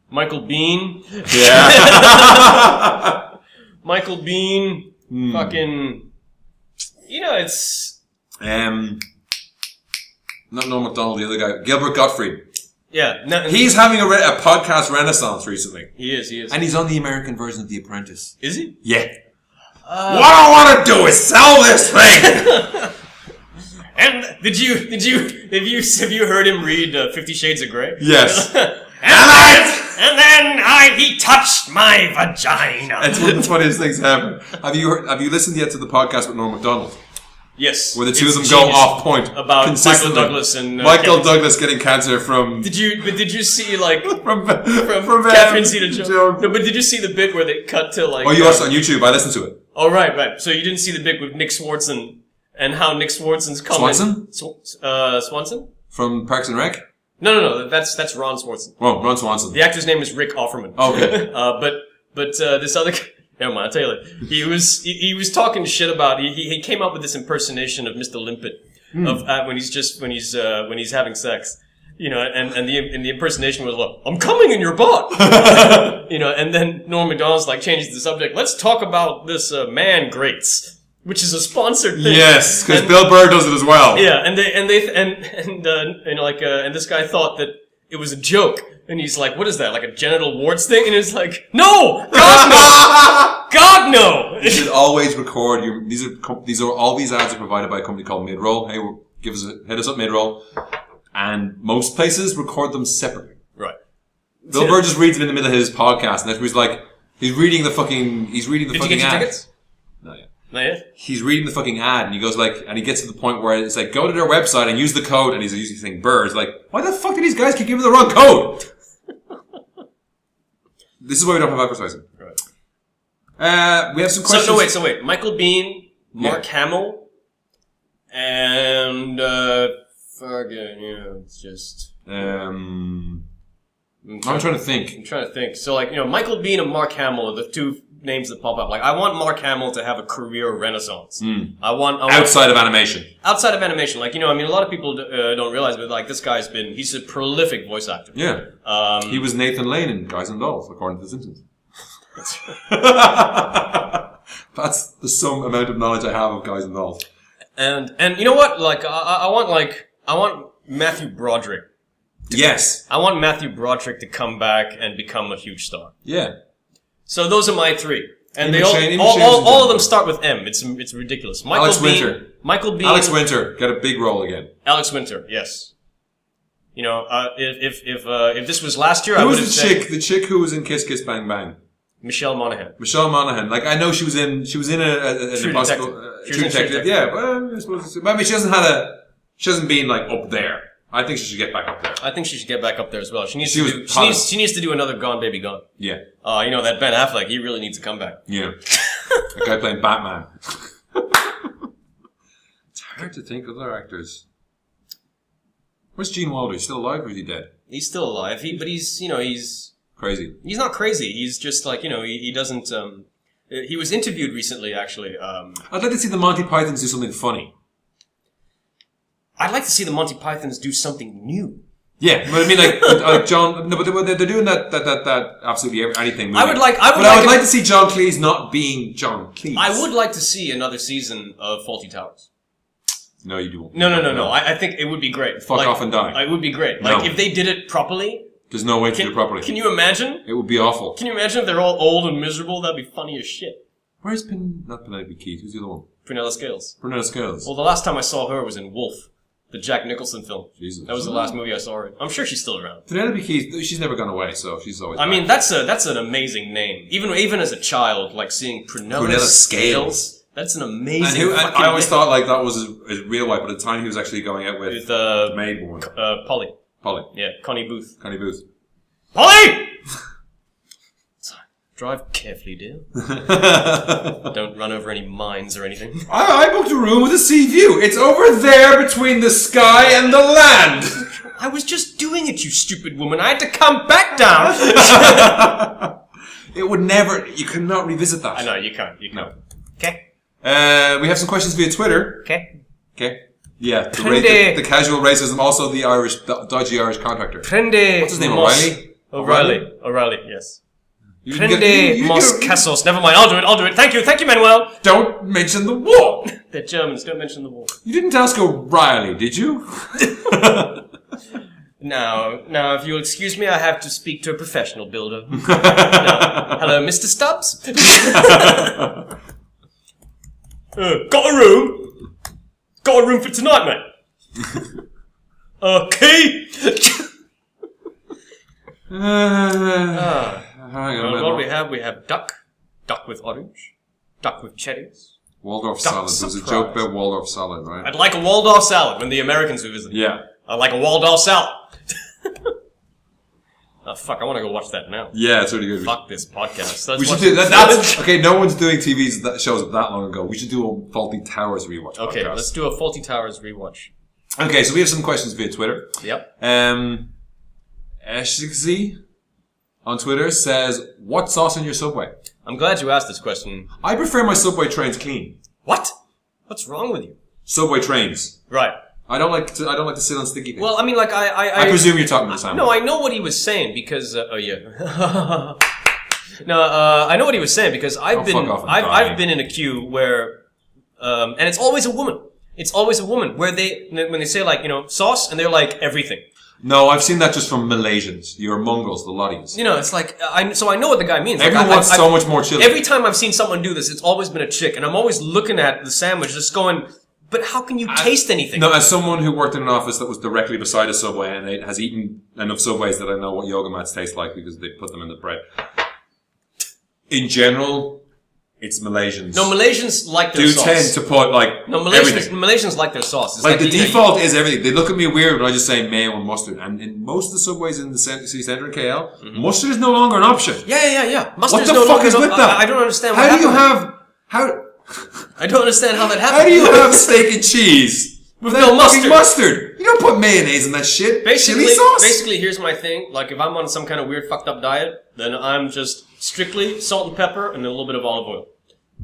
Speaker 1: Michael Bean.
Speaker 2: Yeah.
Speaker 1: Michael Bean.
Speaker 2: Hmm.
Speaker 1: Fucking. You know, it's.
Speaker 2: Um, not Norm Macdonald, the other guy, Gilbert Gottfried.
Speaker 1: Yeah, no, he,
Speaker 2: He's having a, re- a podcast renaissance recently,
Speaker 1: is. He is.
Speaker 2: and he's on the American version of The Apprentice.
Speaker 1: is he?
Speaker 2: Yeah. what I want to do is sell this thing.
Speaker 1: And did you did you have you have you heard him read uh, Fifty Shades of Grey?
Speaker 2: yes.
Speaker 1: and, and then I he touched my vagina.
Speaker 2: It's one of the funniest things ever. Have you heard, have you listened yet to the podcast with Norm Macdonald,
Speaker 1: yes,
Speaker 2: where the two of
Speaker 1: it's
Speaker 2: them go
Speaker 1: genius.
Speaker 2: off point
Speaker 1: about Michael
Speaker 2: consistently.
Speaker 1: Douglas and uh,
Speaker 2: Michael
Speaker 1: Catherine-
Speaker 2: Douglas getting cancer from
Speaker 1: Did you but did you see like
Speaker 2: from from,
Speaker 1: from
Speaker 2: um,
Speaker 1: Catherine Zeta Jones?
Speaker 2: Jones.
Speaker 1: No, but did you see the bit where they cut to like?
Speaker 2: Oh, you watched it on YouTube. I listened to it.
Speaker 1: Oh right, right. So you didn't see the bit with Nick Swartzen and how Nick Swartzen's comment.
Speaker 2: Swanson?
Speaker 1: Sw- uh, Swanson?
Speaker 2: From Parks and Rec?
Speaker 1: No, no, no. That's that's Ron Swartzen.
Speaker 2: Oh, Ron Swanson.
Speaker 1: The actor's name is Rick Offerman.
Speaker 2: Okay.
Speaker 1: uh, but but uh, this other guy- never mind. I'll tell you later. He was he, he was talking shit about he, he he came up with this impersonation of Mr. Limpet of uh, when he's just when he's uh, when he's having sex. You know, and, and the and the impersonation was like, "I'm coming in your butt," you know, and then Norm Macdonald's like changes the subject. Let's talk about this uh, man grates, which is a sponsored thing.
Speaker 2: Yes, because
Speaker 1: And-
Speaker 2: Bill Burr does it as well.
Speaker 1: yeah, and they and they and and uh, and like uh, and this guy thought that it was a joke, and he's like, "What is that? Like a genital warts thing?" And it's like, "No, God no, God
Speaker 2: You
Speaker 1: no."
Speaker 2: should always record your. These are com- these are all these ads are provided by a company called Midroll. Hey, we'll- give us a, hit us up Midroll, and most places record them separately.
Speaker 1: right.
Speaker 2: Bill Burr just reads them in the middle of his podcast, and everybody's like, he's reading the fucking, he's reading the
Speaker 1: Did you
Speaker 2: fucking
Speaker 1: get your
Speaker 2: ad.
Speaker 1: tickets?
Speaker 2: No, yeah.
Speaker 1: Not yet.
Speaker 2: He's reading the fucking ad, and he goes like, and he gets to the point where it's like, go to their website and use the code, and he's using thing Burr. It's like, why the fuck do these guys keep giving the wrong code? this is why we don't have advertising.
Speaker 1: Right.
Speaker 2: Uh, we have some
Speaker 1: So
Speaker 2: questions.
Speaker 1: no, wait, so wait. Michael Bean, Mark Hamill, and uh, fucking you know, it's just.
Speaker 2: Um,
Speaker 1: I'm
Speaker 2: I'm
Speaker 1: trying,
Speaker 2: trying to think.
Speaker 1: I'm trying to think. So like you know, Michael Bean and Mark Hamill are the two names that pop up. Like I want Mark Hamill to have a career renaissance. I want I want
Speaker 2: Outside of animation.
Speaker 1: outside of animation, like you know, I mean, a lot of people uh, don't realize, but like this guy's been—he's a prolific voice actor.
Speaker 2: Yeah.
Speaker 1: Um,
Speaker 2: He was Nathan Lane in Guys and Dolls, according to The Simpsons. That's the sum amount of knowledge I have of Guys and Dolls.
Speaker 1: and and you know what? Like I, I I want like I want Matthew Broderick.
Speaker 2: Yes.
Speaker 1: I want Matthew Broderick to come back and become a huge star.
Speaker 2: Yeah.
Speaker 1: So those are my three, and
Speaker 2: Ian
Speaker 1: they all
Speaker 2: McShane- Ian
Speaker 1: all,
Speaker 2: McShane's
Speaker 1: all, all of
Speaker 2: done.
Speaker 1: them start with M. It's it's ridiculous. Michael
Speaker 2: Alex
Speaker 1: Bean,
Speaker 2: Winter.
Speaker 1: Michael Bean.
Speaker 2: Alex Winter, get a big role again.
Speaker 1: Alex Winter. Yes. You know, uh, if if if, uh, if this was last year, I
Speaker 2: Who
Speaker 1: would
Speaker 2: was
Speaker 1: have
Speaker 2: the
Speaker 1: said
Speaker 2: chick? The chick who was in Kiss Kiss Bang Bang.
Speaker 1: Michelle Monaghan.
Speaker 2: Michelle Monaghan. Like I know she was in. She was in a, a, a an
Speaker 1: True
Speaker 2: impossible.
Speaker 1: Detective.
Speaker 2: uh,
Speaker 1: She was
Speaker 2: True
Speaker 1: in True
Speaker 2: detective. Yeah, well, I suppose. It's, I mean, she hasn't had a. She hasn't been like up there. I think she should get back up there.
Speaker 1: I think she should get back up there as well. She needs
Speaker 2: She
Speaker 1: to
Speaker 2: was
Speaker 1: do, she
Speaker 2: hot.
Speaker 1: needs, she needs to do another Gone Baby Gone.
Speaker 2: Yeah.
Speaker 1: Uh, you know that Ben Affleck, he really needs a comeback.
Speaker 2: Yeah. a guy playing Batman. it's hard to think of other actors. Where's Gene Wilder? He's still alive or is he dead?
Speaker 1: He's still alive, he, but he's you know he's
Speaker 2: Crazy.
Speaker 1: he's not crazy. He's just like you know he, he doesn't. Um, uh, he was interviewed recently, actually. Um,
Speaker 2: I'd like to see the Monty Pythons do something funny.
Speaker 1: I'd like to see the Monty Python's do something new.
Speaker 2: Yeah, but I mean, like, like John. No, but they're, they're doing that, that, that, that absolutely every- anything. Movie.
Speaker 1: I would like- I would
Speaker 2: but I
Speaker 1: like
Speaker 2: would
Speaker 1: a-
Speaker 2: like to see John Cleese not being John Cleese.
Speaker 1: I would like to see another season of Faulty Towers.
Speaker 2: No, you do.
Speaker 1: No, no, no, no. I, I think it would be great.
Speaker 2: Fuck off and die.
Speaker 1: It would be great.
Speaker 2: No.
Speaker 1: Like if they did it properly.
Speaker 2: There's no way to
Speaker 1: Can,
Speaker 2: do it properly.
Speaker 1: can you imagine?
Speaker 2: it would be awful.
Speaker 1: Can you imagine if they're all old and miserable? That'd be funny as shit.
Speaker 2: Where's Pen? Not Penelope Keith. Who's the other one?
Speaker 1: Prunella Scales.
Speaker 2: Brunella Scales.
Speaker 1: Well, the last time I saw her was in Wolf, the Jack Nicholson film.
Speaker 2: Jesus.
Speaker 1: That was the last movie I saw her in. I'm sure she's still around.
Speaker 2: Penelope Keith. She's never gone away, so she's always.
Speaker 1: I
Speaker 2: back.
Speaker 1: mean, that's a that's an amazing name. Even even as a child, like seeing Prunella,
Speaker 2: Prunella Scales.
Speaker 1: Scales. That's an
Speaker 2: and
Speaker 1: amazing.
Speaker 2: who? And
Speaker 1: fucking
Speaker 2: I always
Speaker 1: name.
Speaker 2: thought like that was his, his real wife, but at the time he was actually going out with
Speaker 1: with uh,
Speaker 2: maid woman,
Speaker 1: uh, Polly.
Speaker 2: Polly,
Speaker 1: Yeah, Connie Booth.
Speaker 2: Connie Booth.
Speaker 1: Polly. Drive carefully, dear.
Speaker 2: I,
Speaker 1: Don't run over any mines or anything.
Speaker 2: I booked a room with a sea view. It's over there between the sky and the land.
Speaker 1: I was just doing it, you stupid woman. I had to come back down.
Speaker 2: It would never. You cannot revisit that.
Speaker 1: I know you can't. You
Speaker 2: No.
Speaker 1: can't. Okay.
Speaker 2: Uh, we have some questions via Twitter.
Speaker 1: Okay.
Speaker 2: Okay. Yeah. The,
Speaker 1: Prindy.
Speaker 2: the- the casual racism, also the Irish, the dodgy Irish contractor.
Speaker 1: Prende.
Speaker 2: What's his name?
Speaker 1: mos-
Speaker 2: O'Reilly.
Speaker 1: O'Reilly. O'Reilly. Yes.
Speaker 2: You can get- you-
Speaker 1: Prende
Speaker 2: you-
Speaker 1: mos
Speaker 2: you-
Speaker 1: casos. Never mind. I'll do it. I'll do it. Thank you. Thank you, Manuel.
Speaker 2: Don't mention the war.
Speaker 1: They're Germans. Don't mention the war.
Speaker 2: You didn't ask O'Reilly, did you?
Speaker 1: Now, now, if you'll excuse me, I have to speak to a professional builder. No. Hello, Mr. Stubbs. Uh, got a room. Got a room for tonight, mate. Okay.
Speaker 2: Uh,
Speaker 1: Ah,
Speaker 2: hang on a
Speaker 1: well, what we
Speaker 2: minute.
Speaker 1: have, we have duck, duck with orange, duck with cherries.
Speaker 2: Waldorf
Speaker 1: Duck
Speaker 2: salad. There's a
Speaker 1: surprise.
Speaker 2: joke about Waldorf salad, right?
Speaker 1: I'd like a Waldorf salad when the Americans visit.
Speaker 2: Yeah.
Speaker 1: I like a Waldorf salad. oh fuck! I want to go watch that now.
Speaker 2: Yeah, it's really good.
Speaker 1: Fuck this podcast. Let's
Speaker 2: We should
Speaker 1: watch-
Speaker 2: do that. That's okay. No one's doing TVs that shows that long ago. We should do a Faulty Towers rewatch.
Speaker 1: Okay,
Speaker 2: podcast.
Speaker 1: let's do a Faulty Towers rewatch.
Speaker 2: Okay, so we have some questions via Twitter.
Speaker 1: Yep.
Speaker 2: Um, Ashixi on Twitter says, "What sauce on your subway?"
Speaker 1: I'm glad you asked this question.
Speaker 2: I prefer my subway trains clean.
Speaker 1: What? What's wrong with you?
Speaker 2: Subway trains.
Speaker 1: Right.
Speaker 2: I don't like to. I don't like to sit on sticky things.
Speaker 1: Well, I mean, like, I. I,
Speaker 2: I presume you're talking about Sam.
Speaker 1: No, I know what he was saying because. Uh, oh, yeah. no, uh, I know what he was saying because I've
Speaker 2: Oh,
Speaker 1: been.
Speaker 2: fuck off and
Speaker 1: I've,
Speaker 2: die.
Speaker 1: I've been in a queue where. Um, and it's always a woman. It's always a woman where they. When they say, like, you know, sauce, and they're like, everything.
Speaker 2: no, I've seen that just from Malaysians. Your Mongols, the Lotties.
Speaker 1: You know, it's like. I, so I know what the guy means. Like,
Speaker 2: Everyone
Speaker 1: I- I-
Speaker 2: wants
Speaker 1: I-
Speaker 2: so much more chili.
Speaker 1: Every time I've seen someone do this, it's always been a chick, and I'm always looking at the sandwich, just going, "But how can you taste anything?"
Speaker 2: no, as someone who worked in an office that was directly beside a subway and it has eaten enough subways that I know what yoga mats taste like because they put them in the bread. In general, it's Malaysians.
Speaker 1: No, Malaysians like their
Speaker 2: do
Speaker 1: sauce.
Speaker 2: tend to put like
Speaker 1: no, Malaysians,
Speaker 2: everything.
Speaker 1: Malaysians like their sauce. It's
Speaker 2: Like the
Speaker 1: you know,
Speaker 2: default is everything. They look at me weird when I just say mayo and mustard. And in most of the subways in the cent- city centre in KL, mustard is no longer an option.
Speaker 1: you- Mm-hmm. yeah, yeah, yeah.
Speaker 2: What
Speaker 1: Mustard's
Speaker 2: the
Speaker 1: no
Speaker 2: fuck
Speaker 1: longer
Speaker 2: is
Speaker 1: no-
Speaker 2: with
Speaker 1: I-
Speaker 2: that?
Speaker 1: I, don't understand.
Speaker 2: How
Speaker 1: what
Speaker 2: do you
Speaker 1: happened.
Speaker 2: have how
Speaker 1: I don't understand how that happened.
Speaker 2: how do you have steak and cheese with
Speaker 1: no
Speaker 2: fucking
Speaker 1: mustard?
Speaker 2: mustard? You don't put mayonnaise in that shit.
Speaker 1: basically,
Speaker 2: Chili sauce.
Speaker 1: basically, here's my thing. Like, if I'm on some kind of weird fucked up diet, then I'm just strictly salt and pepper and a little bit of olive oil.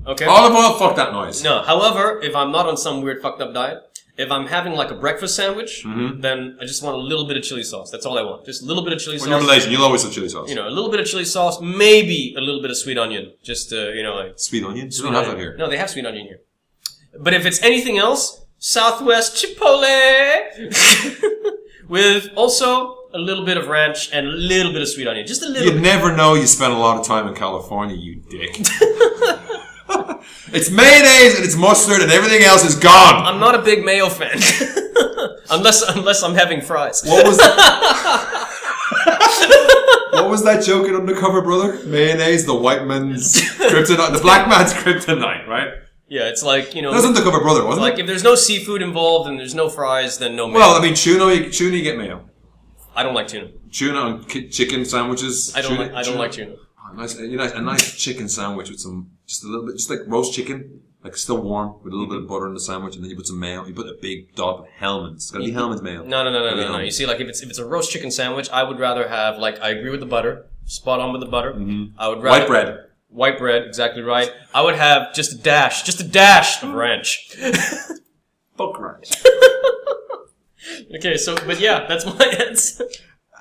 Speaker 1: Okay.
Speaker 2: Olive oil. Fuck that noise.
Speaker 1: No. However, if I'm not on some weird fucked up diet, if I'm having like a breakfast sandwich,
Speaker 2: Mm-hmm.
Speaker 1: then I just want a little bit of chili sauce. That's all I want. Just a little bit of chili
Speaker 2: When you're
Speaker 1: sauce.
Speaker 2: Malaysian, you'll always have chili sauce.
Speaker 1: you know, a little bit of chili sauce, maybe a little bit of sweet onion, just to, you know, like
Speaker 2: sweet onions. You don't have that here.
Speaker 1: No, they have sweet onion here. But if it's anything else, Southwest Chipotle with also a little bit of ranch and a little bit of sweet onion, just a little.
Speaker 2: You'd
Speaker 1: bit.
Speaker 2: never know you spent a lot of time in California, you dick. it's mayonnaise and it's mustard and everything else is gone.
Speaker 1: I'm not a big mayo fan, unless unless I'm having fries.
Speaker 2: What was that? what was that joke in Undercover Brother? Mayonnaise, the white man's kryptonite, the black man's kryptonite, right?
Speaker 1: Yeah, it's like you know,
Speaker 2: That was Undercover Brother, wasn't
Speaker 1: like
Speaker 2: it?
Speaker 1: if there's no seafood involved and there's no fries, then no mayo.
Speaker 2: Well, I mean, tuna, you, tuna, you get mayo.
Speaker 1: I don't like tuna.
Speaker 2: Tuna on ki- chicken sandwiches.
Speaker 1: I don't like I don't like tuna.
Speaker 2: Oh, nice, you know, a nice chicken sandwich with some, just a little bit, just like roast chicken, like still warm, with a little bit of butter in the sandwich, and then you put some mayo. You put a big dollop of Hellman's. It's gotta
Speaker 1: Mm-hmm.
Speaker 2: be Hellman's mayo.
Speaker 1: No, no, no, no,
Speaker 2: Gotta
Speaker 1: no,
Speaker 2: be
Speaker 1: no.
Speaker 2: Hellmann's.
Speaker 1: You see, like if it's if it's a roast chicken sandwich, I would rather have like I agree with the butter, spot on with the butter. I would rather
Speaker 2: Mm-hmm. White bread.
Speaker 1: white bread, exactly right. I would have just a dash, just a dash of ranch.
Speaker 2: Fuck right.
Speaker 1: Okay, so but yeah, that's my answer.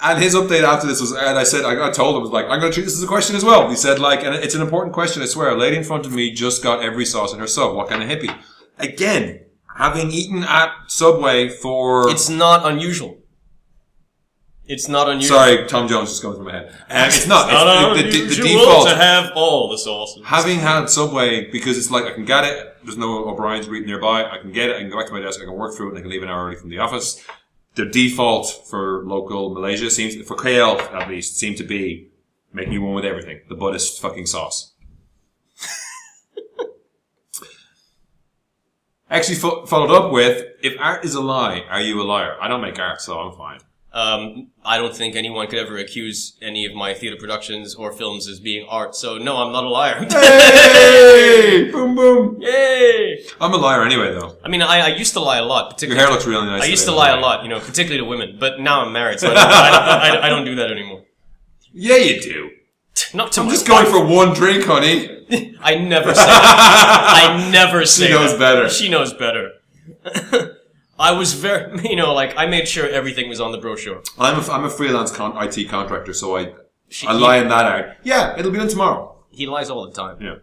Speaker 2: And his update after this was, and I said, I, I told him, was like, I'm going to treat this as a question as well. He said, like, and it's an important question, I swear. A lady in front of me just got every sauce in her sub. What kind of hippie? Again, having eaten at Subway for.
Speaker 1: It's not unusual. It's not unusual.
Speaker 2: sorry, Tom Jones just going through my head. Um, it's not.
Speaker 1: Not
Speaker 2: it's, the- the, the, the
Speaker 1: unusual
Speaker 2: default.
Speaker 1: to have all the sauces.
Speaker 2: Having had Subway, because it's like I can get it. There's no O'Brien's reading nearby. I can get it. I can go back to my desk. I can work through it. and I can leave an hour early from the office. The default for local Malaysia seems, for KL at least, seemed to be make me one with everything. The Buddhist fucking sauce. Actually, fo- followed up with, if art is a lie, are you a liar? I don't make art, so I'm fine.
Speaker 1: Um, I don't think anyone could ever accuse any of my theater productions or films as being art. So no, I'm not a liar.
Speaker 2: Hey! boom, boom.
Speaker 1: Yay!
Speaker 2: I'm a liar anyway, though.
Speaker 1: I mean, I, I used to lie a lot,
Speaker 2: Your
Speaker 1: particularly.
Speaker 2: hair looks really nice.
Speaker 1: I used to
Speaker 2: today,
Speaker 1: lie
Speaker 2: by
Speaker 1: a
Speaker 2: the way.
Speaker 1: lot, you know, particularly to women. But now I'm married, so I don't, I don't, I, I don't do that anymore.
Speaker 2: Yeah, you do.
Speaker 1: Not to
Speaker 2: I'm
Speaker 1: my
Speaker 2: just going
Speaker 1: wife.
Speaker 2: for one drink, honey.
Speaker 1: I never say that. I never say
Speaker 2: She knows
Speaker 1: that.
Speaker 2: better.
Speaker 1: She knows better. I was very, you know, like I made sure everything was on the brochure.
Speaker 2: I'm a, I'm a freelance con- IT contractor, so I
Speaker 1: She,
Speaker 2: I lie in that out. Yeah, it'll be done tomorrow.
Speaker 1: He, he lies all the time.
Speaker 2: Yeah.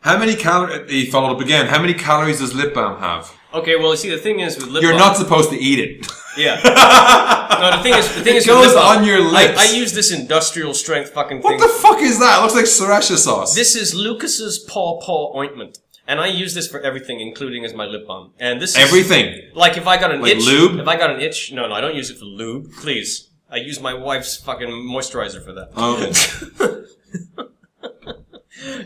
Speaker 2: How many calories? He followed up again. How many calories does lip balm have?
Speaker 1: Okay, well, you see, the thing is with lip
Speaker 2: You're
Speaker 1: balm-
Speaker 2: not supposed to eat it.
Speaker 1: Yeah. No, the thing is, the thing
Speaker 2: It
Speaker 1: is, with lip
Speaker 2: goes
Speaker 1: balm,
Speaker 2: on your
Speaker 1: I-
Speaker 2: lips.
Speaker 1: I, use this industrial strength fucking thing.
Speaker 2: what the fuck is that? It looks like sriracha sauce.
Speaker 1: This is Lucas's paw paw ointment, and I use this for everything, including as my lip balm. And this is
Speaker 2: Everything.
Speaker 1: like if I got an
Speaker 2: Like
Speaker 1: itch.
Speaker 2: lube?
Speaker 1: If I got an itch, no, no, I don't use it for lube. Please, I use my wife's fucking moisturizer for that.
Speaker 2: Okay.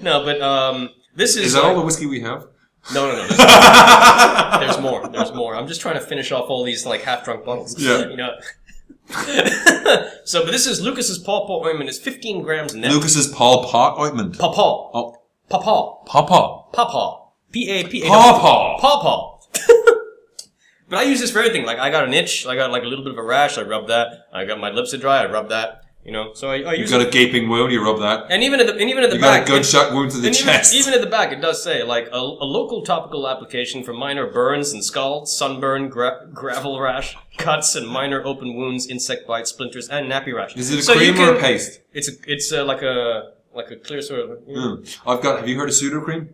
Speaker 1: No, but um, this is,
Speaker 2: Is that
Speaker 1: like-
Speaker 2: all the whiskey we have?
Speaker 1: no, no, no. There's, there's more. There's more. I'm just trying to finish off all these like half drunk bottles.
Speaker 2: Yeah.
Speaker 1: You know. so, but this is Lucas's paw paw ointment. It's 15 grams net.
Speaker 2: Lucas's Paul Pot ointment.
Speaker 1: paw paw
Speaker 2: Oh,
Speaker 1: paw paw
Speaker 2: Papa.
Speaker 1: paw paw p a p a
Speaker 2: Papa.
Speaker 1: paw paw. but I use this for everything. Like I got an itch, I got like a little bit of a rash, I rub that. I got my lips are dry, I rub that. You know, so I, I
Speaker 2: You've
Speaker 1: use
Speaker 2: got
Speaker 1: it.
Speaker 2: a gaping wound. You rub that.
Speaker 1: And even at the and even at the
Speaker 2: You got
Speaker 1: back,
Speaker 2: a gunshot wound to the
Speaker 1: and even,
Speaker 2: chest.
Speaker 1: even at the back, it does say like a, a local topical application for minor burns and scalds, sunburn, gra- gravel rash, cuts, and minor open wounds, insect bites, splinters, and nappy rash.
Speaker 2: Is it a
Speaker 1: So you
Speaker 2: cream or a
Speaker 1: can-
Speaker 2: paste?
Speaker 1: It's a, it's uh like a like a clear sort of. you know,
Speaker 2: Mm. I've got. Have you heard of pseudo cream?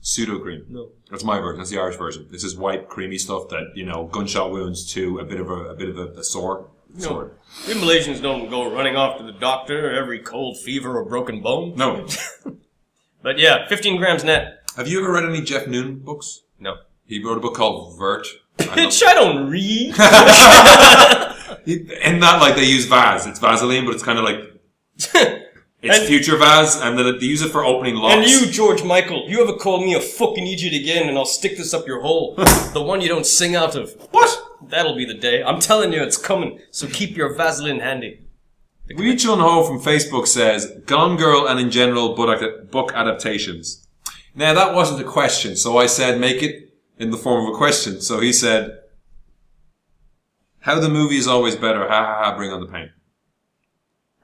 Speaker 2: Pseudo cream.
Speaker 1: No.
Speaker 2: That's my version. That's the Irish version. This is white, creamy stuff that you know, gunshot wounds to a bit of a, a bit of a, a sore.
Speaker 1: No,
Speaker 2: Hmm.
Speaker 1: we Malaysians don't go running off to the doctor every cold fever or broken bone.
Speaker 2: No.
Speaker 1: But yeah, 15 grams net.
Speaker 2: Have you ever read any Jeff Noon books?
Speaker 1: No.
Speaker 2: He wrote a book called Vert. And
Speaker 1: Bitch, I don't read.
Speaker 2: that, like they use Vaz. It's Vaseline, but it's kind of like it's
Speaker 1: And-
Speaker 2: future Vaz, and then they use it for opening locks.
Speaker 1: and you, George Michael, you ever call me a fucking idiot again and I'll stick this up your hole. the one you don't sing out of.
Speaker 2: what?
Speaker 1: That'll be the day. I'm telling you, it's coming. So keep your Vaseline handy.
Speaker 2: Wee Chun Ho from Facebook says, Gone Girl and in general book, ad- book adaptations. Now that wasn't a question, so I said make it in the form of a question. So he said, How the movie is always better, ha ha ha, bring on the pain.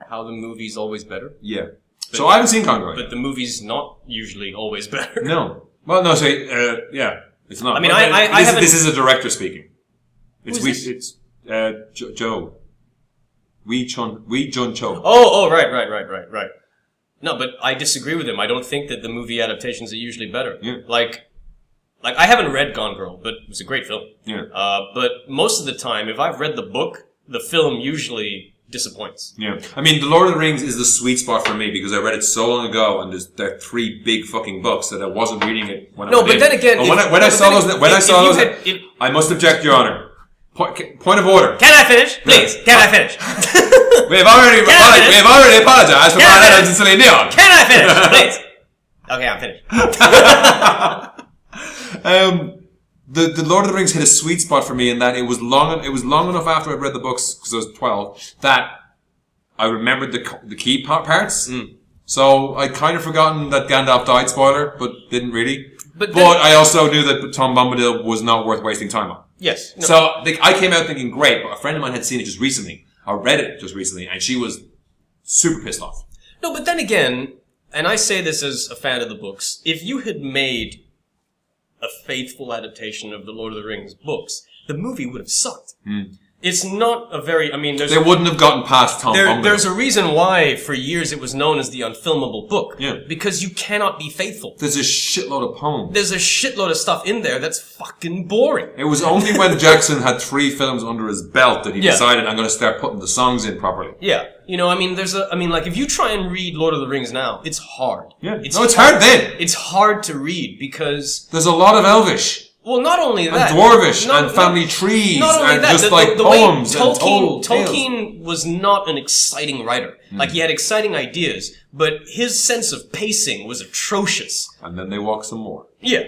Speaker 1: How the movie's always better.
Speaker 2: Yeah. so I haven't seen Gone Girl.
Speaker 1: But the movie's not usually always better.
Speaker 2: no. Well, no, so, uh, yeah, it's not.
Speaker 1: I mean,
Speaker 2: But
Speaker 1: I-
Speaker 2: then
Speaker 1: I- I
Speaker 2: this, is,
Speaker 1: haven't-
Speaker 2: this is a director speaking. It's
Speaker 1: Who's
Speaker 2: Wee,
Speaker 1: this?
Speaker 2: it's, uh, jo- Joe. Wee Chun, Wee Chun Cho.
Speaker 1: Oh, oh, right, right, right, right, right. No, but I disagree with him. I don't think that the movie adaptations are usually better.
Speaker 2: Yeah.
Speaker 1: Like, like I haven't read Gone Girl, but it was a great film.
Speaker 2: Yeah.
Speaker 1: Uh, but most of the time, if I've read the book, the film usually disappoints.
Speaker 2: Yeah, I mean, The Lord of the Rings is the sweet spot for me because I read it so long ago, and there's there are three big fucking books that I wasn't reading it when I
Speaker 1: No,
Speaker 2: went
Speaker 1: but
Speaker 2: in.
Speaker 1: then again,
Speaker 2: And when
Speaker 1: if-
Speaker 2: I, when
Speaker 1: no,
Speaker 2: I
Speaker 1: but
Speaker 2: saw
Speaker 1: then
Speaker 2: those, when I
Speaker 1: if-
Speaker 2: saw
Speaker 1: if you
Speaker 2: those,
Speaker 1: had- if-
Speaker 2: I must object, Your Honor. Point, point of order.
Speaker 1: Can I finish? Please, can I finish?
Speaker 2: We have already
Speaker 1: I
Speaker 2: apologized.
Speaker 1: finish?
Speaker 2: We have already apologized for
Speaker 1: Can I
Speaker 2: Brian
Speaker 1: finish?
Speaker 2: Adams and Celine Dion.
Speaker 1: Can I finish? Please. Okay, I'm finished.
Speaker 2: Um, the the Lord of the Rings hit a sweet spot for me in that it was long. It was long enough after I'd read the books because I was twelve that I remembered the co- the key pa- parts.
Speaker 1: Hmm.
Speaker 2: So I'd kind of forgotten that Gandalf died. Spoiler, but didn't really.
Speaker 1: But
Speaker 2: But,
Speaker 1: then-
Speaker 2: I also knew that Tom Bombadil was not worth wasting time on.
Speaker 1: Yes. No.
Speaker 2: So they, I came out thinking great, but a friend of mine had seen it just recently. I read it just recently, and she was super pissed off.
Speaker 1: No, but then again, and I say this as a fan of the books, if you had made a faithful adaptation of the Lord of the Rings books, the movie would have sucked. It's not a very. I mean, there's
Speaker 2: Hmm. They wouldn't have gotten past Tom
Speaker 1: there,
Speaker 2: Bombadil.
Speaker 1: there's a reason why for years it was known as the unfilmable book.
Speaker 2: Yeah.
Speaker 1: Because you cannot be faithful.
Speaker 2: There's a shitload of poems.
Speaker 1: There's a shitload of stuff in there that's fucking boring.
Speaker 2: It was only when Jackson had three films under his belt that he
Speaker 1: Yeah.
Speaker 2: decided I'm going to start putting the songs in properly.
Speaker 1: Yeah. You know, I mean, there's a, I mean, like, if you try and read Lord of the Rings now, it's hard.
Speaker 2: Yeah. no, it's hard then.
Speaker 1: It's hard to read because,
Speaker 2: There's a lot of Elvish,
Speaker 1: well, not only that.
Speaker 2: Dwarvish,
Speaker 1: not-
Speaker 2: and family
Speaker 1: not-
Speaker 2: trees,
Speaker 1: Not only
Speaker 2: and
Speaker 1: that,
Speaker 2: just
Speaker 1: the, the-
Speaker 2: like
Speaker 1: the way
Speaker 2: poems and
Speaker 1: Tolkien,
Speaker 2: told tales. Hmm.
Speaker 1: Tolkien was not an exciting writer. Like, he had exciting ideas, but his sense of pacing was atrocious.
Speaker 2: And then they walk some more.
Speaker 1: Yeah.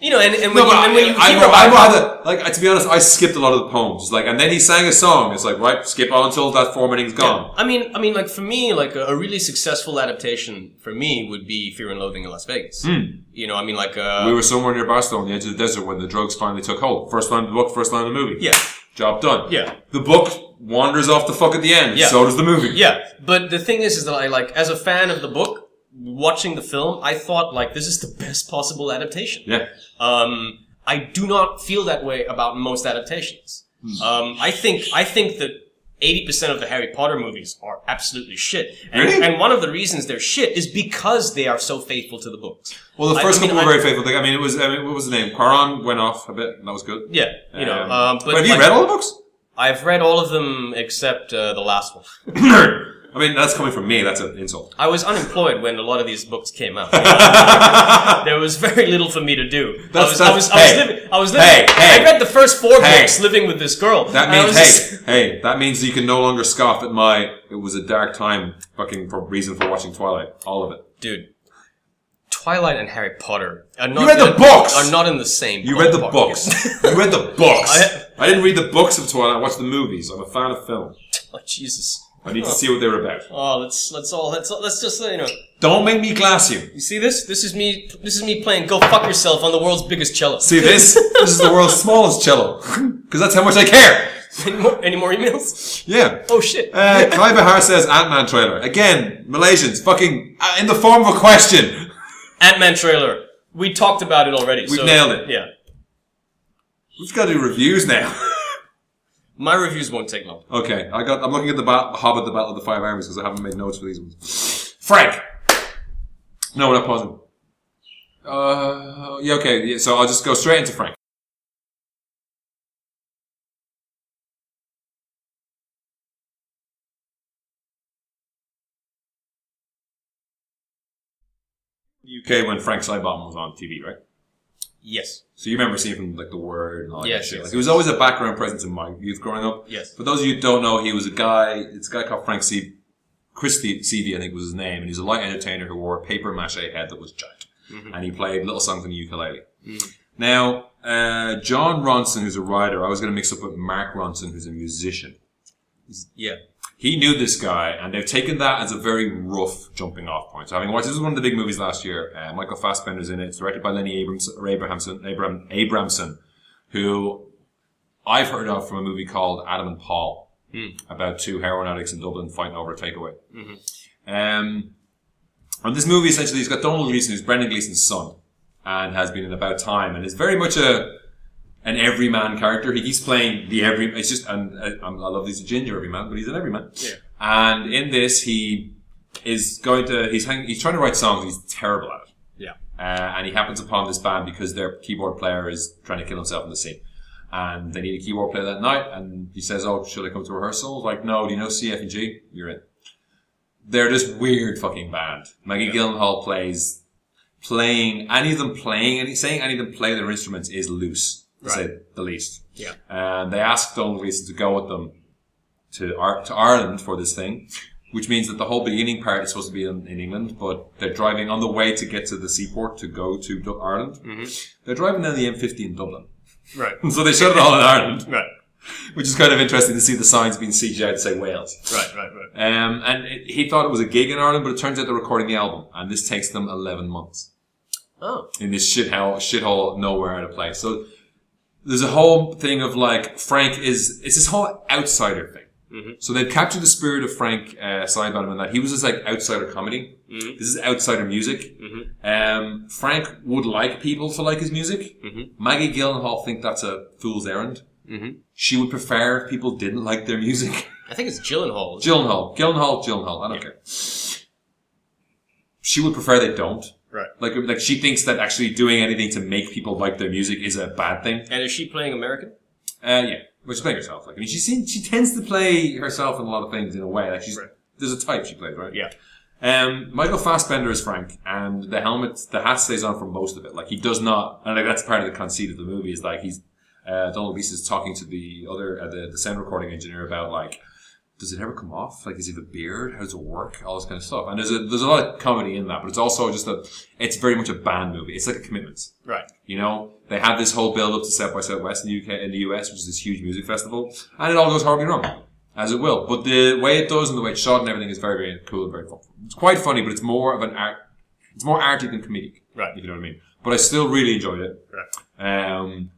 Speaker 1: You know, and, and when
Speaker 2: No,
Speaker 1: you,
Speaker 2: but
Speaker 1: and when you
Speaker 2: I,
Speaker 1: hear
Speaker 2: I,
Speaker 1: about
Speaker 2: I rather like to be honest, I skipped a lot of the poems. Like, and then he sang a song. It's like right, skip on until that four minutes gone.
Speaker 1: I mean, I mean, like for me, like a, a really successful adaptation for me would be Fear and Loathing in Las Vegas. You know, I mean, like uh,
Speaker 2: Hmm. We were somewhere near Barstow on the edge of the desert when the drugs finally took hold. First line of the book, first line of the movie.
Speaker 1: yeah,
Speaker 2: Job done.
Speaker 1: Yeah.
Speaker 2: The book wanders off the fuck at the end.
Speaker 1: Yeah.
Speaker 2: So does the movie.
Speaker 1: yeah. But the thing is, is that I like as a fan of the book, watching the film, I thought like this is the best possible adaptation.
Speaker 2: Yeah.
Speaker 1: Um, I do not feel that way about most adaptations.
Speaker 2: Hmm.
Speaker 1: Um, I think I think that eighty percent of the Harry Potter movies are absolutely shit, and,
Speaker 2: Really?
Speaker 1: and one of the reasons they're shit is because they are so faithful to the books.
Speaker 2: Well, the
Speaker 1: I-
Speaker 2: first
Speaker 1: I mean,
Speaker 2: couple
Speaker 1: I-
Speaker 2: were very faithful. Like, I mean, it was, I mean, what was the name? Quaron went off a bit, and that was good.
Speaker 1: Yeah, you know.
Speaker 2: Um,
Speaker 1: um, but
Speaker 2: have you
Speaker 1: like-
Speaker 2: read all the books?
Speaker 1: I've read all of them except uh, the last one.
Speaker 2: I mean, that's coming from me. That's an insult.
Speaker 1: I was unemployed when a lot of these books came out. there was very little for me to do. I
Speaker 2: That's-
Speaker 1: was, I
Speaker 2: that's-
Speaker 1: was, I was
Speaker 2: hey.
Speaker 1: living. I was living.
Speaker 2: Hey, hey.
Speaker 1: I read the first four
Speaker 2: Hey.
Speaker 1: books living with this girl.
Speaker 2: That
Speaker 1: and I
Speaker 2: means,
Speaker 1: was just-
Speaker 2: hey, hey, that means you can no longer scoff at my, it was a dark time fucking for reason for watching Twilight. All of it.
Speaker 1: dude. Twilight and Harry Potter are not.
Speaker 2: read the
Speaker 1: are-
Speaker 2: books!
Speaker 1: Are not in the same.
Speaker 2: You read the
Speaker 1: ballpark.
Speaker 2: books. you read the books.
Speaker 1: I-
Speaker 2: I, didn't read the books of Twilight. I watched the movies. I'm a fan of film.
Speaker 1: oh, Jesus.
Speaker 2: I need to see what they were about.
Speaker 1: Oh, let's let's all let's let's just you know.
Speaker 2: Don't make me glass you.
Speaker 1: You see this? This is me. This is me playing "Go Fuck Yourself" on the world's biggest cello.
Speaker 2: See this? this is the world's smallest cello. Because that's how much I care.
Speaker 1: any, more, any more emails?
Speaker 2: Yeah.
Speaker 1: Oh shit.
Speaker 2: Uh, Kai Bahar says Ant-Man trailer. Again, Malaysians, fucking, uh, in the form of a question.
Speaker 1: Ant Man trailer. We talked about it already. We've so,
Speaker 2: nailed it.
Speaker 1: Yeah.
Speaker 2: We've got to do reviews now.
Speaker 1: My reviews won't take long.
Speaker 2: okay, I got, I'm looking at the ba- Hobbit, the Battle of the Five Armies, because I haven't made notes for these ones. Frank! No, we're not pausing. Uh, yeah, okay, yeah, so I'll just go straight into Frank. UK when Frank Sybom was on TV, right?
Speaker 1: Yes.
Speaker 2: So you remember seeing from like the word and all that
Speaker 1: Yes,
Speaker 2: shit.
Speaker 1: yes,
Speaker 2: Like he was always a background presence in my youth growing up.
Speaker 1: Yes.
Speaker 2: For those of you who don't know, he was a guy. It's a guy called Frank C. Christie CV, I think was his name, and he was a light entertainer who wore a paper mache head that was giant, and he played little songs on the ukulele. Now, uh, John Ronson, who's a writer, I was going to mix up with Mark Ronson, who's a musician.
Speaker 1: Yeah.
Speaker 2: He knew this guy, and they've taken that as a very rough jumping off point. So, having watched this was one of the big movies last year. Uh, Michael Fassbender's in it. It's directed by Lenny Abrams, or Abrahamson, Abram, Abramson, who I've heard of from a movie called Adam and Paul, about two heroin addicts in Dublin fighting over a takeaway. Um, and this movie essentially has got Donald Gleason, who's Brendan Gleason's son, and has been in About Time, and is very much a an everyman character. He keeps playing the every. It's just and I, I'm- I love these ginger everyman, but he's an everyman.
Speaker 1: Yeah.
Speaker 2: And in this, he is going to he's hang, he's trying to write songs. He's terrible at it.
Speaker 1: Yeah.
Speaker 2: Uh, and he happens upon this band because their keyboard player is trying to kill himself in the scene. And they need a keyboard player that night. And he says, "Oh, should I come to rehearsal?" Like, no. Do you know CF and G? You're in. They're this weird fucking band. Maggie Gyllenhaal plays playing any of them playing any saying any of them play their instruments is loose, to say the least.
Speaker 1: Yeah.
Speaker 2: And they asked Donald Gleason to go with them to Ar- to Ireland for this thing, which means that the whole beginning part is supposed to be in, in England, but they're driving on the way to get to the seaport to go to Du- Ireland. They're driving down the M50 in Dublin,
Speaker 1: Mm-hmm. Right.
Speaker 2: so they shut it all in Ireland,
Speaker 1: Right.
Speaker 2: which is kind of interesting to see the signs being CGI'd to say Wales.
Speaker 1: Right. Right. Right.
Speaker 2: Um, and it, he thought it was a gig in Ireland, but it turns out they're recording the album, and this takes them eleven months
Speaker 1: Oh.
Speaker 2: in this shithole, shithole nowhere out of place. So there's a whole thing of like Frank is it's this whole outsider thing. So they've captured the spirit of Frank uh, Seinbaum in that he was this like outsider comedy. This is outsider music. Um, Frank would like people to like his music. Maggie Gyllenhaal think that's a fool's errand. She would prefer if people didn't like their music.
Speaker 1: I think it's Gyllenhaal. isn't
Speaker 2: Gyllenhaal, Gyllenhaal, Gyllenhaal. I don't care. She would prefer they don't.
Speaker 1: Right.
Speaker 2: Like, like she thinks that actually doing anything to make people like their music is a bad thing.
Speaker 1: it? and is she playing American?
Speaker 2: Uh, yeah, well, she's playing herself. Like, I mean, she seems, she tends to play herself in a lot of things in a way. Like, she's
Speaker 1: Right.
Speaker 2: there's a type she plays, right?
Speaker 1: Yeah.
Speaker 2: Um, Michael Fassbender is Frank, and the helmet, the hat stays on for most of it. Like, he does not, and like that's part of the conceit of the movie is like he's uh, Donald Reese is talking to the other uh, the, the sound recording engineer about like. Does it ever come off? Like, does he have a beard? How does it work? All this kind of stuff. And there's a there's a lot of comedy in that, but it's also just a it's very much a band movie. It's like a commitment.
Speaker 1: Right.
Speaker 2: You know, they have this whole build up to South by Southwest in the UK, in the US, which is this huge music festival, and it all goes horribly wrong, as it will. But the way it does and the way it's shot and everything is very, very cool and very fun. It's quite funny, but it's more of an art. It's more arty than comedic,
Speaker 1: Right.
Speaker 2: if you know what I mean. But I still really enjoyed it.
Speaker 1: Right.
Speaker 2: Um,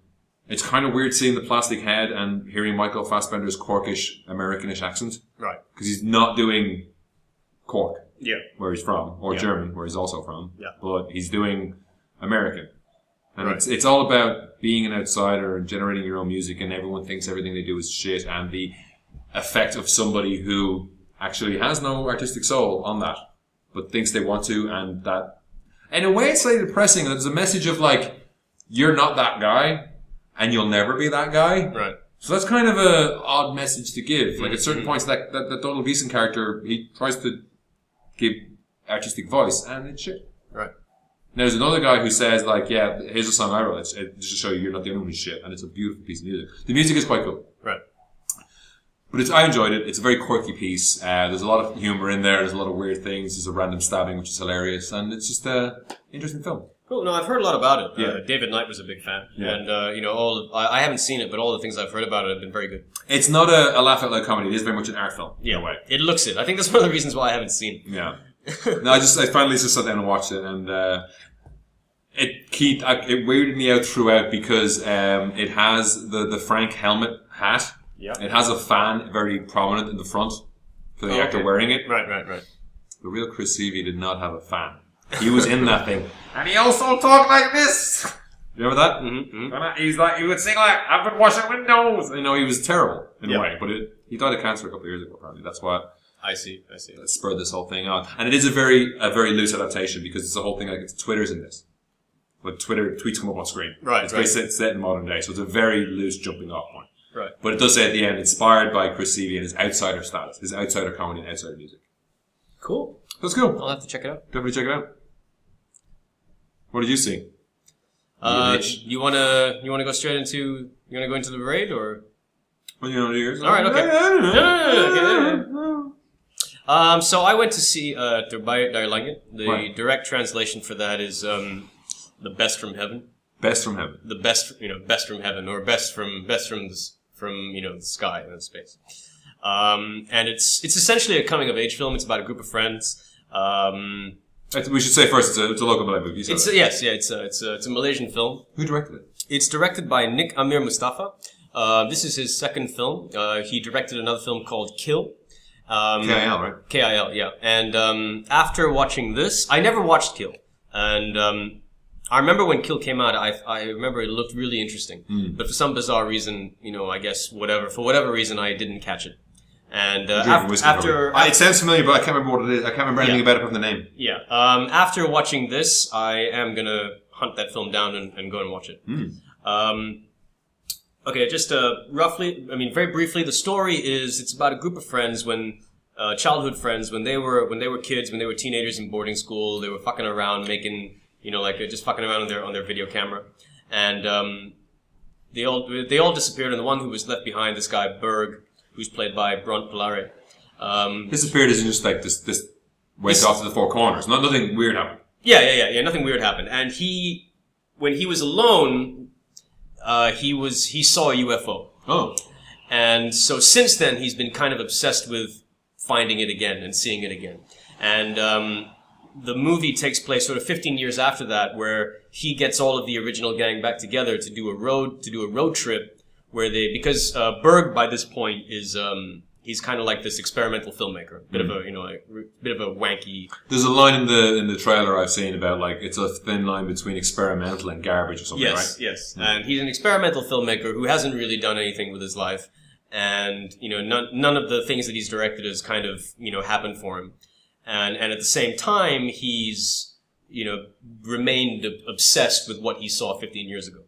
Speaker 2: it's kind of weird seeing the plastic head and hearing Michael Fassbender's Corkish Americanish accent
Speaker 1: Right.
Speaker 2: because he's not doing Cork
Speaker 1: Yeah.
Speaker 2: where he's from, or
Speaker 1: Yeah.
Speaker 2: German, where he's also from.
Speaker 1: Yeah.
Speaker 2: But he's doing American. And
Speaker 1: Right.
Speaker 2: it's, it's all about being an outsider and generating your own music, and everyone thinks everything they do is shit, and the effect of somebody who actually has no artistic soul on that, but thinks they want to, and that. In a way, it's slightly depressing. There's a message of like, you're not that guy, and you'll never be that guy.
Speaker 1: Right.
Speaker 2: So that's kind of a odd message to give. Like at certain
Speaker 1: Mm-hmm.
Speaker 2: points, that that, that Donald Gleason character, he tries to give artistic voice, and it's shit.
Speaker 1: Right.
Speaker 2: Now there's another guy who says like, "Yeah, here's a song I wrote. It's, it's just to show you you're not the only one who's shit." And it's a beautiful piece of music. The music is quite cool,
Speaker 1: Right.
Speaker 2: but it's I enjoyed it. It's a very quirky piece. Uh, there's a lot of humor in there. There's a lot of weird things. There's a random stabbing, which is hilarious, and it's just a interesting film.
Speaker 1: Cool. No, I've heard a lot about it. Uh,
Speaker 2: Yeah.
Speaker 1: David Knight was a big fan,
Speaker 2: Yeah.
Speaker 1: and uh, you know, all of, I, I haven't seen it, but all the things I've heard about it have been very good.
Speaker 2: It's not a, a laugh out loud comedy. It is very much an art film. in a way.
Speaker 1: It looks it. I think that's one of the reasons why I haven't seen it.
Speaker 2: Yeah. no, I just I finally just sat down and watched it, and uh, it keep I, it weirded me out throughout because um, it has the the Frank helmet hat.
Speaker 1: Yeah.
Speaker 2: It has a fan very prominent in the front for the
Speaker 1: Oh,
Speaker 2: actor
Speaker 1: okay.
Speaker 2: wearing it.
Speaker 1: Right. Right. Right.
Speaker 2: The real Chris Seavey did not have a fan. He was in that thing, and he also talked like this. Remember that?
Speaker 1: Mm-hmm.
Speaker 2: And I- He's like, he would sing like, I've been washing windows. You know, he was terrible in
Speaker 1: Yeah.
Speaker 2: a way, but it, he died of cancer a couple of years ago, apparently. That's why
Speaker 1: I see. I see.
Speaker 2: that spurred this whole thing on. And it is a very a very loose adaptation because it's a whole thing like it's Twitter's in this. But Twitter tweets come up on screen.
Speaker 1: Right,
Speaker 2: It's very
Speaker 1: right.
Speaker 2: set, set in modern day, so it's a very loose jumping off point.
Speaker 1: Right.
Speaker 2: But it does say at the end, inspired by Chris Seavey and his outsider status, his outsider comedy and outsider music.
Speaker 1: Cool.
Speaker 2: That's cool.
Speaker 1: I'll have to check it out.
Speaker 2: Definitely check it out. What did you see?
Speaker 1: Uh,
Speaker 2: bitch.
Speaker 1: you wanna you wanna go straight into you wanna go into the raid or?
Speaker 2: What do you know to yours?
Speaker 1: All right, okay.
Speaker 2: okay.
Speaker 1: Um, so I went to see uh, Der Bayer der Lange. The
Speaker 2: Right.
Speaker 1: direct translation for that is um, the best from heaven,
Speaker 2: Best from heaven.
Speaker 1: the best you know, best from heaven, or best from best from the, s- from you know the sky and space. Um, and it's it's essentially a coming of age film. It's about a group of friends. Um,
Speaker 2: That's- We should say first, it's a, it's a local ballet movie. you said
Speaker 1: it's
Speaker 2: that.
Speaker 1: yes, yeah, it's a, it's a, it's a Malaysian film.
Speaker 2: Who directed it?
Speaker 1: It's directed by Nick Amir Mustafa. Uh, this is his second film. Uh, he directed another film called Kill. Um,
Speaker 2: KIL, right?
Speaker 1: KIL, yeah. And um, after watching this, I never watched Kill. And um, I remember when Kill came out, I, I remember it looked really interesting. But for some bizarre reason, you know, I guess whatever, for whatever reason, I didn't catch it. And uh,
Speaker 2: Drinking
Speaker 1: af-
Speaker 2: whiskey,
Speaker 1: after,
Speaker 2: probably. Ah, it sounds familiar, but I can't remember what it is. I can't remember anything
Speaker 1: Yeah.
Speaker 2: about it from the name.
Speaker 1: Yeah. Um, after watching this, I am gonna hunt that film down and, and go and watch it.
Speaker 2: Hmm.
Speaker 1: Um, okay, just uh, roughly, I mean, very briefly, the story is it's about a group of friends when. Uh, childhood friends when they were when they were kids when they were teenagers in boarding school they were fucking around making you know like uh, just fucking around on their on their video camera and um, they all they all disappeared and the one who was left behind this guy Berg who's played by Brunt Pilare um,
Speaker 2: Disappeared isn't just like this. This went off to the four corners. Not nothing weird happened.
Speaker 1: Yeah, yeah, yeah, yeah. Nothing weird happened. And he, when he was alone, uh, he was he saw a UFO,
Speaker 2: Oh,
Speaker 1: and so since then he's been kind of obsessed with finding it again and seeing it again. And um, the movie takes place sort of 15 years after that, where he gets all of the original gang back together to do a road to do a road trip where they because uh, Berg by this point is um, he's kind of like this experimental filmmaker, bit of a you know like, r- bit of a wanky.
Speaker 2: There's a line in the in the trailer I've seen about like it's a thin line between experimental and garbage or something,
Speaker 1: Yes,
Speaker 2: right? Hmm.
Speaker 1: yes, and he's an experimental filmmaker who hasn't really done anything with his life, and you know none none of the things that he's directed has kind of you know happened for him, and and at the same time he's you know remained ob- obsessed with what he saw 15 years ago,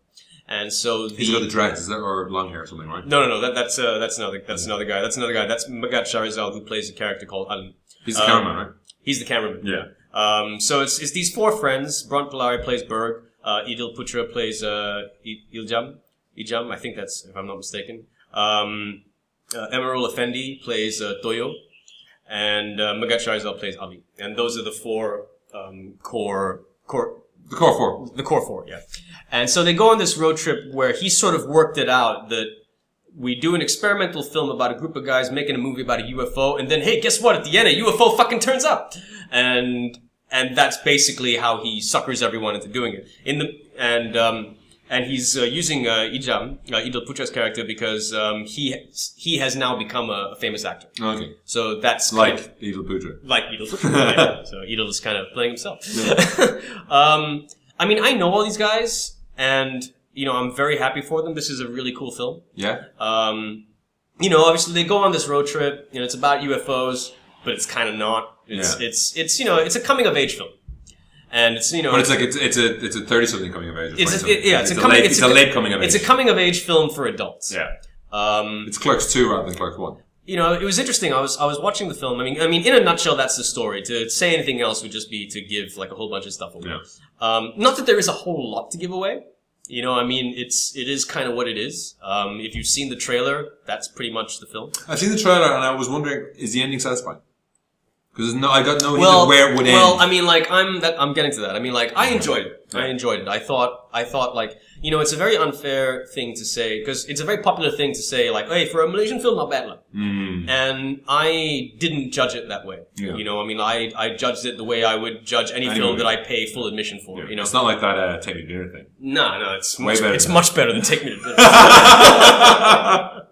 Speaker 1: and so the,
Speaker 2: He's got the dreads, is that or long hair or something, right?
Speaker 1: no no no that, that's uh, that's another that's
Speaker 2: Hmm.
Speaker 1: another guy that's another guy that's Magat Shahrazad who plays a character called Alan.
Speaker 2: He's the
Speaker 1: Um,
Speaker 2: cameraman, right?
Speaker 1: He's the cameraman.
Speaker 2: Yeah.
Speaker 1: Um, so it's, it's these four friends. Brant Palari plays Berg. Uh, Idil Putra plays uh, I- Iljam. Iljam, I think that's, if I'm not mistaken. Um, uh, Emeril Effendi plays uh, Toyo. And uh, Magat Shahrizal plays Ali. And those are the four um, core, core
Speaker 2: The core four.
Speaker 1: the core four, yeah. And so they go on this road trip where he sort of worked it out that we do an experimental film about a group of guys making a movie about a UFO, and then hey, guess what? At the end, a UFO fucking turns up, and and that's basically how he suckers everyone into doing it. In the and um, and he's uh, using uh, Ijam uh, Idil Putra's character because um, he he has now become a, a famous actor.
Speaker 2: Okay.
Speaker 1: So that's kind of-
Speaker 2: Like Evil Putra.
Speaker 1: like Edel. Right. so Edel is kind of playing himself. um, I mean, I know all these guys, and you know, I'm very happy for them. This is a really cool film.
Speaker 2: Yeah?
Speaker 1: Um, you know, obviously they go on this road trip. You know, it's about UFOs, but it's kind of not. It's
Speaker 2: Yeah.
Speaker 1: it's it's you know, it's a coming of age film, and it's you know,
Speaker 2: But it's like it's, it's a it's a thirty something coming of age. or
Speaker 1: It's a-
Speaker 2: 20 -something.
Speaker 1: yeah, it's a
Speaker 2: a
Speaker 1: coming-
Speaker 2: late,
Speaker 1: it's
Speaker 2: it's
Speaker 1: a-
Speaker 2: a late coming of age.
Speaker 1: it's a coming of age film for adults.
Speaker 2: yeah,
Speaker 1: Um,
Speaker 2: it's Clerks two rather than Clerk one.
Speaker 1: you know, it was interesting. I was I was watching the film. I mean, I mean, in a nutshell, that's the story. To say anything else would just be to give like a whole bunch of stuff away.
Speaker 2: Yeah.
Speaker 1: Um, not that there is a whole lot to give away. You know, I mean, it's it is kind of what it is. Um, if you've seen the trailer, that's pretty much the film.
Speaker 2: I've seen the trailer and I was wondering, is the ending satisfying? Because no, I don't know either where it would
Speaker 1: well,
Speaker 2: end.
Speaker 1: I mean, like I'm that I'm getting to that. I mean, like I enjoyed it. I enjoyed it. I thought I thought like you know, it's a very unfair thing to say because it's a very popular thing to say like, hey, for a Malaysian film, not bad. Like.
Speaker 2: Mm.
Speaker 1: and I didn't judge it that way.
Speaker 2: Yeah.
Speaker 1: You know, I mean, I, I judged it the way I would judge any
Speaker 2: Any
Speaker 1: film
Speaker 2: movie.
Speaker 1: that I pay full admission for. You know,
Speaker 2: it's not like that uh, take me to dinner thing.
Speaker 1: no, no, it's
Speaker 2: Way
Speaker 1: much,
Speaker 2: better
Speaker 1: it's
Speaker 2: than
Speaker 1: much better than Take Me to Dinner.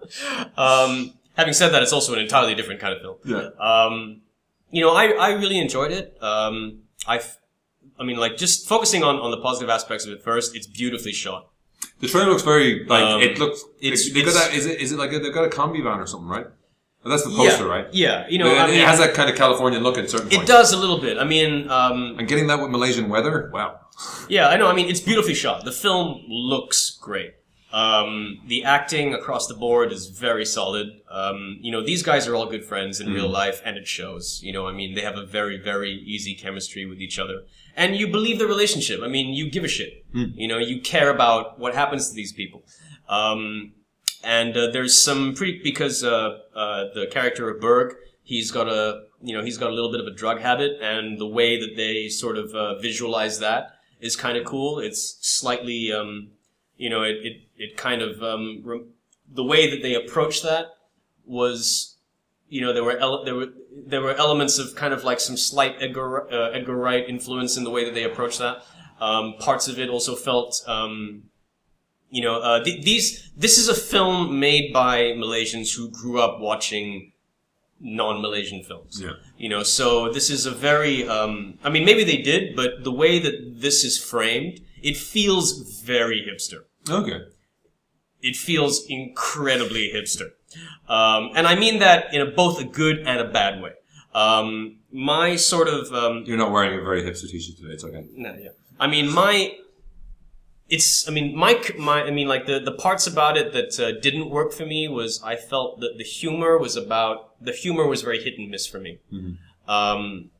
Speaker 1: um, having said that, it's also an entirely different kind of film.
Speaker 2: Yeah,
Speaker 1: Um, you know, I, I really enjoyed it. Um, I, f- I mean, like just focusing on, on the positive aspects of it first, it's beautifully shot.
Speaker 2: the trailer looks very like
Speaker 1: Um,
Speaker 2: it looks.
Speaker 1: it's-
Speaker 2: It's, they, have
Speaker 1: it's-
Speaker 2: got that, is it is it like a, they've got a combi van or something, right? Well, that's the poster,
Speaker 1: yeah,
Speaker 2: right?
Speaker 1: Yeah, you know,
Speaker 2: But
Speaker 1: I
Speaker 2: it,
Speaker 1: mean,
Speaker 2: it has that kind of Californian look at certain
Speaker 1: it
Speaker 2: points.
Speaker 1: does a little bit. I mean, um,
Speaker 2: And getting that with Malaysian weather, wow.
Speaker 1: Yeah, I know. I mean, it's beautifully shot. The film looks great. Um, the acting across the board is very solid. Um, you know, these guys are all good friends in real life, and it shows. You know, I mean, they have a very, very easy chemistry with each other, and you believe the relationship. I mean, you give a shit. You know, you care about what happens to these people. Um, and uh, there's some pretty because uh, uh, the character of Berg, he's got a you know he's got a little bit of a drug habit, and the way that they sort of uh, visualize that is kind of cool. It's slightly um, you know it it, it kind of um, rem- the way that they approach that was you know there were ele- there were there were elements of kind of like some slight Edgar uh, Edgar Wright influence in the way that they approached that. Um, parts of it also felt um, you know uh, th- these this is a film made by Malaysians who grew up watching non-Malaysian films.
Speaker 2: Yeah.
Speaker 1: You know, so this is a very um, I mean maybe they did, but the way that this is framed, it feels very hipster
Speaker 2: Okay.
Speaker 1: it feels incredibly hipster. Um, and I mean that in a, both a good and a bad way. Um, my sort of, um,
Speaker 2: You're not wearing a very hipster t-shirt today. It's okay.
Speaker 1: no, yeah. I mean, my, it's, I mean, my, c- my, I mean, like the, the parts about it that uh, didn't work for me was I felt that the humor was about, the humor was very hit and miss for me. Um,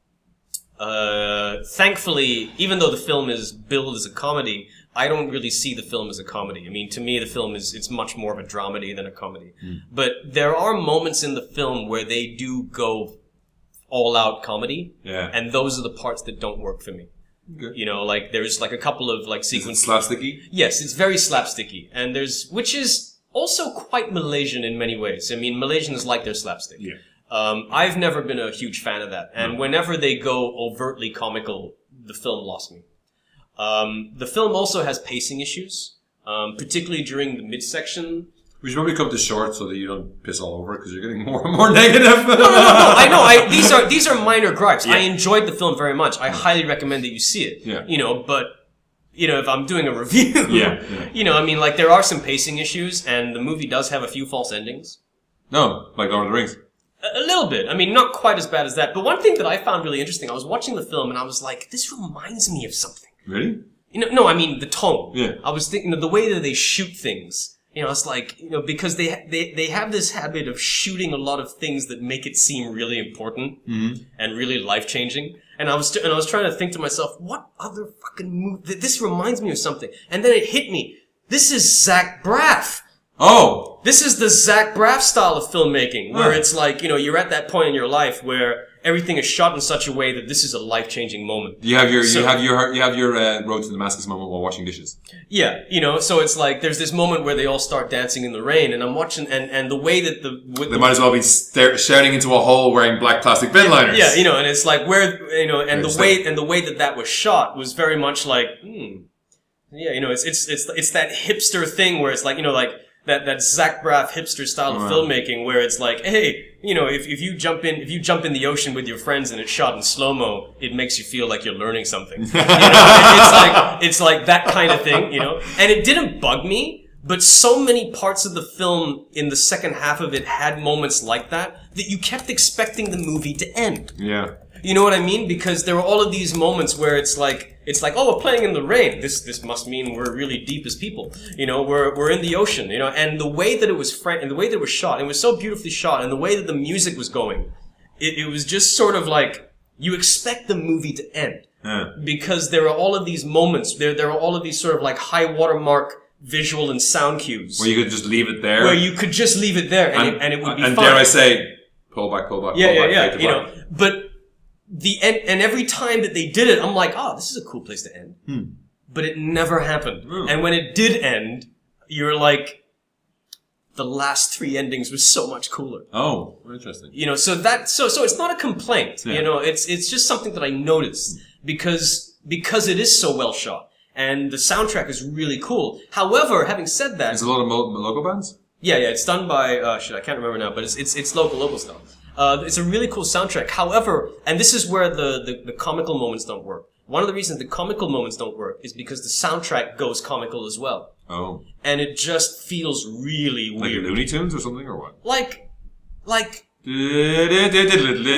Speaker 1: uh, thankfully, even though the film is billed as a comedy, I don't really see the film as a comedy. I mean, to me, the film is it's much more of a dramedy than a comedy. But there are moments in the film where they do go all out comedy,
Speaker 2: Yeah.
Speaker 1: and those are the parts that don't work for me.
Speaker 2: Okay.
Speaker 1: You know, like there's like a couple of like
Speaker 2: Is it
Speaker 1: sequences.
Speaker 2: slapsticky?
Speaker 1: Yes, it's very slapsticky, and there's which is also quite Malaysian in many ways. I mean, Malaysians like their slapstick.
Speaker 2: Yeah.
Speaker 1: Um, I've never been a huge fan of that, and whenever they go overtly comical, the film lost me. Um, the film also has pacing issues, um, particularly during the midsection.
Speaker 2: We should probably cut this short so that you don't piss all over because you're getting more and more negative.
Speaker 1: No, no, no, no. I know. I, these are these are minor gripes. I
Speaker 2: Yeah.
Speaker 1: enjoyed the film very much. I highly recommend that you see it.
Speaker 2: Yeah.
Speaker 1: You know, but you know, if I'm doing a review,
Speaker 2: Yeah, yeah.
Speaker 1: You know, I mean, like there are some pacing issues, and the movie does have a few false endings.
Speaker 2: No, like Lord of the Rings.
Speaker 1: A, a little bit. I mean, not quite as bad as that. But one thing that I found really interesting, I was watching the film, and I was like, this reminds me of something.
Speaker 2: Really?
Speaker 1: You know, no, I mean the tone.
Speaker 2: Yeah.
Speaker 1: I was thinking of the way that they shoot things. You know, it's like you know because they ha- they they have this habit of shooting a lot of things that make it seem really important
Speaker 2: Mm-hmm.
Speaker 1: and really life changing. And I was t- and I was trying to think to myself, what other fucking movie? Th- this reminds me of something. And then it hit me. This is Zach Braff.
Speaker 2: Oh,
Speaker 1: This is the Zach Braff style of filmmaking, where
Speaker 2: Huh.
Speaker 1: it's like you know you're at that point in your life where everything is shot in such a way that this is a life changing moment.
Speaker 2: you have your you
Speaker 1: So-
Speaker 2: have your you have your uh, road to Damascus moment while washing dishes.
Speaker 1: Yeah, you know, so it's like there's this moment where they all start dancing in the rain, and I'm watching, and and the way that the with
Speaker 2: They might as well be stare- shouting into a hole wearing black plastic bed liners.
Speaker 1: yeah, you know, and it's like where you know, and the
Speaker 2: Interesting.
Speaker 1: way and the way that that was shot was very much like, hmm, yeah, you know, it's it's it's it's that hipster thing where it's like you know like that that Zach Braff hipster style of
Speaker 2: Right.
Speaker 1: filmmaking where it's like, hey, you know, if if you jump in if you jump in the ocean with your friends and it's shot in slow mo, it makes you feel like you're learning something. You know, it's like it's like that kind of thing, you know. And it didn't bug me. But so many parts of the film in the second half of it had moments like that that you kept expecting the movie to end.
Speaker 2: yeah.
Speaker 1: You know what I mean? Because there were all of these moments where it's like it's like, oh, we're playing in the rain. This this must mean we're really deep as people. You know, we're we're in the ocean. You know, and the way that it was fra- and the way that it was shot, it was so beautifully shot, and the way that the music was going, it, it was just sort of like you expect the movie to end
Speaker 2: Yeah.
Speaker 1: because there are all of these moments. There there are all of these sort of like high watermark visual and sound cues
Speaker 2: Where you could just leave it there.
Speaker 1: where you could just leave it there and, it, and it would be
Speaker 2: and
Speaker 1: fine.
Speaker 2: dare I say, pull back, pull back,
Speaker 1: yeah,
Speaker 2: pull
Speaker 1: yeah,
Speaker 2: back,
Speaker 1: yeah.
Speaker 2: fade to
Speaker 1: You
Speaker 2: black.
Speaker 1: know, but the end, and every time that they did it, I'm like, oh, this is a cool place to end. But it never happened.
Speaker 2: Hmm.
Speaker 1: And when it did end, you're like, the last three endings was so much cooler.
Speaker 2: Oh, interesting.
Speaker 1: You know, so that so so it's not a complaint. You
Speaker 2: Yeah. Hmm.
Speaker 1: know, it's it's just something that I noticed because because it is so well shot and the soundtrack is really cool. However, having said that,
Speaker 2: There's a lot of mo- local bands.
Speaker 1: yeah, yeah, it's done by uh, shit. I can't remember now, but it's it's it's local local stuff. Uh, it's a really cool soundtrack. However, and this is where the, the the comical moments don't work. One of the reasons the comical moments don't work is because the soundtrack goes comical as well,
Speaker 2: Oh,
Speaker 1: and it just feels really
Speaker 2: like
Speaker 1: weird.
Speaker 2: Looney Tunes or something or what?
Speaker 1: Like, like no,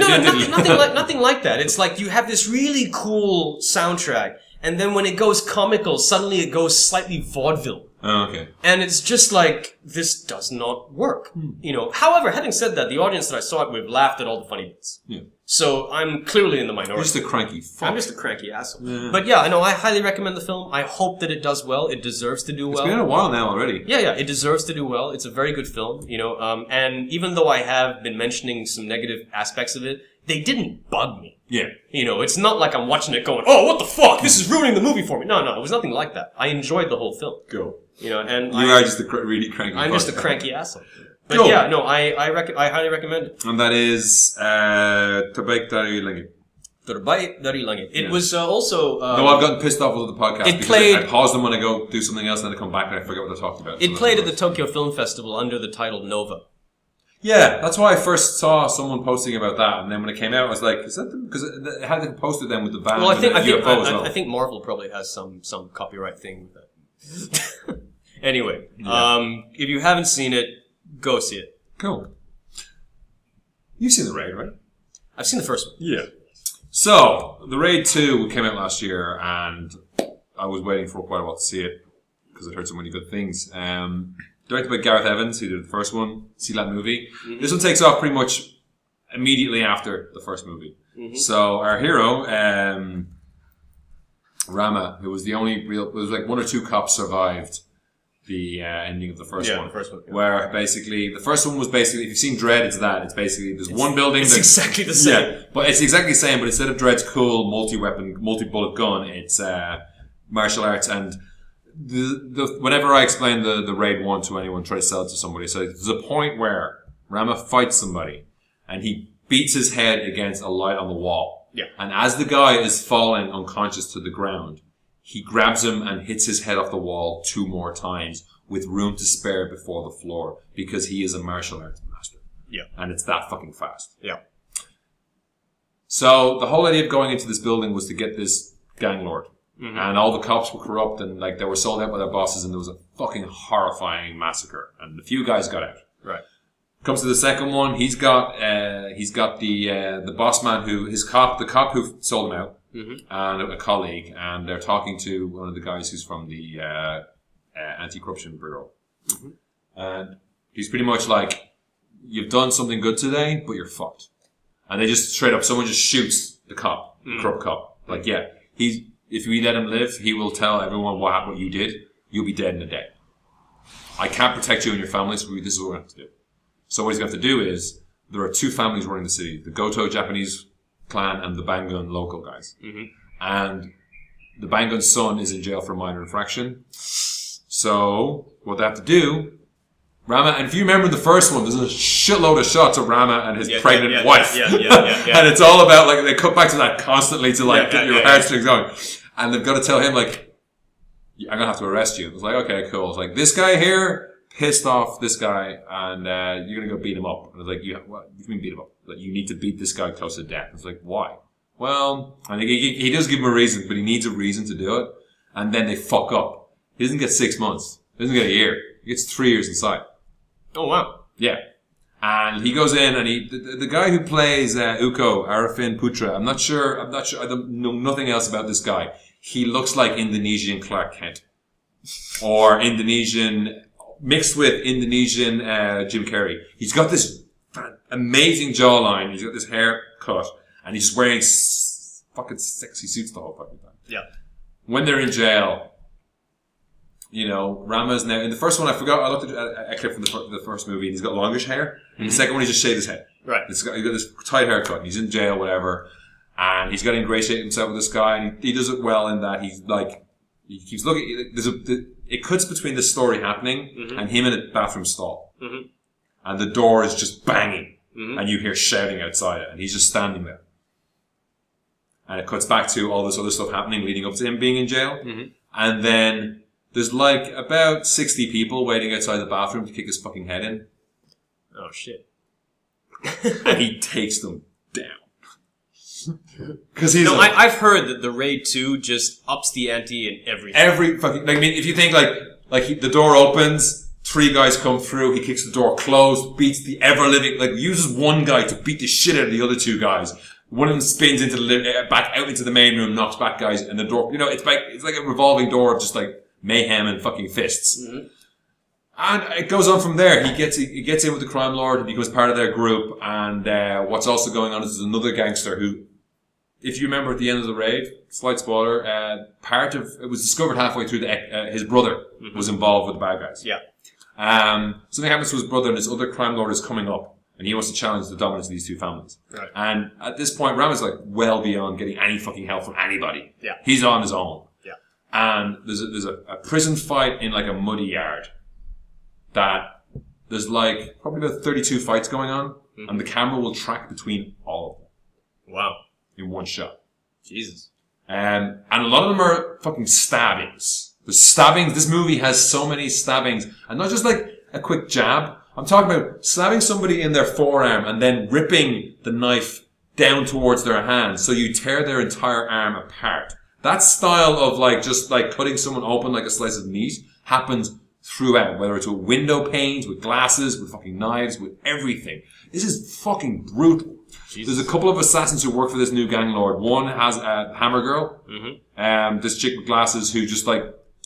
Speaker 2: No,
Speaker 1: no, nothing, nothing like nothing like that. It's like you have this really cool soundtrack, and then when it goes comical, suddenly it goes slightly vaudeville.
Speaker 2: Oh, okay.
Speaker 1: And it's just like, this does not work.
Speaker 2: Hmm.
Speaker 1: You know, however, having said that, the audience that I saw it with laughed at all the funny bits.
Speaker 2: Yeah.
Speaker 1: So I'm clearly in the minority.
Speaker 2: You're just a cranky fuck.
Speaker 1: I'm
Speaker 2: It's
Speaker 1: just a cranky asshole. But yeah, I know, I highly recommend the film. I hope that it does well. It deserves to do well.
Speaker 2: been a while now already.
Speaker 1: yeah, yeah, it deserves to do well. It's a very good film, you know, um, and even though I have been mentioning some negative aspects of it, they didn't bug me.
Speaker 2: Yeah.
Speaker 1: You know, it's not like I'm watching it going, oh, what the fuck? This is ruining the movie for me. No, no, it was nothing like that. I enjoyed the whole film,
Speaker 2: Go.
Speaker 1: you know, and
Speaker 2: You
Speaker 1: I,
Speaker 2: are just a cr- really cranky.
Speaker 1: I'm just a
Speaker 2: fuck.
Speaker 1: cranky asshole. But
Speaker 2: Cool.
Speaker 1: yeah, no, I I, rec- I highly recommend it.
Speaker 2: And that is uh, Tabak Dari Lingi.
Speaker 1: Terbaik dari langit. It
Speaker 2: Yeah.
Speaker 1: was uh, also uh,
Speaker 2: No, Oh, I've gotten pissed off with the podcast.
Speaker 1: It
Speaker 2: because
Speaker 1: played-
Speaker 2: I pause them when I go do something else, and then I come back and I forget what I talked about. So
Speaker 1: it
Speaker 2: that's
Speaker 1: played at
Speaker 2: what
Speaker 1: the Tokyo Film Festival under the title Nova.
Speaker 2: Yeah, that's why I first saw someone posting about that, and then when it came out, I was like, "Is that because it had it posted then with the band
Speaker 1: Well, I think I
Speaker 2: and the
Speaker 1: think
Speaker 2: UFO
Speaker 1: I,
Speaker 2: as well?"
Speaker 1: I- I think Marvel probably has some some copyright thing with that. anyway, um, if you haven't seen it, go see it.
Speaker 2: cool. You've seen the raid, right?
Speaker 1: I've seen the first one.
Speaker 2: Yeah. So the raid two came out last year, and I was waiting for quite a while to see it because I'd heard so many good things. Um, directed by Gareth Evans, who did the first one. See that movie.
Speaker 1: Mm-hmm.
Speaker 2: This one takes off pretty much immediately after the first movie.
Speaker 1: Mm-hmm.
Speaker 2: So our hero. Um, Rama, who was the only real, it was like one or two cops survived the uh, ending of the first
Speaker 1: Yeah,
Speaker 2: one.
Speaker 1: the first one, yeah.
Speaker 2: Where basically, the first one was basically, if you've seen Dread, it's that. It's basically, there's one building.
Speaker 1: It's
Speaker 2: that-
Speaker 1: exactly the same.
Speaker 2: Yeah, but it's exactly the same, but instead of Dread's cool multi-weapon, multi-bullet gun, it's uh, martial arts and the, the whenever I explain the, the raid one to anyone, try to sell it to somebody. So there's a point where Rama fights somebody and he beats his head against a light on the wall.
Speaker 1: Yeah.
Speaker 2: And as the guy is falling unconscious to the ground, he grabs him and hits his head off the wall two more times with room to spare before the floor because he is a martial arts master.
Speaker 1: Yeah.
Speaker 2: And it's that fucking fast.
Speaker 1: Yeah.
Speaker 2: So the whole idea of going into this building was to get this gang lord. And all the cops were corrupt and like they were sold out by their bosses and there was a fucking horrifying massacre. And a few guys got out.
Speaker 1: Right.
Speaker 2: Comes to the second one, he's got uh, he's got the uh, the boss man who his cop the cop who sold him out
Speaker 1: Mhm.
Speaker 2: and a, a colleague and they're talking to one of the guys who's from the uh, uh, anti corruption bureau and he's pretty much like you've done something good today but you're fucked and they just straight up someone just shoots the cop the corrupt cop like yeah he's if we let him live he will tell everyone what hap- what you did you'll be dead in a day I can't protect you and your family so we- this is what we have to do. So what he's going to have to do is there are two families running the city: the Goto Japanese clan and the Bangun local guys.
Speaker 1: Mhm.
Speaker 2: And the Bangun's son is in jail for minor infraction. So what they have to do, Rama, and if you remember the first one, there's a shitload of shots of Rama and his
Speaker 1: Yeah,
Speaker 2: pregnant
Speaker 1: yeah, yeah,
Speaker 2: wife,
Speaker 1: yeah, yeah, yeah, yeah.
Speaker 2: and it's all about like they cut back to that constantly to like
Speaker 1: Yeah,
Speaker 2: get
Speaker 1: yeah,
Speaker 2: your
Speaker 1: yeah, yeah.
Speaker 2: heartstrings going, and they've got to tell him like I'm gonna have to arrest you. It's like, okay, cool. It's like this guy here pissed off this guy, and uh, you're gonna go beat him up. And it's like, you what? You mean beat him up? Like you need to beat this guy close to death. It's like, why? Well, I think he, he does give him a reason, but he needs a reason to do it. And then they fuck up. He doesn't get six months. He doesn't get a year. He gets three years inside.
Speaker 1: Oh wow.
Speaker 2: Yeah. And he goes in, and he the, the- the guy who plays uh, Uko Arifin Putra. I'm not sure. I'm not sure. I don't know nothing else about this guy. He looks like Indonesian Clark Kent, or Indonesian mixed with Indonesian uh, Jim Carrey. He's got this fan- amazing jawline. He's got this haircut, and he's wearing s- fucking sexy suits the whole fucking time
Speaker 1: Yeah.
Speaker 2: when they're in jail, you know, Rama's now in the first one. I forgot. I looked at a, a clip from the, fir- the first movie, and he's got longish hair. In the second one, he just shaved his head.
Speaker 1: Right.
Speaker 2: He's got, he's got this tight haircut. And he's in jail, whatever, and he's got to ingratiate himself with this guy, and he, he does it well in that he's like he keeps looking. There's a the, it cuts between this story happening and him in a bathroom stall,
Speaker 1: Mhm.
Speaker 2: and the door is just banging,
Speaker 1: Mhm.
Speaker 2: and you hear shouting outside it, and he's just standing there. And it cuts back to all this other stuff happening leading up to him being in jail.
Speaker 1: Mhm.
Speaker 2: And then there's like about 60 people waiting outside the bathroom to kick his fucking head in.
Speaker 1: Oh shit.
Speaker 2: And he takes them down. Because he's
Speaker 1: No,
Speaker 2: a-
Speaker 1: I, I've heard that the Raid 2 just ups the ante in everything.
Speaker 2: every fucking. Like, I mean, if you think like, like he, the door opens, three guys come through, he kicks the door closed, beats the ever living, like uses one guy to beat the shit out of the other two guys. One of them spins into the li- uh, back out into the main room, knocks back guys, and the door. You know, it's like it's like a revolving door of just like mayhem and fucking fists. And it goes on from there. He gets he gets in with the crime lord. He becomes part of their group. And uh, what's also going on is there's another gangster who, if you remember at the end of the raid, slight spoiler, uh, part of it was discovered halfway through. The, ec- uh, his brother was involved with the bad guys.
Speaker 1: Mm-hmm. Yeah.
Speaker 2: Um, something happens to his brother, and this other crime lord is coming up, and he wants to challenge the dominance of these two families.
Speaker 1: Right.
Speaker 2: And at this point, Ram is like well beyond getting any fucking help from anybody.
Speaker 1: Yeah.
Speaker 2: He's on his own.
Speaker 1: Yeah.
Speaker 2: And there's a, there's a, a prison fight in like a muddy yard that there's like probably about 32 fights going on,
Speaker 1: Mm-hmm.
Speaker 2: and the camera will track between all of them
Speaker 1: Wow.
Speaker 2: in one shot.
Speaker 1: Jesus.
Speaker 2: Um, and a lot of them are fucking stabbings. The stabbings. This movie has so many stabbings, and not just like a quick jab. I'm talking about stabbing somebody in their forearm and then ripping the knife down towards their hand, so you tear their entire arm apart. That style of like just like cutting someone open like a slice of meat happens throughout, whether it's with window panes, with glasses, with fucking knives, with everything. This is fucking brutal. There's a couple of assassins who work for this new gang lord. One has a hammer girl,
Speaker 1: Mm-hmm.
Speaker 2: um, this chick with glasses who just like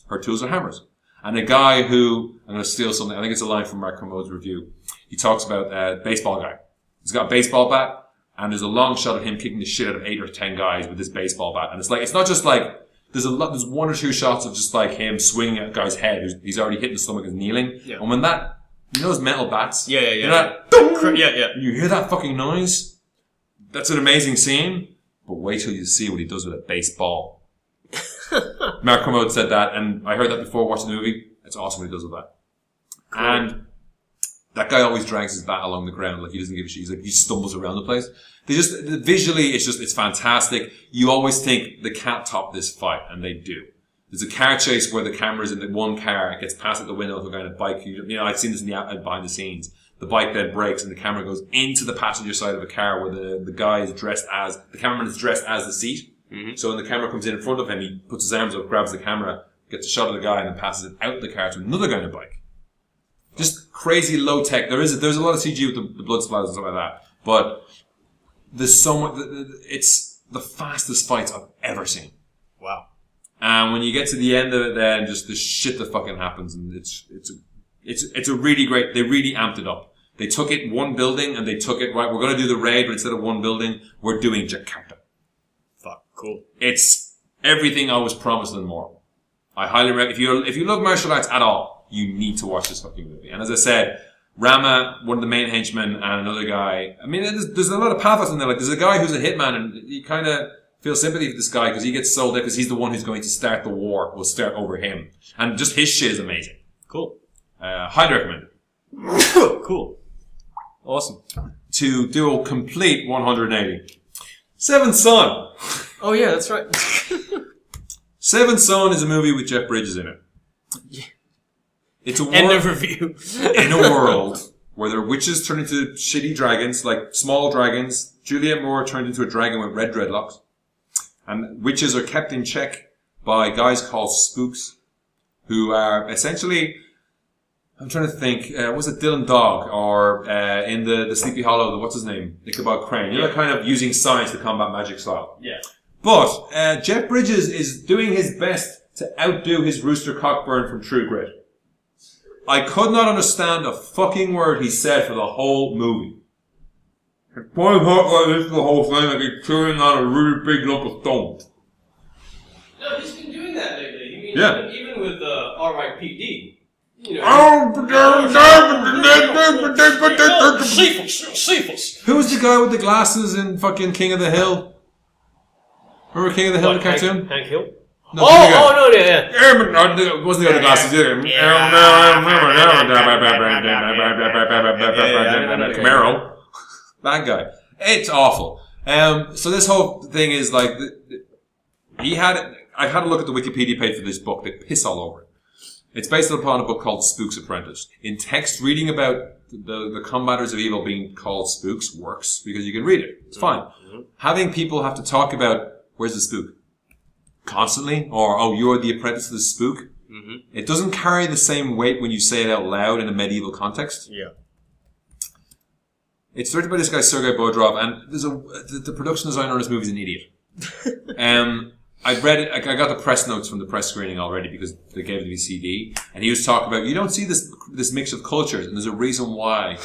Speaker 2: her tools are hammers, and a guy who I'm going to steal something. I think it's a line from Mark Kermode's review. He talks about uh, baseball guy. He's got a baseball bat, and there's a long shot of him kicking the shit out of eight or ten guys with this baseball bat. And it's like it's not just like there's a lot. There's one or two shots of just like him swinging at a guy's head. Who's, he's already hitting the stomach and kneeling.
Speaker 1: Yeah.
Speaker 2: And when that you know those metal bats,
Speaker 1: Yeah, yeah, yeah.
Speaker 2: You know that-
Speaker 1: Cr- yeah, yeah.
Speaker 2: you hear that fucking noise? That's an amazing scene. But wait till you see what he does with a baseball. Mark Kermode said that, and I heard that before watching the movie. It's awesome what he does with that. And that guy always drags his bat along the ground, like he doesn't give a shit. He's like he stumbles around the place. They just visually, it's just it's fantastic. You always think they can't top this fight, and they do. There's a car chase where the camera's in the one car, it gets past at the window of a guy on a bike. You, you know, I've seen this in the out- behind the scenes. The bike then breaks and the camera goes into the passenger side of a car where the, the guy is dressed as, the cameraman is dressed as the seat. So when the camera comes in in front of him, he puts his arms up, grabs the camera, gets a shot of the guy and then passes it out the car to another guy on a bike. Just crazy low tech. There is, a, there's a lot of CG with the, the blood splatters and stuff like that. But there's so much, th- th- th- it's the fastest fights I've ever seen.
Speaker 3: Wow.
Speaker 2: And when you get to the end of it, then just the shit that fucking happens, and it's it's a, it's it's a really great. They really amped it up. They took it one building, and they took it right. We're gonna do the raid, but instead of one building, we're doing Jakarta.
Speaker 3: Fuck. Cool.
Speaker 2: It's everything I was promised and more. I highly recommend if you if you love martial arts at all, you need to watch this fucking movie. And as I said, Rama, one of the main henchmen, and another guy. I mean, there's, there's a lot of pathos in there. Like there's a guy who's a hitman, and you kind of feel sympathy for this guy because he gets sold out because he's the one who's going to start the war. Will start over him, and just his shit is amazing.
Speaker 3: Cool.
Speaker 2: Uh, highly recommend it.
Speaker 3: cool. Awesome.
Speaker 2: to do a complete 180. Seventh Son.
Speaker 1: Oh yeah, that's right.
Speaker 2: Seventh Son is a movie with Jeff Bridges in it. It's a war.
Speaker 1: End of review.
Speaker 2: in a world where their witches turn into shitty dragons, like small dragons. Juliet Moore turned into a dragon with red dreadlocks. And witches are kept in check by guys called spooks, who are essentially, I'm trying to think, uh, was it Dylan Dog or uh, in the, the Sleepy Hollow, the, what's his name? Ichabod Crane. You know, kind of using science to combat magic style.
Speaker 1: yeah.
Speaker 2: But uh, Jeff Bridges is doing his best to outdo his Rooster Cockburn from True Grit. I could not understand a fucking word he said for the whole movie. It's quite hot like this the whole thing, like he's chewing on a really big lump of stone.
Speaker 1: No, he's been doing that lately. I mean,
Speaker 2: Yeah.
Speaker 1: even, even with uh, R.I.P.D. You
Speaker 2: Who's the guy with the glasses in fucking King of the Hill? Remember King of the Hill, the cartoon?
Speaker 3: Hank, Hank Hill.
Speaker 2: No, the other guy.
Speaker 3: Oh, oh no, yeah, yeah.
Speaker 2: Yeah, but uh, it wasn't the other glasses either. Camaro. That guy. It's awful. Um, so this whole thing is like, th- th- he had, I had a look at the Wikipedia page for this book. They piss all over it. It's based upon a book called Spook's Apprentice. In text, reading about the, the combaters of evil being called spooks works because you can read it. It's fine. Having people have to talk about where's the spook constantly or oh you're the apprentice of the spook it doesn't carry the same weight when you say it out loud in a medieval context
Speaker 3: Yeah.
Speaker 2: it's directed by this guy Sergei Bodrov and there's a the, the production designer on this movie is an idiot um I read it. I I got the press notes from the press screening already because they gave it to me CD, and he was talking about you don't see this this mix of cultures, and there's a reason why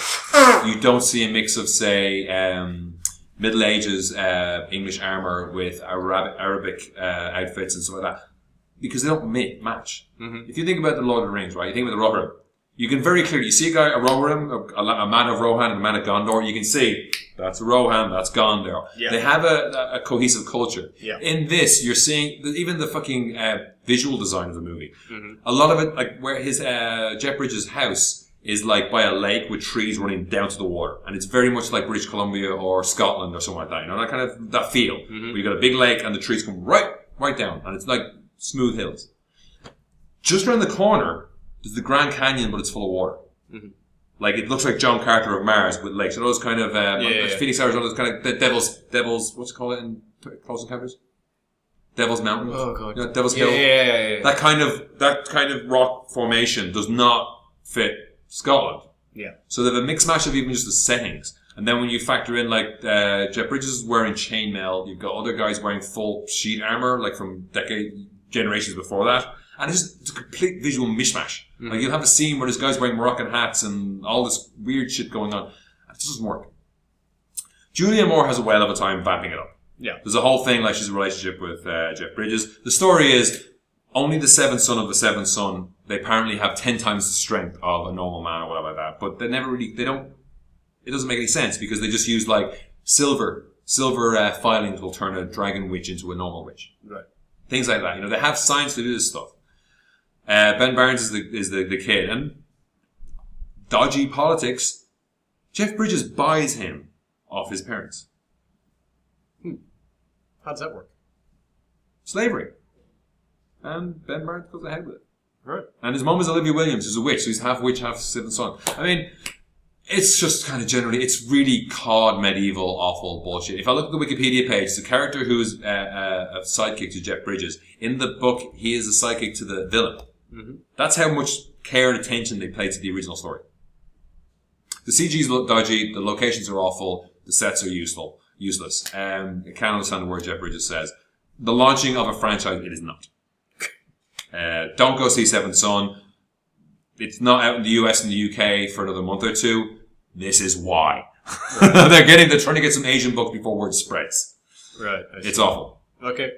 Speaker 2: you don't see a mix of say um, Middle Ages uh, English armor with Arab- Arabic uh, outfits and stuff like that because they don't ma- match. If you think about the Lord of the Rings, right? You think about the Rohirrim. You can very clearly you see a guy, a Rohirrim, a, a la- a man of Rohan and a man of Gondor. You can see that's Rohan, that's Gondor.
Speaker 3: Yeah.
Speaker 2: They have a, a cohesive culture.
Speaker 3: Yeah.
Speaker 2: In this, you're seeing the- even the fucking uh, visual design of the movie.
Speaker 3: Mm-hmm.
Speaker 2: A lot of it, like where his uh, Jeff Bridges' house is like by a lake with trees running down to the water, and it's very much like British Columbia or Scotland or something like that. You know that kind of that feel.
Speaker 3: Mm-hmm.
Speaker 2: Where you've got a big lake and the trees come right, right down, and it's like smooth hills. Just around the corner is the Grand Canyon, but it's full of water.
Speaker 3: Mm-hmm.
Speaker 2: Like it looks like John Carter of Mars with lakes. You know those kind of um,
Speaker 3: Yeah, yeah, yeah.
Speaker 2: Phoenix, Arizona. Those kind of the devils, devils. What's it called in Close Encounters? Devil's Mountain.
Speaker 3: Oh, God.
Speaker 2: You know, Devil's
Speaker 3: Yeah,
Speaker 2: Hill.
Speaker 3: yeah, yeah, yeah.
Speaker 2: That kind of that kind of rock formation does not fit Scotland.
Speaker 3: Yeah.
Speaker 2: So they have a mix mash of even just the settings. And then when you factor in like uh, Jeff Bridges is wearing chainmail, you've got other guys wearing full sheet armor, like from decade generations before that, and it's just it's a complete visual mishmash.
Speaker 3: Hmm.
Speaker 2: Like you'll have a scene where there's guys wearing Moroccan hats and all this weird shit going on. It just doesn't work. Julia Moore has a whale of a time vamping it up.
Speaker 3: Yeah.
Speaker 2: There's a whole thing like she's a relationship with uh, Jeff Bridges. The story is only the seventh son of the seventh son. They apparently have ten times the strength of a normal man or whatever like that. But they never really they don't. It doesn't make any sense because they just use like silver silver uh, filings will turn a dragon witch into a normal witch.
Speaker 3: Right.
Speaker 2: Things like that. You know they have science to do this stuff. Uh, ben Barnes is the is the, the kid and dodgy politics. Jeff Bridges buys him off his parents.
Speaker 3: How does that work?
Speaker 2: slavery. and Ben Barnes goes ahead with it.
Speaker 1: Right.
Speaker 2: And his mom is Olivia Williams, who's a witch, so he's half witch, half Sith song. I mean, it's just kind of generally, it's really cod medieval awful bullshit. If I look at the Wikipedia page, the character who is uh, uh, a sidekick to Jeff Bridges in the book, he is a sidekick to the villain. That's how much care and attention they played to the original story. The CG's look dodgy. The locations are awful. The sets are useful, useless. Um, I can't understand the word Jeff Bridges says. The launching of a franchise, it is not. Uh, don't go see Seventh Son. It's not out in the US and the UK for another month or two. This is why. they're getting, they're trying to get some Asian book before word spreads.
Speaker 3: Right. I see.
Speaker 2: It's awful.
Speaker 3: okay.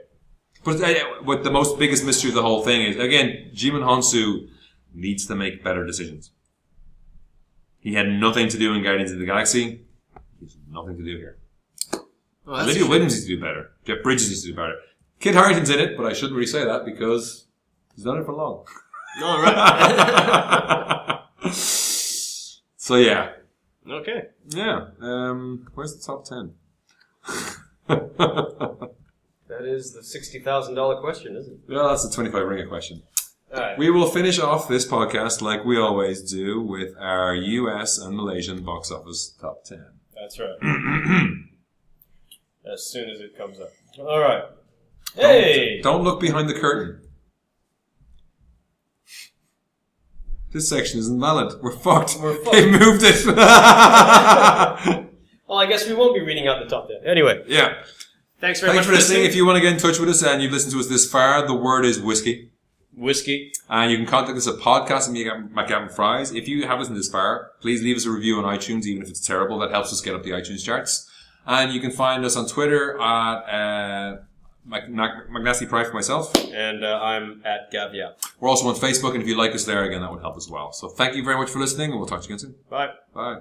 Speaker 2: But uh, what the most biggest mystery of the whole thing is again, Jimon Honsu needs to make better decisions. He had nothing to do in Guardians of the Galaxy. He's nothing to do here.
Speaker 3: Well, that's
Speaker 2: Olivia Williams needs to do better. Jeff Bridges needs to do better. Kid Harrington's in it, but I shouldn't really say that because he's done it for long.
Speaker 1: All right.
Speaker 2: So yeah,
Speaker 1: okay.
Speaker 2: yeah. Um, where's the top ten?
Speaker 1: That is the sixty thousand dollar question, isn't
Speaker 2: well, that's a twenty-five ringer question.
Speaker 1: it? All right.
Speaker 2: We will finish off this podcast like we always do with our US and Malaysian box office top 10.
Speaker 1: That's right. as soon as it comes up. All right. Hey.
Speaker 2: Don't look behind the curtain. This section isn't valid. We're fucked.
Speaker 1: We're fucked.
Speaker 2: They moved it. yeah.
Speaker 1: Well, I guess we won't be reading out the top ten. Anyway, thanks very
Speaker 2: Thanks
Speaker 1: much
Speaker 2: for listening. If you want to get in touch with us and you've listened to us this far, the word is whiskey.
Speaker 1: Whiskey.
Speaker 2: And you can contact us at podcast at McGavin Fries. If you have listened this far, please leave us a review on iTunes, even if it's terrible. That helps us get up the iTunes charts. And you can find us on Twitter at uh, Mac- Mac- McNasty Pride for myself.
Speaker 1: And uh, I'm at Gavia.
Speaker 2: We're also on Facebook, and if you like us there, again, that would help as well. So thank you very much for listening, and we'll talk to you again soon.
Speaker 1: Bye.
Speaker 2: Bye.